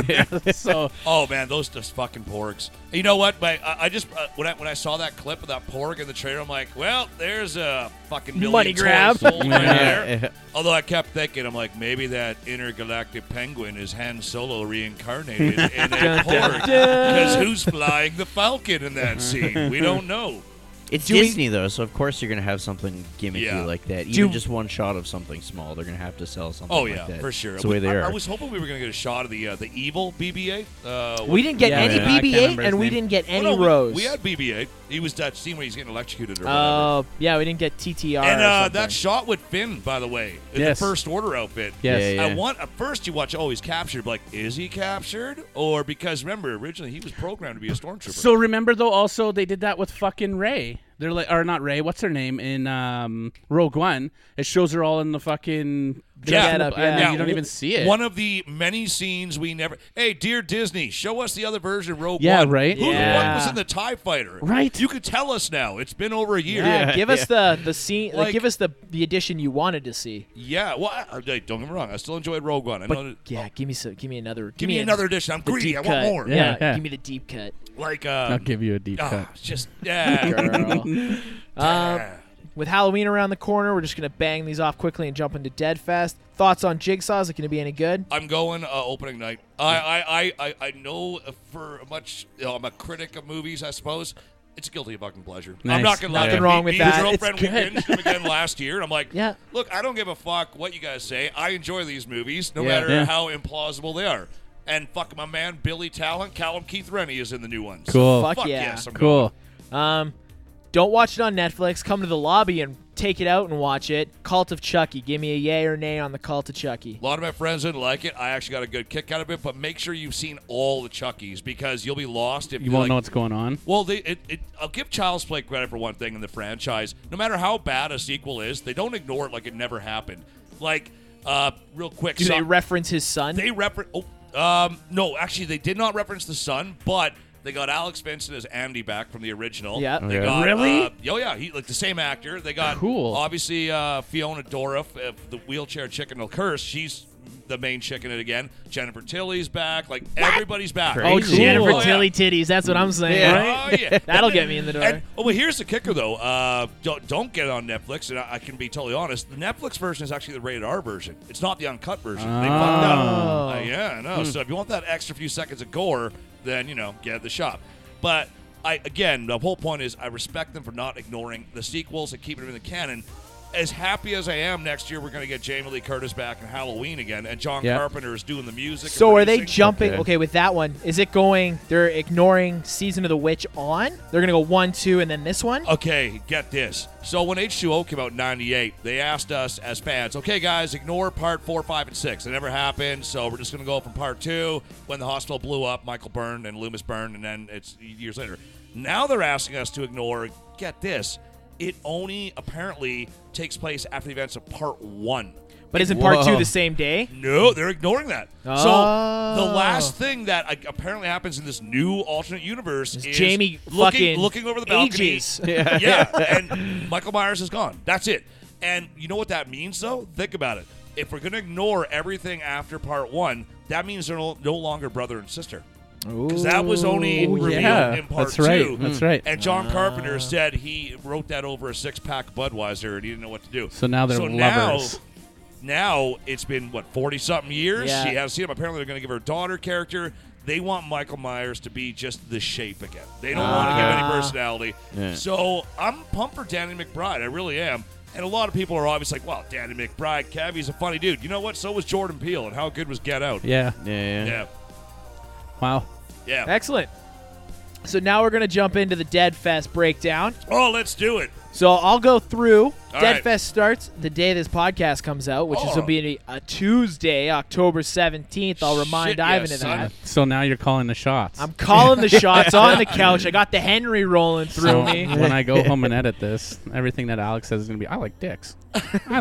Speaker 4: so
Speaker 3: Oh man, those just fucking porgs. You know what? My, I, I just uh, when I when I saw that clip of that porg in the trailer, I'm like, well, there's a fucking million
Speaker 1: Money
Speaker 3: toys
Speaker 1: grab.
Speaker 3: sold right
Speaker 5: Yeah.
Speaker 3: there. Although I kept thinking, I'm like, maybe that intergalactic penguin is Han Solo reincarnated in a porg because who's flying the Falcon in that scene? We don't know.
Speaker 5: It's
Speaker 1: Do we-
Speaker 5: Disney though, so of course you're gonna have something gimmicky
Speaker 3: Yeah.
Speaker 5: like that. Even
Speaker 1: Do-
Speaker 5: just one shot of something small, they're gonna have to sell something.
Speaker 3: Oh
Speaker 5: like
Speaker 3: yeah,
Speaker 5: that.
Speaker 3: for sure.
Speaker 5: It's the way they
Speaker 3: I,
Speaker 5: are.
Speaker 3: I was hoping we were gonna get a shot of the uh, the evil BB-8. Uh,
Speaker 1: we didn't get
Speaker 4: Yeah,
Speaker 1: any
Speaker 5: man. I can't
Speaker 1: BB-8,
Speaker 4: remember his
Speaker 1: and we
Speaker 4: name.
Speaker 1: didn't get
Speaker 3: oh,
Speaker 1: any
Speaker 3: no, we-
Speaker 1: Rose.
Speaker 3: We, had BB-8. He was that scene where he's getting electrocuted or whatever.
Speaker 1: Oh yeah, we didn't get TTR.
Speaker 3: And
Speaker 1: or
Speaker 3: uh,
Speaker 1: something.
Speaker 3: that shot with Finn, by the way, in
Speaker 4: Yes.
Speaker 3: the first order outfit.
Speaker 4: yes.
Speaker 5: Yeah, yeah.
Speaker 3: I want at first you watch. Oh, he's captured. Like, is he captured? Or because remember, originally he was programmed to be a stormtrooper.
Speaker 4: So remember though, also they did that with fucking Ray. They're like, or not Ray. What's her name in um, Rogue One? It shows her all in the fucking
Speaker 3: Yeah.
Speaker 1: Get up,
Speaker 4: and
Speaker 1: yeah.
Speaker 4: you don't
Speaker 3: w-
Speaker 4: even see it.
Speaker 3: One of the many scenes we never. Hey, dear Disney, show us the other version of Rogue
Speaker 4: Yeah,
Speaker 3: One.
Speaker 4: right?
Speaker 3: Who the fuck
Speaker 1: Yeah.
Speaker 3: was in the Tie Fighter?
Speaker 4: Right.
Speaker 3: You could tell us now. It's been over a year.
Speaker 1: Yeah,
Speaker 5: Yeah,
Speaker 1: give us the the scene. Like,
Speaker 3: Like-
Speaker 1: give us the the edition you wanted to see.
Speaker 3: Yeah, Well, I, I- don't get me wrong. I still enjoyed Rogue One. I
Speaker 1: But
Speaker 3: know. that-
Speaker 1: yeah, give me some. Give me another.
Speaker 3: give me another edition. I'm
Speaker 1: The
Speaker 3: greedy.
Speaker 1: deep
Speaker 3: I
Speaker 1: cut.
Speaker 3: want more.
Speaker 1: Yeah,
Speaker 4: Yeah, yeah.
Speaker 1: give me the deep cut,
Speaker 3: Like. Um,
Speaker 4: I'll give you a deep
Speaker 3: ah,
Speaker 4: cut.
Speaker 3: just yeah.
Speaker 1: girl. um, with Halloween around the corner, we're just gonna bang these off quickly and jump into Deadfest. Thoughts on Jigsaw? Is it gonna be any good?
Speaker 3: I'm going uh, opening night. I I, I, I I know for much. You know, I'm a critic of movies, I suppose. It's a guilty fucking pleasure. I'm
Speaker 4: Nice.
Speaker 3: not gonna lie.
Speaker 1: Nothing
Speaker 3: Me-
Speaker 1: wrong with
Speaker 3: me
Speaker 1: that.
Speaker 3: And
Speaker 1: It's
Speaker 3: girlfriend we
Speaker 1: good.
Speaker 3: binged them again last year. and I'm like,
Speaker 1: Yeah.
Speaker 3: Look, I don't give a fuck what you guys say. I enjoy these movies, no
Speaker 1: Yeah.
Speaker 3: matter
Speaker 4: Yeah.
Speaker 3: how implausible they are. And fuck my man Billy Talent, Callum Keith Rennie is in the new ones.
Speaker 4: Cool.
Speaker 1: Fuck
Speaker 3: Fuck
Speaker 1: yeah.
Speaker 3: yes, I'm
Speaker 4: Cool.
Speaker 1: Um, don't watch it on Netflix. Come to the lobby and take it out and watch it. Cult of Chucky. Give me a yay or nay on the Cult of Chucky.
Speaker 3: A lot of my friends didn't like it. I actually got a good kick out of it, but make sure you've seen all the Chuckies because you'll be lost if
Speaker 4: You won't
Speaker 3: like,
Speaker 4: know what's going on.
Speaker 3: Well, they, it, it, I'll give Child's Play credit for one thing in the franchise. No matter how bad a sequel is, they don't ignore it like it never happened. Like, uh, real quick,
Speaker 1: Do
Speaker 3: so-
Speaker 1: they reference his son?
Speaker 3: they reference. Oh, um, no, actually, they did not reference the son, but they got Alex Benson as Andy back from the original.
Speaker 1: Yep.
Speaker 3: They
Speaker 5: Okay.
Speaker 3: got,
Speaker 4: Really?
Speaker 3: uh, oh yeah, he like the same actor. They got
Speaker 4: Cool.
Speaker 3: Obviously, uh, Fiona Dora, f- uh, the wheelchair chicken will curse. She's the main chicken in it again. Jennifer Tilly's back. Like everybody's back.
Speaker 5: Crazy.
Speaker 1: oh,
Speaker 5: Cool.
Speaker 1: Jennifer
Speaker 3: Oh, yeah.
Speaker 1: Tilly titties. That's what I'm saying.
Speaker 5: Yeah.
Speaker 3: Oh yeah.
Speaker 1: That'll get me in the door.
Speaker 3: And, oh, well, here's the kicker, though. Uh, don't, don't get on Netflix, and I, I can be totally honest. The Netflix version is actually the rated R version. It's not the uncut version. They
Speaker 1: Oh.
Speaker 3: fucked up. Uh, yeah, I know.
Speaker 1: Hmm.
Speaker 3: So if you want that extra few seconds of gore, then you know, get at the shop. But I again, the whole point is I respect them for not ignoring the sequels and keeping them in the canon. As happy as I am, next year we're going to get Jamie Lee Curtis back in Halloween again, and John
Speaker 4: Yeah.
Speaker 3: Carpenter is doing the music. and
Speaker 1: So are they
Speaker 3: producing.
Speaker 1: jumping? Okay.
Speaker 5: Okay.
Speaker 1: with that one, is it going? They're ignoring Season of the Witch on. They're gonna go one, two, and then this one.
Speaker 3: Oh, Okay, get this. So when H2O came out in 98, they asked us as fans, okay, guys, ignore part four, five, and six. It never happened, so we're just going to go from part two when the hospital blew up, Michael burned and Loomis burned, and then it's years later. Now they're asking us to ignore, get this, it only apparently takes place after the events of part one.
Speaker 1: but isn't part two
Speaker 5: Whoa.
Speaker 1: the same day?
Speaker 3: No, they're ignoring that. So
Speaker 1: Oh.
Speaker 3: the last thing that like, apparently happens in this new alternate universe is
Speaker 1: Jamie
Speaker 3: looking
Speaker 1: fucking
Speaker 3: looking over the balcony.
Speaker 1: ages.
Speaker 3: Yeah, and Michael Myers is gone. That's it. And you know what that means, though? Think about it. If we're gonna ignore everything after part one, that means they're no, no longer brother and sister. Because that was only
Speaker 4: Ooh,
Speaker 3: revealed
Speaker 4: yeah.
Speaker 3: in part
Speaker 4: That's right.
Speaker 3: two.
Speaker 4: That's right.
Speaker 3: And John Carpenter said he wrote that over a six pack of Budweiser and he didn't know what to do.
Speaker 4: So now they're
Speaker 3: so
Speaker 4: lovers.
Speaker 3: Now, now it's been what forty something years.
Speaker 1: Yeah.
Speaker 3: She has seen him. Apparently, they're going to give her a daughter character. They want Michael Myers to be just the shape again. They don't want to give any personality.
Speaker 5: Yeah.
Speaker 3: So I'm pumped for Danny McBride. I really am. And a lot of people are always like, "Well, Danny McBride, Cavi's a funny dude." You know what? So was Jordan Peele, and how good was Get Out?
Speaker 4: Yeah.
Speaker 5: Yeah, yeah.
Speaker 3: yeah,
Speaker 4: Wow.
Speaker 3: yeah.
Speaker 1: Excellent. So now we're gonna jump into the Dead Fest breakdown.
Speaker 3: Oh, let's do it.
Speaker 1: So I'll go through.
Speaker 3: All
Speaker 1: Dead
Speaker 3: right.
Speaker 1: Fest starts the day this podcast comes out, which is
Speaker 3: Oh.
Speaker 1: will be a Tuesday, October seventeenth. I'll remind
Speaker 3: Shit, yeah,
Speaker 1: Ivan of
Speaker 3: son.
Speaker 1: that.
Speaker 4: So now you're calling the shots.
Speaker 1: I'm calling the shots on the couch. I got the Henry rolling through
Speaker 4: so
Speaker 1: me.
Speaker 4: when I go home and edit this, everything that Alex says is gonna be, I like dicks. I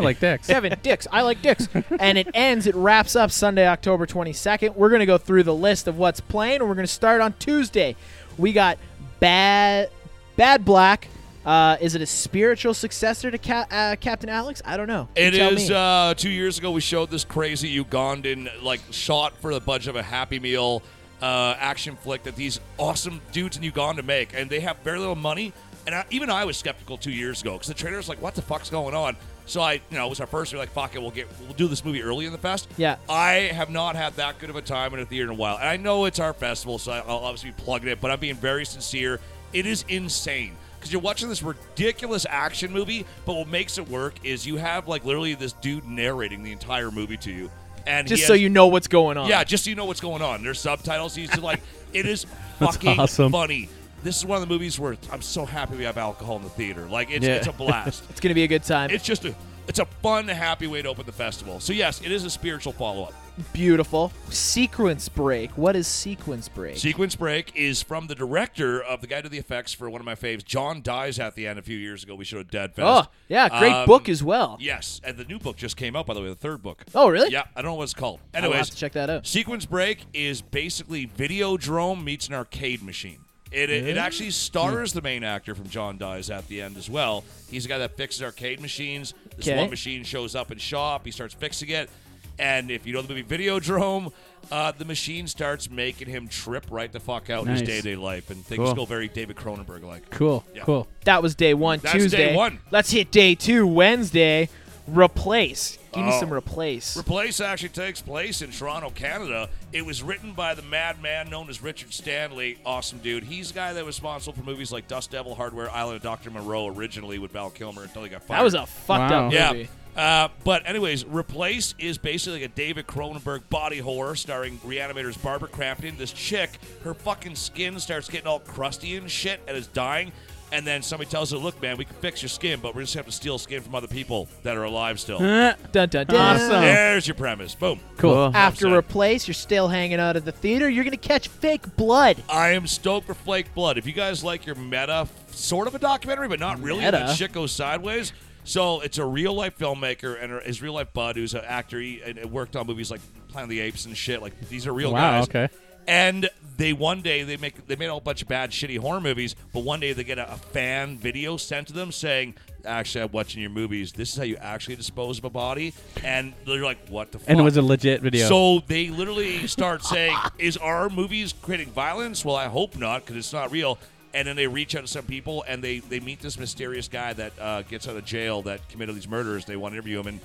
Speaker 4: like dicks.
Speaker 1: Seven dicks. I like dicks. And it ends, it wraps up Sunday, October 22nd. We're going to go through the list of what's playing, and we're going to start on Tuesday. We got Bad Bad Black. Uh, is it a spiritual successor to Ca- uh, Captain Alex? I don't know. You
Speaker 3: It
Speaker 1: tell
Speaker 3: is
Speaker 1: me.
Speaker 3: uh, two years ago. We showed this crazy Ugandan like shot for the budget of a Happy Meal uh, action flick that these awesome dudes in Uganda make, and they have very little money. And I, even I was skeptical two years ago because the trailer was like, "What the fuck's going on?" So I, you know, it was our first. We We're like, "Fuck it, we'll get, we'll do this movie early in the fest."
Speaker 1: Yeah.
Speaker 3: I have not had that good of a time in a theater in a while, and I know it's our festival, so I'll obviously be plugging it. But I'm being very sincere. It is insane because you're watching this ridiculous action movie, but what makes it work is you have like literally this dude narrating the entire movie to you, and he
Speaker 1: Just so
Speaker 3: has-
Speaker 1: you know what's going on.
Speaker 3: yeah, just so you know what's going on. There's subtitles. He's just like, it is fucking
Speaker 4: awesome.
Speaker 3: funny. This is one of the movies where I'm so happy we have alcohol in the theater. Like it's
Speaker 5: Yeah.
Speaker 3: it's a blast.
Speaker 1: It's going to be a good time.
Speaker 3: it's just a it's a fun, happy way to open the festival. So yes, it is a spiritual follow up.
Speaker 1: Beautiful. Sequence break. What is sequence break?
Speaker 3: Sequence Break is from the director of the guy to the effects for one of my faves. John dies at the end a few years ago. We showed Dead Fest.
Speaker 1: oh, yeah. Great
Speaker 3: Um,
Speaker 1: book as well.
Speaker 3: Yes, and the new book just came out by the way, the third book.
Speaker 1: Oh, really?
Speaker 3: Yeah, I don't know what it's called.
Speaker 1: I'll have
Speaker 3: Anyways,
Speaker 1: to check that out.
Speaker 3: Sequence Break is basically Videodrome meets an arcade machine. It, it, it actually stars the main actor from John Dies at the end as well. He's the guy that fixes arcade machines. This
Speaker 1: Okay.
Speaker 3: one machine shows up in shop. He starts fixing it. And if you know the movie Videodrome, uh, the machine starts making him trip right the fuck out in his
Speaker 4: Nice.
Speaker 3: day to day life. And things
Speaker 5: Cool.
Speaker 3: go very David Cronenberg like.
Speaker 4: Cool.
Speaker 3: Yeah.
Speaker 4: Cool.
Speaker 1: That was day one,
Speaker 3: That's day
Speaker 1: Tuesday.
Speaker 3: one.
Speaker 1: Let's hit day two, Wednesday. Replace. Give me
Speaker 3: Oh.
Speaker 1: some replace.
Speaker 3: Replace actually takes place in Toronto, Canada. It was written by the madman known as Richard Stanley. Awesome dude. He's the guy that was responsible for movies like Dust Devil, Hardware Island, and Dr. Moreau originally with Val Kilmer until he got fired.
Speaker 1: that was a fucked
Speaker 4: Wow.
Speaker 1: up
Speaker 3: yeah.
Speaker 1: movie.
Speaker 3: Uh, but anyways, Replace is basically like a David Cronenberg body horror starring reanimators Barbara Crampton. This chick, her fucking skin starts getting all crusty and shit and is dying. and then somebody tells her, "Look, man, we can fix your skin, but we're just gonna have to steal skin from other people that are alive still."
Speaker 4: Huh?
Speaker 1: Dun, dun, dun.
Speaker 4: Awesome.
Speaker 3: There's your premise. Boom.
Speaker 4: Cool.
Speaker 5: Well,
Speaker 1: After
Speaker 3: Upset.
Speaker 1: replace, you're still hanging out at the theater. You're gonna catch fake blood.
Speaker 3: I am stoked for Flake Blood. If you guys like your meta, sort of a documentary, but not really,
Speaker 1: Meta?
Speaker 3: that shit goes sideways. So it's a real life filmmaker and his real life bud who's an actor. He and and worked on movies like Planet of the Apes and shit. Like these are real
Speaker 4: Oh, Wow,
Speaker 3: guys.
Speaker 4: okay.
Speaker 3: And they one day they make they made a whole bunch of bad shitty horror movies, but one day they get a, a fan video sent to them saying, "Actually, I'm watching your movies. This is how you actually dispose of a body." And they're like, "What the?" fuck?
Speaker 4: and it was a legit video.
Speaker 3: So they literally start saying, "Is our movies creating violence?" Well, I hope not, because it's not real. And then they reach out to some people, and they they meet this mysterious guy that uh, gets out of jail that committed these murders. They want to interview him, and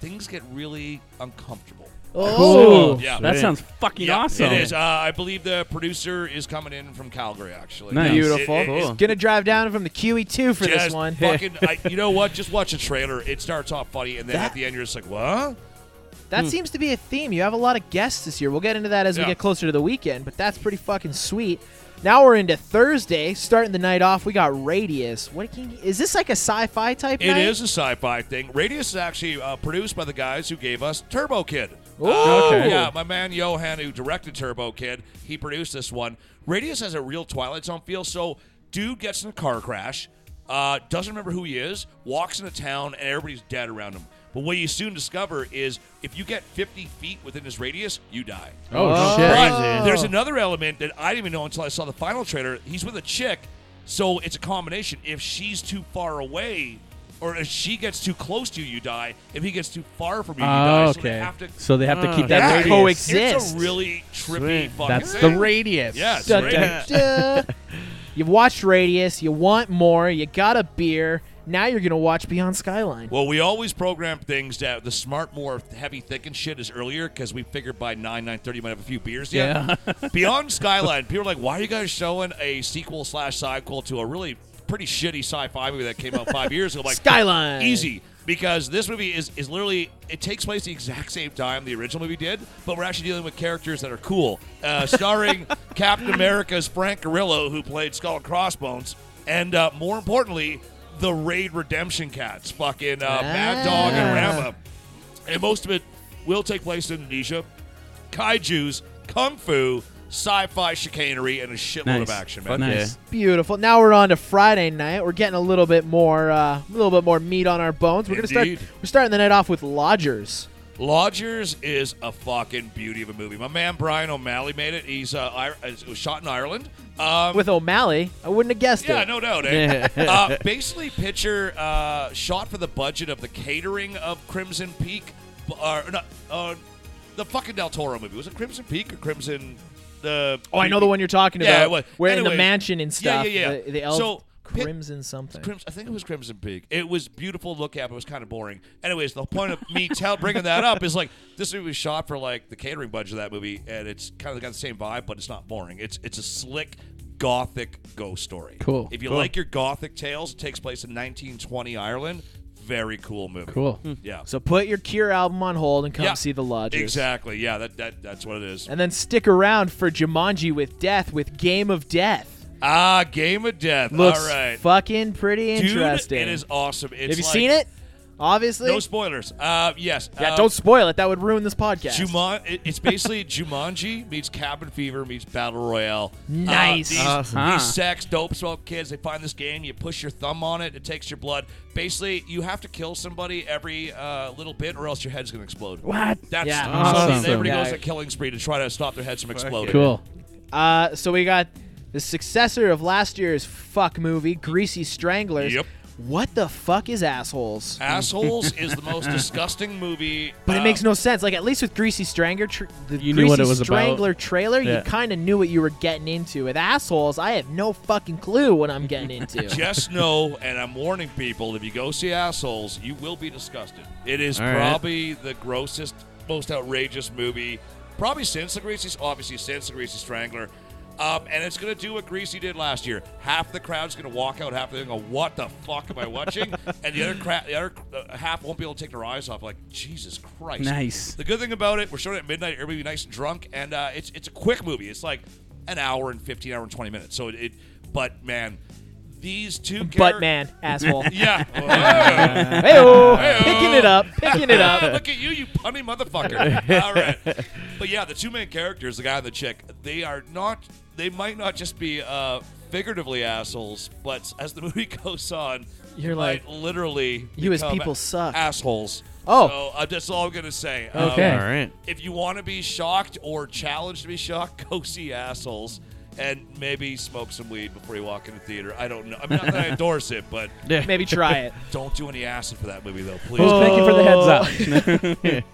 Speaker 3: things get really uncomfortable.
Speaker 4: Cool.
Speaker 3: Yeah.
Speaker 4: That sounds fucking
Speaker 3: Yeah,
Speaker 4: awesome.
Speaker 3: It is. Uh, I believe the producer is coming in from Calgary, actually.
Speaker 4: Nice.
Speaker 5: Beautiful.
Speaker 3: It- it- it's
Speaker 5: Cool.
Speaker 1: Gonna drive down from the QE2 for
Speaker 3: just
Speaker 1: this one.
Speaker 3: fucking, I, you know what? Just watch a trailer. It starts off funny, and then at the end, you're just like, "What?"
Speaker 1: that
Speaker 4: Hmm.
Speaker 1: seems to be a theme. You have a lot of guests this year. We'll get into that as
Speaker 3: Yeah.
Speaker 1: we get closer to the weekend, but that's pretty fucking sweet. Now we're into Thursday, starting the night off. We got Radius. What can, is this like a sci-fi type?
Speaker 3: It is a sci-fi thing. Radius is actually uh, produced by the guys who gave us Turbo Kid. Oh,
Speaker 1: Ooh.
Speaker 4: Okay.
Speaker 3: Yeah, my man Johan, who directed Turbo Kid, he produced this one. Radius has a real Twilight Zone feel. So, dude gets in a car crash, uh, doesn't remember who he is, walks into town, and everybody's dead around him. But what you soon discover is if you get 50 feet within this radius, you die.
Speaker 5: Oh,
Speaker 3: But there's another element that I didn't even know until I saw the final trailer. He's with a chick, so it's a combination. If she's too far away, or if she gets too close to you, you die. If he gets too far from you, you die.
Speaker 4: Oh,
Speaker 3: So they
Speaker 4: okay.
Speaker 3: have to. Ah,
Speaker 4: So they have to keep
Speaker 5: Oh,
Speaker 4: that
Speaker 3: Yeah,
Speaker 4: radius.
Speaker 1: coexist.
Speaker 3: It's
Speaker 1: Exist.
Speaker 3: a really trippy
Speaker 5: Sweet.
Speaker 3: fucking
Speaker 4: That's
Speaker 3: thing.
Speaker 4: the radius.
Speaker 3: Yeah, it's
Speaker 1: Dun,
Speaker 3: great.
Speaker 1: dun, dun. You've watched Radius. You want more. You got a beer. Now you're gonna watch Beyond Skyline.
Speaker 3: Well, we always program things that the smart, more heavy, thick, and shit is earlier because we figured by 9, 9.30 you might have a few beers yet. Beyond Skyline, people are like, why are you guys showing a sequel slash sequel to a really pretty shitty sci-fi movie that came out five years ago? I'm Like
Speaker 1: Skyline.
Speaker 3: Easy. Because this movie is, is literally, it takes place the exact same time the original movie did, but we're actually dealing with characters that are cool. Uh, starring Captain America's Frank Gorillo, who played Skull and Crossbones, and uh, more importantly, the Raid Redemption Cats. Fucking uh, Mad Dog and
Speaker 1: Ah.
Speaker 3: Rama. And most of it will take place in Indonesia. Kaijus, kung fu, sci fi chicanery, and a shitload
Speaker 4: Nice.
Speaker 3: of action, man.
Speaker 4: Nice.
Speaker 1: Beautiful. Now we're on to Friday night. We're getting a little bit more, uh, a little bit more meat on our bones. We're gonna
Speaker 3: Indeed.
Speaker 1: start. We're starting the night off with Lodgers.
Speaker 3: Lodgers is a fucking beauty of a movie. My man Brian O'Malley made it. He's uh, Ir- uh, it was shot in Ireland. Um,
Speaker 1: With O'Malley, I wouldn't have guessed
Speaker 3: yeah,
Speaker 1: it.
Speaker 3: no doubt. Eh? uh, basically, picture uh, shot for the budget of the catering of Crimson Peak, b- or not, uh, the fucking Del Toro movie. Was it Crimson Peak or Crimson? The
Speaker 1: Oh, I know the one you're talking
Speaker 3: Yeah,
Speaker 1: about.
Speaker 3: it was.
Speaker 1: We're in
Speaker 3: Anyways,
Speaker 1: the mansion and
Speaker 3: yeah,
Speaker 1: stuff.
Speaker 3: yeah, yeah.
Speaker 1: The, the elf
Speaker 3: So, pi-
Speaker 1: crimson something.
Speaker 3: Crimson, I think it was Crimson Peak. It was beautiful to look at, but it was kind of boring. Anyways, the point of me tell bringing that up is like this movie was shot for like the catering budget of that movie, and it's kind of got the same vibe, but it's not boring. It's it's a slick gothic ghost story.
Speaker 4: Cool.
Speaker 3: If you
Speaker 4: Cool.
Speaker 3: like your gothic tales, it takes place in 1920 Ireland. Very cool movie.
Speaker 4: Cool.
Speaker 3: Yeah.
Speaker 1: so put your Cure album on hold and come
Speaker 3: yeah.
Speaker 1: see the Lodgers.
Speaker 3: Exactly. Yeah. That, that that's what it is.
Speaker 1: And then stick around for Jumanji with Death with Game of Death.
Speaker 3: Ah, Game of Death.
Speaker 1: Looks
Speaker 3: All right.
Speaker 1: fucking pretty
Speaker 3: Dude,
Speaker 1: interesting.
Speaker 3: it is awesome. It's
Speaker 1: Have you
Speaker 3: like-
Speaker 1: seen it? Obviously.
Speaker 3: No spoilers. Uh, yes.
Speaker 1: yeah,
Speaker 3: Uh,
Speaker 1: don't spoil it. That would ruin this podcast.
Speaker 3: Juman, it- it's basically Jumanji meets Cabin Fever meets Battle Royale.
Speaker 1: Nice.
Speaker 3: Uh, these,
Speaker 4: Huh.
Speaker 3: these sex, dope smoke kids, they find this game. You push your thumb on it, it takes your blood. Basically, you have to kill somebody every uh, little bit, or else your head's going to explode.
Speaker 4: What?
Speaker 3: That's
Speaker 1: Yeah.
Speaker 3: so
Speaker 4: Awesome.
Speaker 3: Everybody
Speaker 1: Yeah.
Speaker 3: goes to killing spree to try to stop their heads from exploding.
Speaker 4: Cool.
Speaker 1: Uh, so we got the successor of last year's fuck movie, Greasy Stranglers.
Speaker 3: Yep. Uh,
Speaker 1: What the fuck is assholes?
Speaker 3: Assholes is the most disgusting movie.
Speaker 1: But it
Speaker 3: uh,
Speaker 1: makes no sense. Like at least with Greasy Strangler, tr- the Greasy
Speaker 4: You knew what it was about.
Speaker 1: Strangler trailer,
Speaker 4: Yeah.
Speaker 1: you kind of knew what you were getting into. With assholes, I have no fucking clue what I'm getting into.
Speaker 3: Just know, and I'm warning people: if you go see assholes, you will be disgusted. It is
Speaker 5: All right.
Speaker 3: probably the grossest, most outrageous movie, probably since the Greasy, obviously since the Greasy Strangler. Um, and it's gonna do what Greasy did last year. Half the crowd's gonna walk out, half they're gonna go, "What the fuck am I watching?" and the other crowd, the other uh, half won't be able to take their eyes off. Like Jesus Christ!
Speaker 4: Nice.
Speaker 3: The good thing about it, we're showing it at midnight. Everybody be nice and drunk, and uh, it's it's a quick movie. It's like an hour and fifteen hour and twenty minutes. So it, it but man, the- these two characters.
Speaker 1: Butt man, asshole.
Speaker 3: Yeah. Oh, Whoa.
Speaker 1: Hey-oh,
Speaker 3: Hey-oh.
Speaker 1: picking it up, picking it
Speaker 3: Ah,
Speaker 1: up.
Speaker 3: Look at you, you punny motherfucker. All right. But yeah, the two main characters, the guy and the chick, they are not, they might not just be uh, figuratively assholes, but as the movie goes on,
Speaker 1: You're
Speaker 3: they
Speaker 1: like,
Speaker 3: might literally,
Speaker 1: you as
Speaker 3: become
Speaker 1: people suck.
Speaker 3: Assholes.
Speaker 1: Oh.
Speaker 3: So I'm just all I'm going to say.
Speaker 1: Okay.
Speaker 5: All right.
Speaker 3: if you want to be shocked or challenged to be shocked, go see assholes. And maybe smoke some weed before you walk in the theater. I don't know. I mean, not that I endorse it, but
Speaker 1: Maybe try it.
Speaker 3: don't do any acid for that movie, though, please.
Speaker 4: Well, thank you for the
Speaker 3: Oh.
Speaker 4: heads up.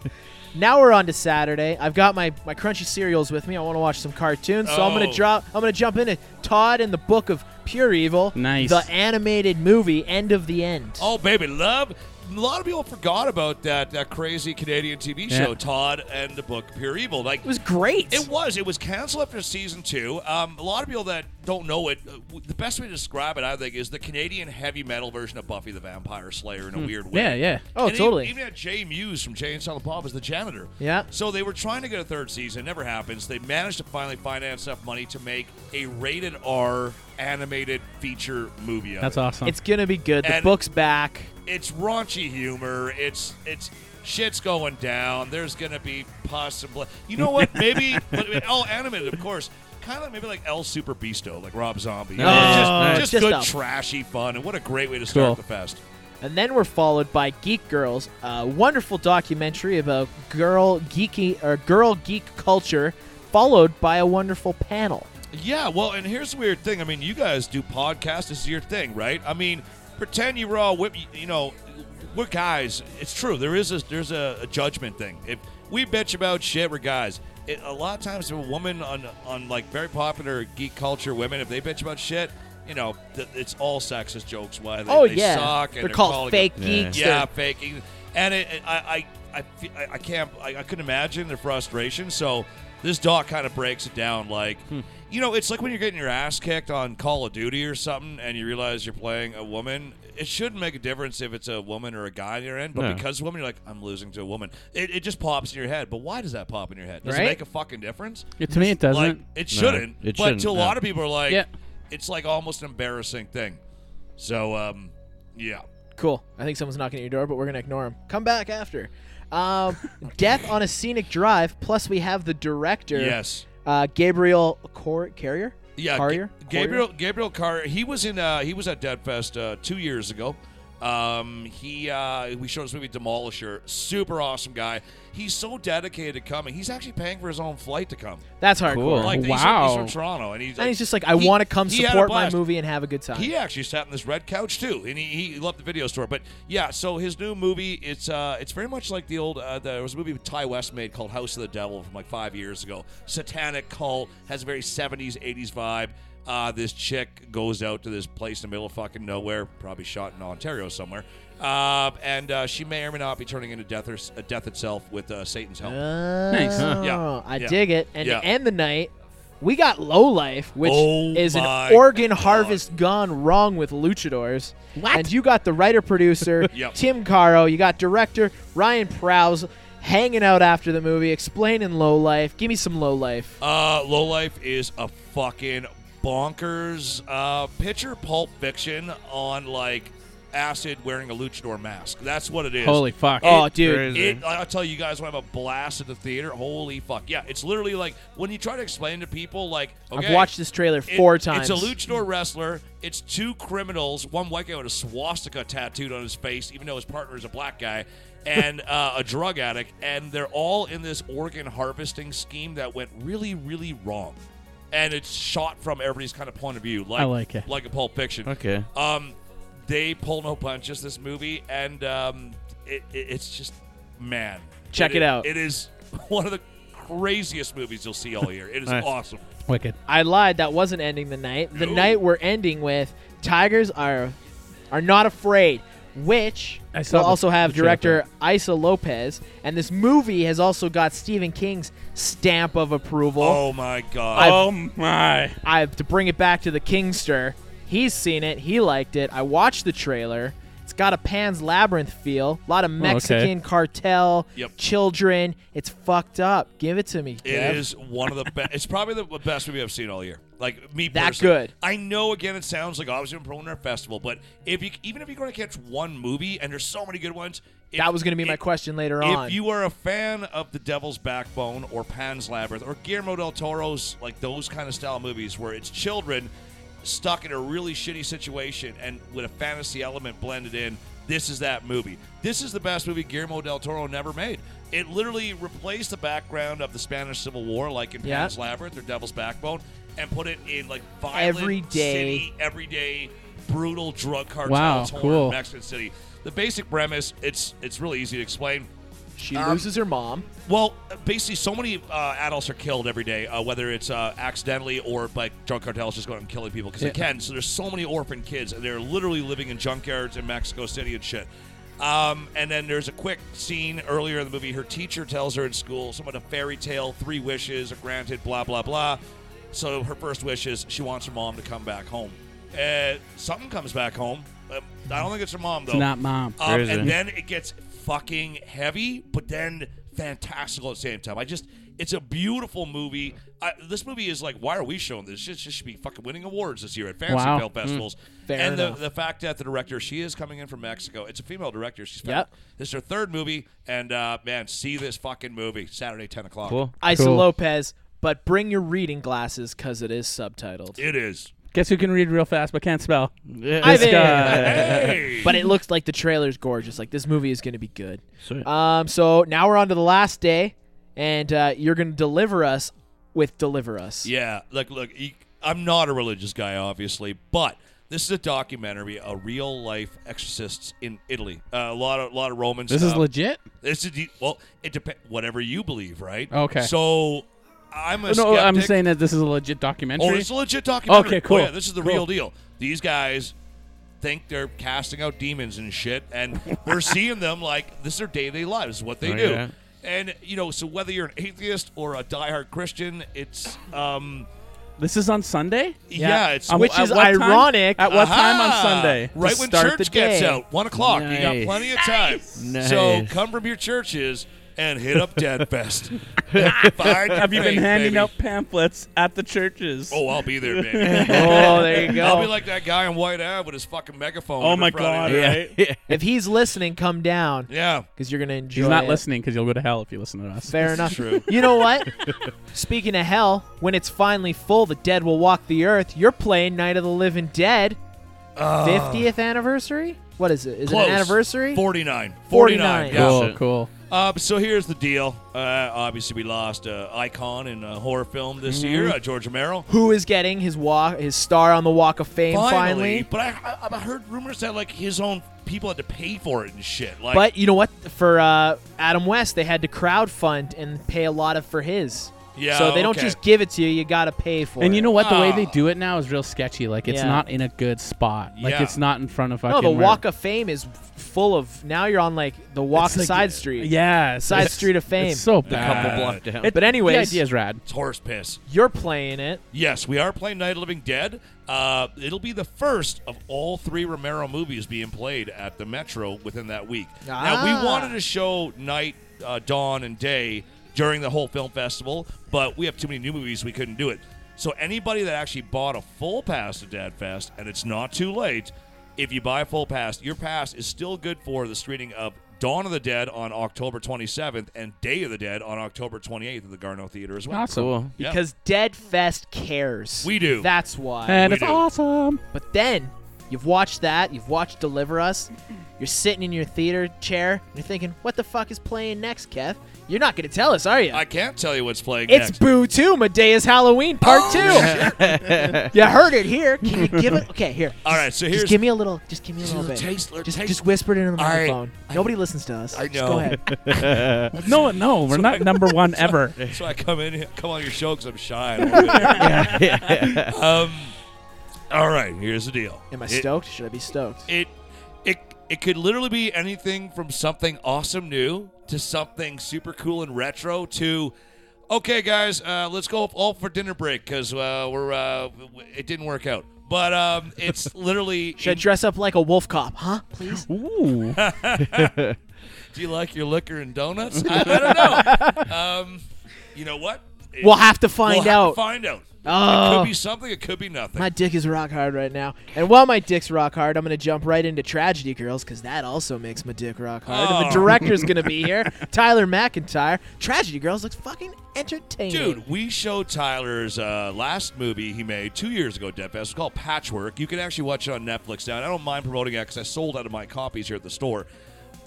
Speaker 1: Now we're on to Saturday. I've got my, my crunchy cereals with me. I want to watch some cartoons, so I'm gonna
Speaker 3: Oh.
Speaker 1: drop. I'm gonna jump into Todd and the Book of Pure Evil.
Speaker 4: Nice.
Speaker 1: The animated movie, End of the End.
Speaker 3: Oh, baby, love. A lot of people forgot about that, that crazy Canadian TV
Speaker 4: Yeah.
Speaker 3: show, Todd and the Book Pure Evil. Like
Speaker 1: it was great.
Speaker 3: it was. It was canceled after season two. Um, a lot of people that don't know it, uh, w- the best way to describe it, I think, is the Canadian heavy metal version of Buffy the Vampire Slayer in a weird way.
Speaker 4: Hmm. yeah, yeah.
Speaker 1: oh,
Speaker 3: And
Speaker 1: totally.
Speaker 3: Even, even had Jay Muse from Jay and Silent Bob as the janitor.
Speaker 1: Yeah.
Speaker 3: So they were trying to get a third season. Never happens. They managed to finally finance enough money to make a rated R animated feature movie. Of
Speaker 4: That's
Speaker 3: it.
Speaker 4: awesome.
Speaker 1: it's gonna be good. The
Speaker 3: And-
Speaker 1: book's back.
Speaker 3: it's raunchy humor. It's it's shit's going down. There's gonna be possible. You know what? Maybe but, all animated, of course. Kind of like maybe like El Super Bisto, like Rob Zombie. You know,
Speaker 1: Oh, Nice.
Speaker 3: just,
Speaker 1: Just
Speaker 3: just good
Speaker 1: up.
Speaker 3: trashy fun, and what a great way to start
Speaker 4: Cool.
Speaker 3: the fest.
Speaker 1: And then we're followed by Geek Girls, a wonderful documentary about girl geeky or girl geek culture, followed by a wonderful panel.
Speaker 3: Yeah, well, and here's the weird thing. I mean, you guys do podcasts. This is your thing, right? I mean, pretend you were all whip. You know, we're guys. It's true. There is a there's a, a judgment thing. If we bitch about shit, we're guys. It, a lot of times, if a woman on on like very popular geek culture women, if they bitch about shit, you know, th- it's all sexist jokes. Why they,
Speaker 1: oh
Speaker 3: they
Speaker 1: yeah,
Speaker 3: suck? And
Speaker 1: they're, called
Speaker 3: calling
Speaker 1: fake
Speaker 5: Yeah.
Speaker 1: geeks.
Speaker 3: yeah,
Speaker 1: They're-
Speaker 3: faking. And it, it- I, I, I, fe- I- I can't. I, I couldn't imagine the frustration. So this doc kind of breaks it down. Like, you know, it's like when you're getting your ass kicked on Call of Duty or something, and you realize you're playing a woman. It shouldn't make a difference if it's a woman or a guy on your end, but
Speaker 5: No.
Speaker 3: because woman, you're like, I'm losing to a woman. It, it just pops in your head. But why does that pop in your head? Does
Speaker 1: Right?
Speaker 3: it make a fucking difference?
Speaker 4: Yeah, to me, it doesn't.
Speaker 3: Like, it shouldn't.
Speaker 5: it
Speaker 3: but
Speaker 5: shouldn't,
Speaker 3: to a
Speaker 5: no.
Speaker 3: lot of people, are like,
Speaker 4: Yeah.
Speaker 3: it's like almost an embarrassing thing. So, um, yeah.
Speaker 1: Cool. I think someone's knocking at your door, but we're gonna ignore him. Come back after. Um, Death on a Scenic Drive. Plus, we have the director,
Speaker 3: Yes.
Speaker 1: uh, Gabriel Cor- Carrier.
Speaker 3: Yeah,
Speaker 1: Carrier.
Speaker 3: Ga- Gabriel Gabriel Carrier. He was in uh, he was at Deadfest uh, two years ago. Um, he uh, we showed his movie Demolisher. Super awesome guy. He's so dedicated to coming. He's actually paying for his own flight to come.
Speaker 1: That's hardcore.
Speaker 5: Cool.
Speaker 3: Like he's, from,
Speaker 4: Wow.
Speaker 3: he's from Toronto, and he's
Speaker 1: And he's just like, I want to come
Speaker 3: he had a
Speaker 1: support my
Speaker 3: blast.
Speaker 1: movie and have a good time.
Speaker 3: He actually sat in this red couch too, and he, he loved the video store. But yeah, so his new movie it's uh it's very much like the old uh, there was a movie Ty West made called House of the Devil from like five years ago. Satanic cult has a very seventies eighties vibe. Uh, this chick goes out to this place in the middle of fucking nowhere, probably shot in Ontario somewhere, uh, and uh, she may or may not be turning into death or, uh, death itself with uh, Satan's help.
Speaker 1: Nice.
Speaker 3: Yeah.
Speaker 1: Oh, I
Speaker 3: Yeah.
Speaker 1: dig it. And
Speaker 3: Yeah.
Speaker 1: to end the night, we got Low Life, which
Speaker 3: Oh
Speaker 1: is
Speaker 3: my
Speaker 1: an organ
Speaker 3: God.
Speaker 1: harvest gone wrong with luchadors. What? And you got the writer producer,
Speaker 3: Yep.
Speaker 1: Tim Caro. You got director Ryan Prowse hanging out after the movie, explaining Low Life. Give me some Low Life.
Speaker 3: Uh, Low Life is a fucking bonkers uh, picture Pulp Fiction on like acid wearing a luchador mask. That's what it is.
Speaker 4: Holy fuck.
Speaker 1: oh, dude.
Speaker 3: It, I'll tell you guys, when I have a blast at the theater. Holy fuck! Yeah, it's literally like when you try to explain to people, like okay,
Speaker 1: I've watched this trailer
Speaker 3: it-
Speaker 1: four times.
Speaker 3: It's a luchador wrestler. It's two criminals. One white guy with a swastika tattooed on his face, even though his partner is a black guy, and uh, a drug addict. And they're all in this organ harvesting scheme that went really, really wrong. And it's shot from everybody's kind of point of view, like
Speaker 4: I like it.
Speaker 3: like a Pulp Fiction.
Speaker 5: Okay.
Speaker 3: Um, they pull no punches this movie, and um, it, it, it's just man.
Speaker 1: Check it
Speaker 3: is-
Speaker 1: out.
Speaker 3: It is one of the craziest movies you'll see all year. It is
Speaker 5: Nice.
Speaker 3: awesome.
Speaker 4: Wicked.
Speaker 1: I lied. That wasn't ending the night. The night we're ending with Tigers are are not afraid, which
Speaker 4: I saw
Speaker 1: will
Speaker 4: the-
Speaker 1: also have
Speaker 4: the trailer.
Speaker 1: director Isa Lopez, and this movie has also got Stephen King's stamp of approval.
Speaker 3: Oh my god!
Speaker 1: I've-
Speaker 4: oh my.
Speaker 1: I have to bring it back to the Kingster. He's seen it. He liked it. I watched the trailer. It's got a Pan's Labyrinth feel. A lot of Mexican cartel
Speaker 3: Oh, Yep.
Speaker 1: children. It's fucked up. Give it to me.
Speaker 3: It is
Speaker 1: Kev.
Speaker 3: one of the best. It's probably the best movie I've seen all year. Like me,
Speaker 1: That
Speaker 3: personally.
Speaker 1: good.
Speaker 3: I know. Again, it sounds like I was in Proner Festival, but if you even if you're going to catch one movie, and there's so many good ones, if-
Speaker 1: That was going to be my
Speaker 3: if-
Speaker 1: question later on.
Speaker 3: If you are a fan of The Devil's Backbone or Pan's Labyrinth or Guillermo del Toro's like those kind of style movies where it's children stuck in a really shitty situation and with a fantasy element blended in, this is that movie. This is the best movie Guillermo del Toro never made. It literally replaced the background of the Spanish Civil War, like in
Speaker 1: Yeah.
Speaker 3: Pan's Labyrinth or Devil's Backbone, and put it in like violent
Speaker 1: Everyday.
Speaker 3: city, everyday brutal drug cartels
Speaker 4: Wow,
Speaker 3: torn
Speaker 4: cool.
Speaker 3: Mexican City. The basic premise, it's it's really easy to explain.
Speaker 1: she
Speaker 3: um,
Speaker 1: loses her mom.
Speaker 3: Well, basically, so many uh, adults are killed every day, uh, whether it's uh, accidentally or by drug cartels just going and killing people because they can. So there's so many orphan kids, and they're literally living in junkyards in Mexico City and shit. Um, and then there's a quick scene earlier in the movie. Her teacher tells her in school, some of the fairy tale, three wishes are granted, blah, blah, blah. So her first wish is she wants her mom to come back home. Uh, something comes back home. Uh, I don't think it's her mom, though.
Speaker 4: It's not mom.
Speaker 3: Um,
Speaker 5: There
Speaker 3: and
Speaker 5: isn't.
Speaker 3: then it gets fucking heavy, but then fantastical at the same time. I just, it's a beautiful movie. I, this movie is like, why are we showing this? This should be fucking winning awards this year at fantasy
Speaker 4: Wow.
Speaker 3: film festivals.
Speaker 1: Fair
Speaker 3: and the,
Speaker 1: enough.
Speaker 3: the fact that the director, she is coming in from Mexico. It's a female director. She's
Speaker 1: Yep.
Speaker 3: This is her third movie, and uh, man, see this fucking movie Saturday, ten o'clock.
Speaker 5: Cool.
Speaker 1: Isa
Speaker 4: Cool.
Speaker 1: Lopez, but bring your reading glasses because it is subtitled.
Speaker 3: It is.
Speaker 4: Guess who can read real fast but can't spell?
Speaker 1: Ivan!
Speaker 4: This guy.
Speaker 3: Hey,
Speaker 1: But it looks like the trailer's gorgeous. Like this movie is going to be good.
Speaker 5: Sweet.
Speaker 1: Um, so now we're on to the last day, and uh, you're going to deliver us with "Deliver Us."
Speaker 3: Yeah, look, look. you- I'm not a religious guy, obviously, but this is a documentary, a real life exorcists in Italy. Uh, a lot of, lot of Roman
Speaker 4: This
Speaker 3: stuff.
Speaker 4: is legit.
Speaker 3: This is the- well, it depends. Whatever you believe, right?
Speaker 4: Okay.
Speaker 3: So, I'm a
Speaker 4: No, I'm
Speaker 3: skeptic.
Speaker 4: saying that this is a legit documentary.
Speaker 3: Oh, it's a legit documentary.
Speaker 4: Okay, cool.
Speaker 3: Oh, yeah, this is the
Speaker 4: Cool.
Speaker 3: real deal. These guys think they're casting out demons and shit, and we're seeing them like this is their daily lives, is what they
Speaker 5: Oh,
Speaker 3: do.
Speaker 5: yeah.
Speaker 3: And you know, so whether you're an atheist or a diehard Christian, it's um,
Speaker 4: this is on Sunday.
Speaker 3: yeah, it's
Speaker 4: Um,
Speaker 1: Which
Speaker 4: at
Speaker 1: is
Speaker 4: what time-
Speaker 1: ironic.
Speaker 4: At what
Speaker 3: Aha!
Speaker 4: time on Sunday?
Speaker 3: Right
Speaker 1: To
Speaker 3: when
Speaker 1: start the
Speaker 3: church gets
Speaker 1: day.
Speaker 3: out, one o'clock. You got
Speaker 5: Nice.
Speaker 3: plenty of time.
Speaker 5: Nice.
Speaker 3: So come from your churches and hit up Deadfest. Have
Speaker 4: Have you been handing out pamphlets at the churches?
Speaker 3: Oh, I'll be there, baby.
Speaker 1: Oh, there you
Speaker 3: I'll be
Speaker 1: go.
Speaker 3: like that guy in White Ave with his fucking megaphone.
Speaker 4: Oh
Speaker 3: every
Speaker 4: my
Speaker 3: Friday
Speaker 4: God,
Speaker 3: night.
Speaker 5: Yeah. yeah.
Speaker 1: if he's listening, come down
Speaker 3: Yeah.
Speaker 1: because you're going to enjoy.
Speaker 4: He's not
Speaker 1: it.
Speaker 4: listening because you'll go to hell if you listen to us.
Speaker 1: Fair enough. You know what? Speaking of hell, when it's finally full, the dead will walk the earth. You're playing Night of the Living Dead, fiftieth anniversary. What is it? Is
Speaker 3: Close.
Speaker 1: it an anniversary?
Speaker 3: 49.
Speaker 1: 49,
Speaker 3: Yeah.
Speaker 4: Cool,
Speaker 5: Yeah.
Speaker 4: cool.
Speaker 3: Uh, so here's the deal. Uh, obviously, we lost an icon in a horror film this
Speaker 4: Mm-hmm.
Speaker 3: year, uh, George Romero.
Speaker 1: Who is getting his walk, his star on the Walk of Fame finally?
Speaker 3: But I, I, I heard rumors that like his own people had to pay for it and shit. Like,
Speaker 1: But you know what? For uh, Adam West, they had to crowdfund and pay a lot of for his.
Speaker 3: Yeah,
Speaker 1: So they don't
Speaker 3: okay.
Speaker 1: just give it to you; you got to pay for it.
Speaker 4: And you know what? The way
Speaker 3: Ah.
Speaker 4: they do it now is real sketchy. Like it's
Speaker 1: Oh, Yeah.
Speaker 4: not in a good spot. Like
Speaker 3: Yeah.
Speaker 4: it's not in front of
Speaker 1: No,
Speaker 4: fucking.
Speaker 1: the
Speaker 4: where-
Speaker 1: Walk of Fame is full of. Now you're on like the Walk
Speaker 4: It's like-
Speaker 1: Side Street.
Speaker 4: Yeah, it's-
Speaker 1: Side
Speaker 4: it's-
Speaker 1: Street of Fame.
Speaker 4: It's so
Speaker 5: A
Speaker 4: bad.
Speaker 5: couple
Speaker 1: Ah.
Speaker 3: Uh,
Speaker 5: block down.
Speaker 4: It-
Speaker 1: But anyways-
Speaker 4: the idea is rad.
Speaker 3: it's horse piss.
Speaker 1: You're playing it.
Speaker 3: Yes, we are playing Night of the Living Dead. Uh, it'll be the first of all three Romero movies being played at the Metro within that week. Now,
Speaker 1: Ah.
Speaker 3: we wanted to show Night, uh, Dawn, and Day during the whole film festival, but we have too many new movies, we couldn't do it. So, anybody that actually bought a full pass to Dad Fest, and it's not too late, if you buy a full pass, your pass is still good for the screening of Dawn of the Dead on October 27th and Day of the Dead on October 28th at the Garneau Theater as well.
Speaker 4: Awesome.
Speaker 5: Cool.
Speaker 3: Yeah.
Speaker 1: because Dead Fest cares.
Speaker 3: We do.
Speaker 1: That's why.
Speaker 4: And
Speaker 3: We
Speaker 4: it's
Speaker 3: do.
Speaker 4: awesome.
Speaker 1: but then you've watched that, you've watched Deliver Us, you're sitting in your theater chair, and you're thinking, what the fuck is playing next, Kev? You're not going to tell us, are you?
Speaker 3: I can't tell you what's playing
Speaker 1: it's
Speaker 3: next.
Speaker 1: Boo 2, Medea's Halloween, Part
Speaker 3: Oh,
Speaker 1: 2. you heard it here. Can you give it? Okay, here.
Speaker 3: All right, so here's
Speaker 1: Just give me a little. Just give me a
Speaker 3: Just a
Speaker 1: little bit.
Speaker 3: little taste, little
Speaker 1: just,
Speaker 3: taste.
Speaker 1: just whisper it into the
Speaker 3: All right.
Speaker 1: microphone.
Speaker 3: I-
Speaker 1: Nobody listens to us.
Speaker 3: I
Speaker 1: Just go
Speaker 3: know.
Speaker 1: ahead.
Speaker 4: No, no, we're not number one ever.
Speaker 3: So I come in, here- come on your show because I'm shy. I don't wanna be there. um, all right, here's the deal.
Speaker 1: Am I
Speaker 3: It-
Speaker 1: stoked? Should I be stoked?
Speaker 3: It, it, it could literally be anything from something awesome new to something super cool and retro to, okay, guys, uh, let's go all for dinner break because uh, we're uh, w- it didn't work out. But um, it's literally.
Speaker 1: Should I dress up like a wolf cop, huh? Please.
Speaker 4: Ooh.
Speaker 3: Do you like your liquor and donuts? I, I don't know. Um, you know what? It-
Speaker 1: We'll have to find
Speaker 3: we'll have to
Speaker 1: out.
Speaker 3: find out. It
Speaker 1: Oh.
Speaker 3: could be something. It could be nothing.
Speaker 1: My dick is rock hard right now. And while my dick's rock hard, I'm going to jump right into Tragedy Girls because that also makes my dick rock hard. And
Speaker 3: Oh.
Speaker 1: the director's going to be here, Tyler McIntyre. Tragedy Girls looks fucking entertaining.
Speaker 3: Dude, we showed Tyler's uh, last movie he made two years ago, Death Fest. It's called Patchwork. You can actually watch it on Netflix now. And I don't mind promoting it because I sold out of my copies here at the store.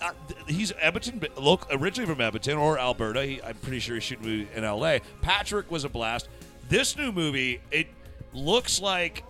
Speaker 3: Uh, th- he's Edmonton, local, originally from Edmonton or Alberta. He, I'm pretty sure he's shooting a movie in LA. Patchwork was a blast. This new movie, it looks like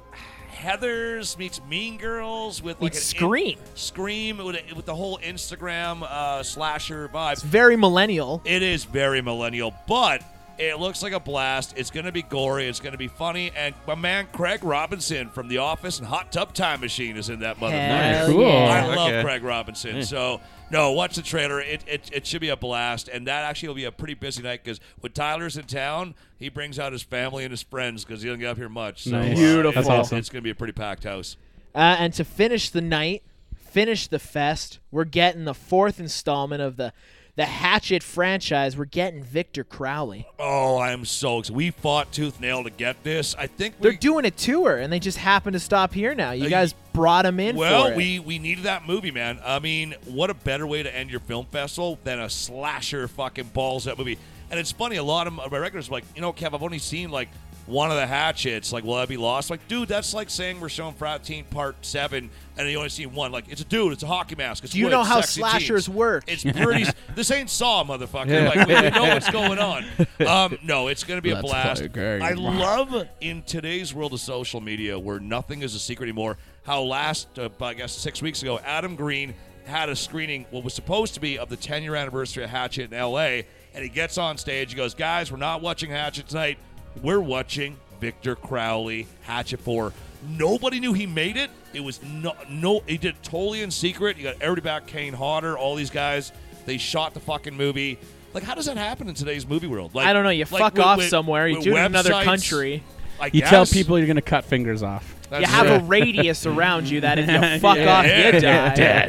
Speaker 3: Heather's meets Mean Girls with like
Speaker 1: Meets
Speaker 3: an in-
Speaker 1: Scream.
Speaker 3: Scream with, a- with the whole Instagram uh, slasher vibe.
Speaker 1: It's very millennial.
Speaker 3: It is very millennial, but it looks like a blast. It's going to be gory. It's going to be funny. And my man Craig Robinson from The Office and Hot Tub Time Machine is in that motherfucker.
Speaker 1: Hell
Speaker 4: Cool.
Speaker 1: yeah.
Speaker 3: I love
Speaker 5: Okay.
Speaker 3: Craig Robinson. So, no, watch the trailer. It, it, it should be a blast. And that actually will be a pretty busy night because when Tyler's in town, he brings out his family and his friends because he doesn't get up here much. So,
Speaker 4: Nice.
Speaker 3: uh,
Speaker 4: Beautiful. That's
Speaker 3: it's-
Speaker 4: awesome.
Speaker 3: It's going to be a pretty packed house.
Speaker 1: Uh, and to finish the night, finish the fest, we're getting the fourth installment of the the Hatchet franchise. We're getting Victor Crowley.
Speaker 3: Oh, I am so excited. We fought tooth and nail to get this. I think
Speaker 1: They're
Speaker 3: we,
Speaker 1: doing a tour, and they just happen to stop here now. You
Speaker 3: Uh,
Speaker 1: guys brought him in
Speaker 3: Well,
Speaker 1: for it.
Speaker 3: we we needed that movie, man. I mean, what a better way to end your film festival than a slasher fucking balls up movie. And it's funny, a lot of my regulars are like, you know, Kev, I've only seen like one of the hatchets. Like, will I be lost? Like, dude, that's like saying we're showing Fratine Part Seven, and you only see one. Like, it's a dude, it's a hockey mask. It's
Speaker 1: Do you
Speaker 3: wood,
Speaker 1: know how
Speaker 3: sexy
Speaker 1: slashers
Speaker 3: jeans.
Speaker 1: work?
Speaker 3: It's pretty. this ain't Saw, motherfucker. Like, we, we know what's going on. Um, no, it's gonna be a
Speaker 5: Let's
Speaker 3: blast.
Speaker 5: play a game.
Speaker 3: I love in today's world of social media where nothing is a secret anymore how last uh, i guess six weeks ago adam green had a screening what was supposed to be of the 10 year anniversary of hatchet in la and he gets on stage he goes guys we're not watching hatchet tonight we're watching victor crowley hatchet 4 nobody knew he made it it was no, no he did it totally in secret you got everybody back kane hodder all these guys they shot the fucking movie like how does that happen in today's movie world like
Speaker 1: I don't know. You
Speaker 3: like,
Speaker 1: fuck
Speaker 3: with-
Speaker 1: off
Speaker 3: with-
Speaker 1: somewhere. You
Speaker 3: with
Speaker 1: do it in another
Speaker 3: websites,
Speaker 1: country.
Speaker 3: I
Speaker 4: You tell
Speaker 3: guess.
Speaker 4: people you're going to cut fingers off.
Speaker 3: That's
Speaker 1: you have
Speaker 3: it.
Speaker 1: a radius around you that if you fuck off,
Speaker 3: Yeah.
Speaker 1: you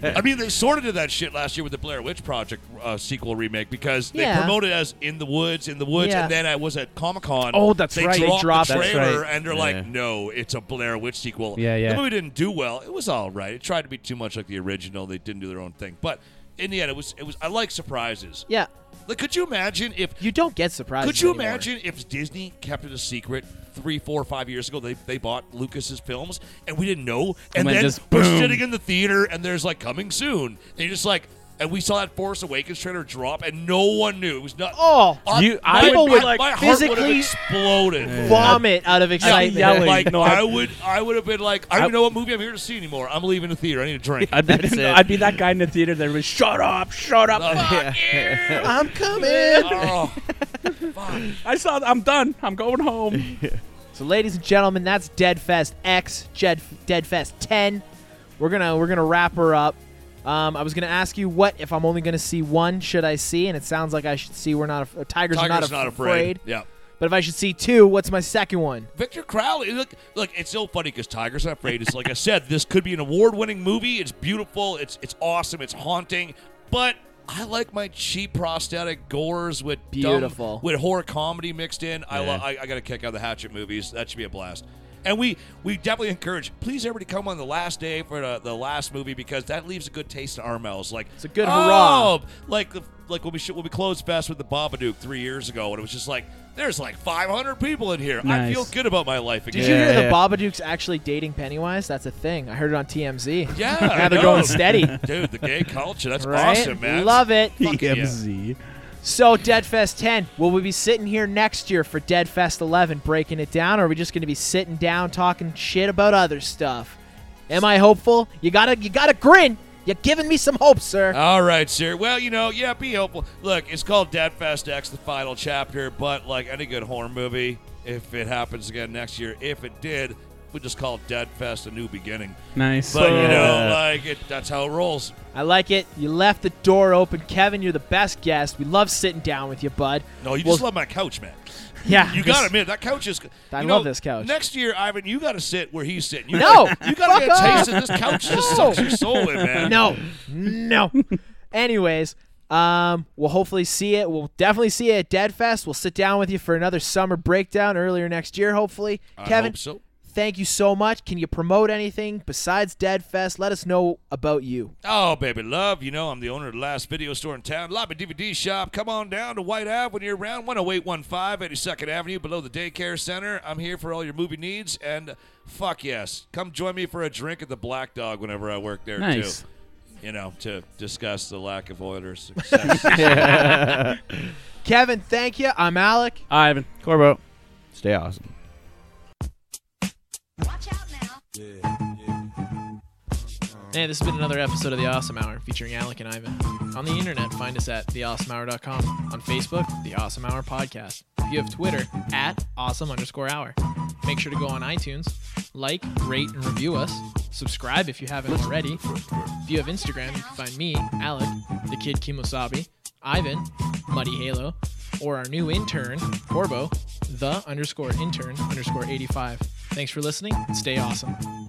Speaker 1: die.
Speaker 3: I mean, they sort of did that shit last year with the Blair Witch Project uh, sequel remake because they
Speaker 1: Yeah.
Speaker 3: promoted it as in the woods, in the woods,
Speaker 1: Yeah.
Speaker 3: and then I was at Comic Con.
Speaker 1: Oh, that's
Speaker 3: they
Speaker 1: right. They
Speaker 3: Dropped
Speaker 1: dropped-
Speaker 3: the
Speaker 1: that's
Speaker 3: trailer,
Speaker 4: right.
Speaker 3: and they're
Speaker 5: Yeah.
Speaker 3: like, "No, it's a Blair Witch sequel."
Speaker 4: Yeah, yeah.
Speaker 3: The movie didn't do well. It was all right. It tried to be too much like the original. They didn't do their own thing, but in the end, it was it was. I like surprises.
Speaker 1: Yeah.
Speaker 3: Like, could you imagine if
Speaker 1: You don't get surprised.
Speaker 3: could you imagine if Disney kept it a secret three, four, five years ago? They, they bought Lucas's films and we didn't know, and,
Speaker 4: And then
Speaker 3: then
Speaker 4: just
Speaker 3: we're
Speaker 4: boom.
Speaker 3: sitting in the theater and there's like coming soon. They just like, and we saw that Force Awakens trailer drop, and no one knew it was not.
Speaker 1: Oh,
Speaker 4: You-
Speaker 3: my,
Speaker 4: people
Speaker 3: my-
Speaker 1: would,
Speaker 3: my,
Speaker 1: like,
Speaker 3: heart would have
Speaker 1: physically
Speaker 3: exploded.
Speaker 1: Vomit out of
Speaker 3: Yeah,
Speaker 1: excitement.
Speaker 3: like
Speaker 4: No, I-
Speaker 3: I would, I would have been like, I don't even know what movie I'm here to see anymore. I'm leaving the theater. I need a drink.
Speaker 4: I'd be,
Speaker 5: That's it.
Speaker 4: I'd be that guy in the theater that was, shut up, shut up.
Speaker 3: Oh,
Speaker 1: I'm coming.
Speaker 3: oh, fuck.
Speaker 4: I saw, I'm done. I'm going home.
Speaker 1: So, ladies and gentlemen, that's Dead Fest X, Jed, Dead Fest 10. We're gonna we're gonna wrap her up. Um, I was gonna ask you what if I'm only gonna see one, should I see? And it sounds like I should see. We're not af- uh, tigers, are
Speaker 3: Tiger's
Speaker 1: not,
Speaker 3: not
Speaker 1: af- afraid.
Speaker 3: afraid. Yeah.
Speaker 1: But if I should see two, what's my second one?
Speaker 3: Victor Crowley. Look, look, it's so funny because Tiger's Not Afraid is like I said, this could be an award-winning movie. It's beautiful. It's it's awesome. It's haunting. But I like my cheap prosthetic gores with dumb-
Speaker 1: Beautiful.
Speaker 3: with horror comedy mixed in. I, lo- I I got to kick out the Hatchet movies. That should be a blast. And we we definitely encourage. Please, everybody, come on the last day for the, the last movie because that leaves a good taste in our mouths. Like
Speaker 1: It's a good
Speaker 3: oh,
Speaker 1: hurrah.
Speaker 3: Like the like when we sh- when we closed fest with the Babadook three years ago, and it was just like there's like 500 people in here. I
Speaker 4: Nice.
Speaker 3: feel good about my life again.
Speaker 1: Did you hear
Speaker 5: Yeah,
Speaker 1: the
Speaker 5: yeah.
Speaker 1: Babadook's actually dating Pennywise? That's a thing. I heard it on TMZ.
Speaker 3: Yeah,
Speaker 1: now
Speaker 3: I
Speaker 1: they're
Speaker 3: know.
Speaker 1: going steady.
Speaker 3: Dude, the gay culture. That's
Speaker 1: Right?
Speaker 3: awesome, man.
Speaker 1: Love it.
Speaker 3: Fuck yeah.
Speaker 4: TMZ.
Speaker 1: So Deadfest 10, will we be sitting here next year for Deadfest 11 breaking it down, or are we just going to be sitting down talking shit about other stuff? Am I hopeful? You gotta, you gotta grin. You're giving me some hope, sir.
Speaker 3: All right, sir. Well, you know, yeah, be hopeful. Look, it's called Dead Fest X, the final chapter, but like any good horror movie, if it happens again next year, if it did, we just call it Dead Fest a new beginning.
Speaker 4: Nice. Uh,
Speaker 3: But, you know,
Speaker 5: Yeah.
Speaker 3: like, it, that's how it rolls.
Speaker 1: I like it. You left the door open, Kevin. You're the best guest. We love sitting down with you, bud.
Speaker 3: No, you
Speaker 1: Well-
Speaker 3: just love my couch, man.
Speaker 8: Yeah,
Speaker 3: You
Speaker 8: this-
Speaker 3: gotta admit that couch is.
Speaker 8: I
Speaker 3: you
Speaker 8: love
Speaker 3: know,
Speaker 8: this couch.
Speaker 3: Next year, Ivan, you gotta sit where he's sitting. You
Speaker 8: No,
Speaker 3: gotta, you gotta get a
Speaker 8: fuck off.
Speaker 3: taste of this couch. Just
Speaker 8: No.
Speaker 3: sucks your soul in, man.
Speaker 8: No, no. Anyways, um, we'll hopefully see it. We'll definitely see it at Deadfest. We'll sit down with you for another summer breakdown earlier next year, hopefully.
Speaker 3: I
Speaker 8: Kevin,
Speaker 3: hope so.
Speaker 8: thank you so much. Can you promote anything besides Deadfest? Let us know about you.
Speaker 3: Oh, baby, love. You know, I'm the owner of the last video store in town, Lobby DVD Shop. Come on down to White Ave when you're around 10815 82nd Avenue below the daycare center. I'm here for all your movie needs. And fuck yes, come join me for a drink at the Black Dog whenever I work there,
Speaker 4: Nice.
Speaker 3: too. You know, to discuss the lack of Oilers' success.
Speaker 8: Kevin, thank you. I'm Alec.
Speaker 4: Ivan.
Speaker 5: Corbo, stay awesome.
Speaker 9: Watch out now.
Speaker 1: Hey, this has been another episode of The Awesome Hour featuring Alec and Ivan. On the internet, find us at theawesomehour.com. On Facebook, The Awesome Hour Podcast. If you have Twitter, at awesome underscore hour. Make sure to go on iTunes, like, rate, and review us. Subscribe if you haven't already. If you have Instagram, you can find me, Alec, the kid Kimosabi, Ivan, Muddy Halo, or our new intern, Corbo, the underscore intern underscore 85. Thanks for listening. and Stay awesome.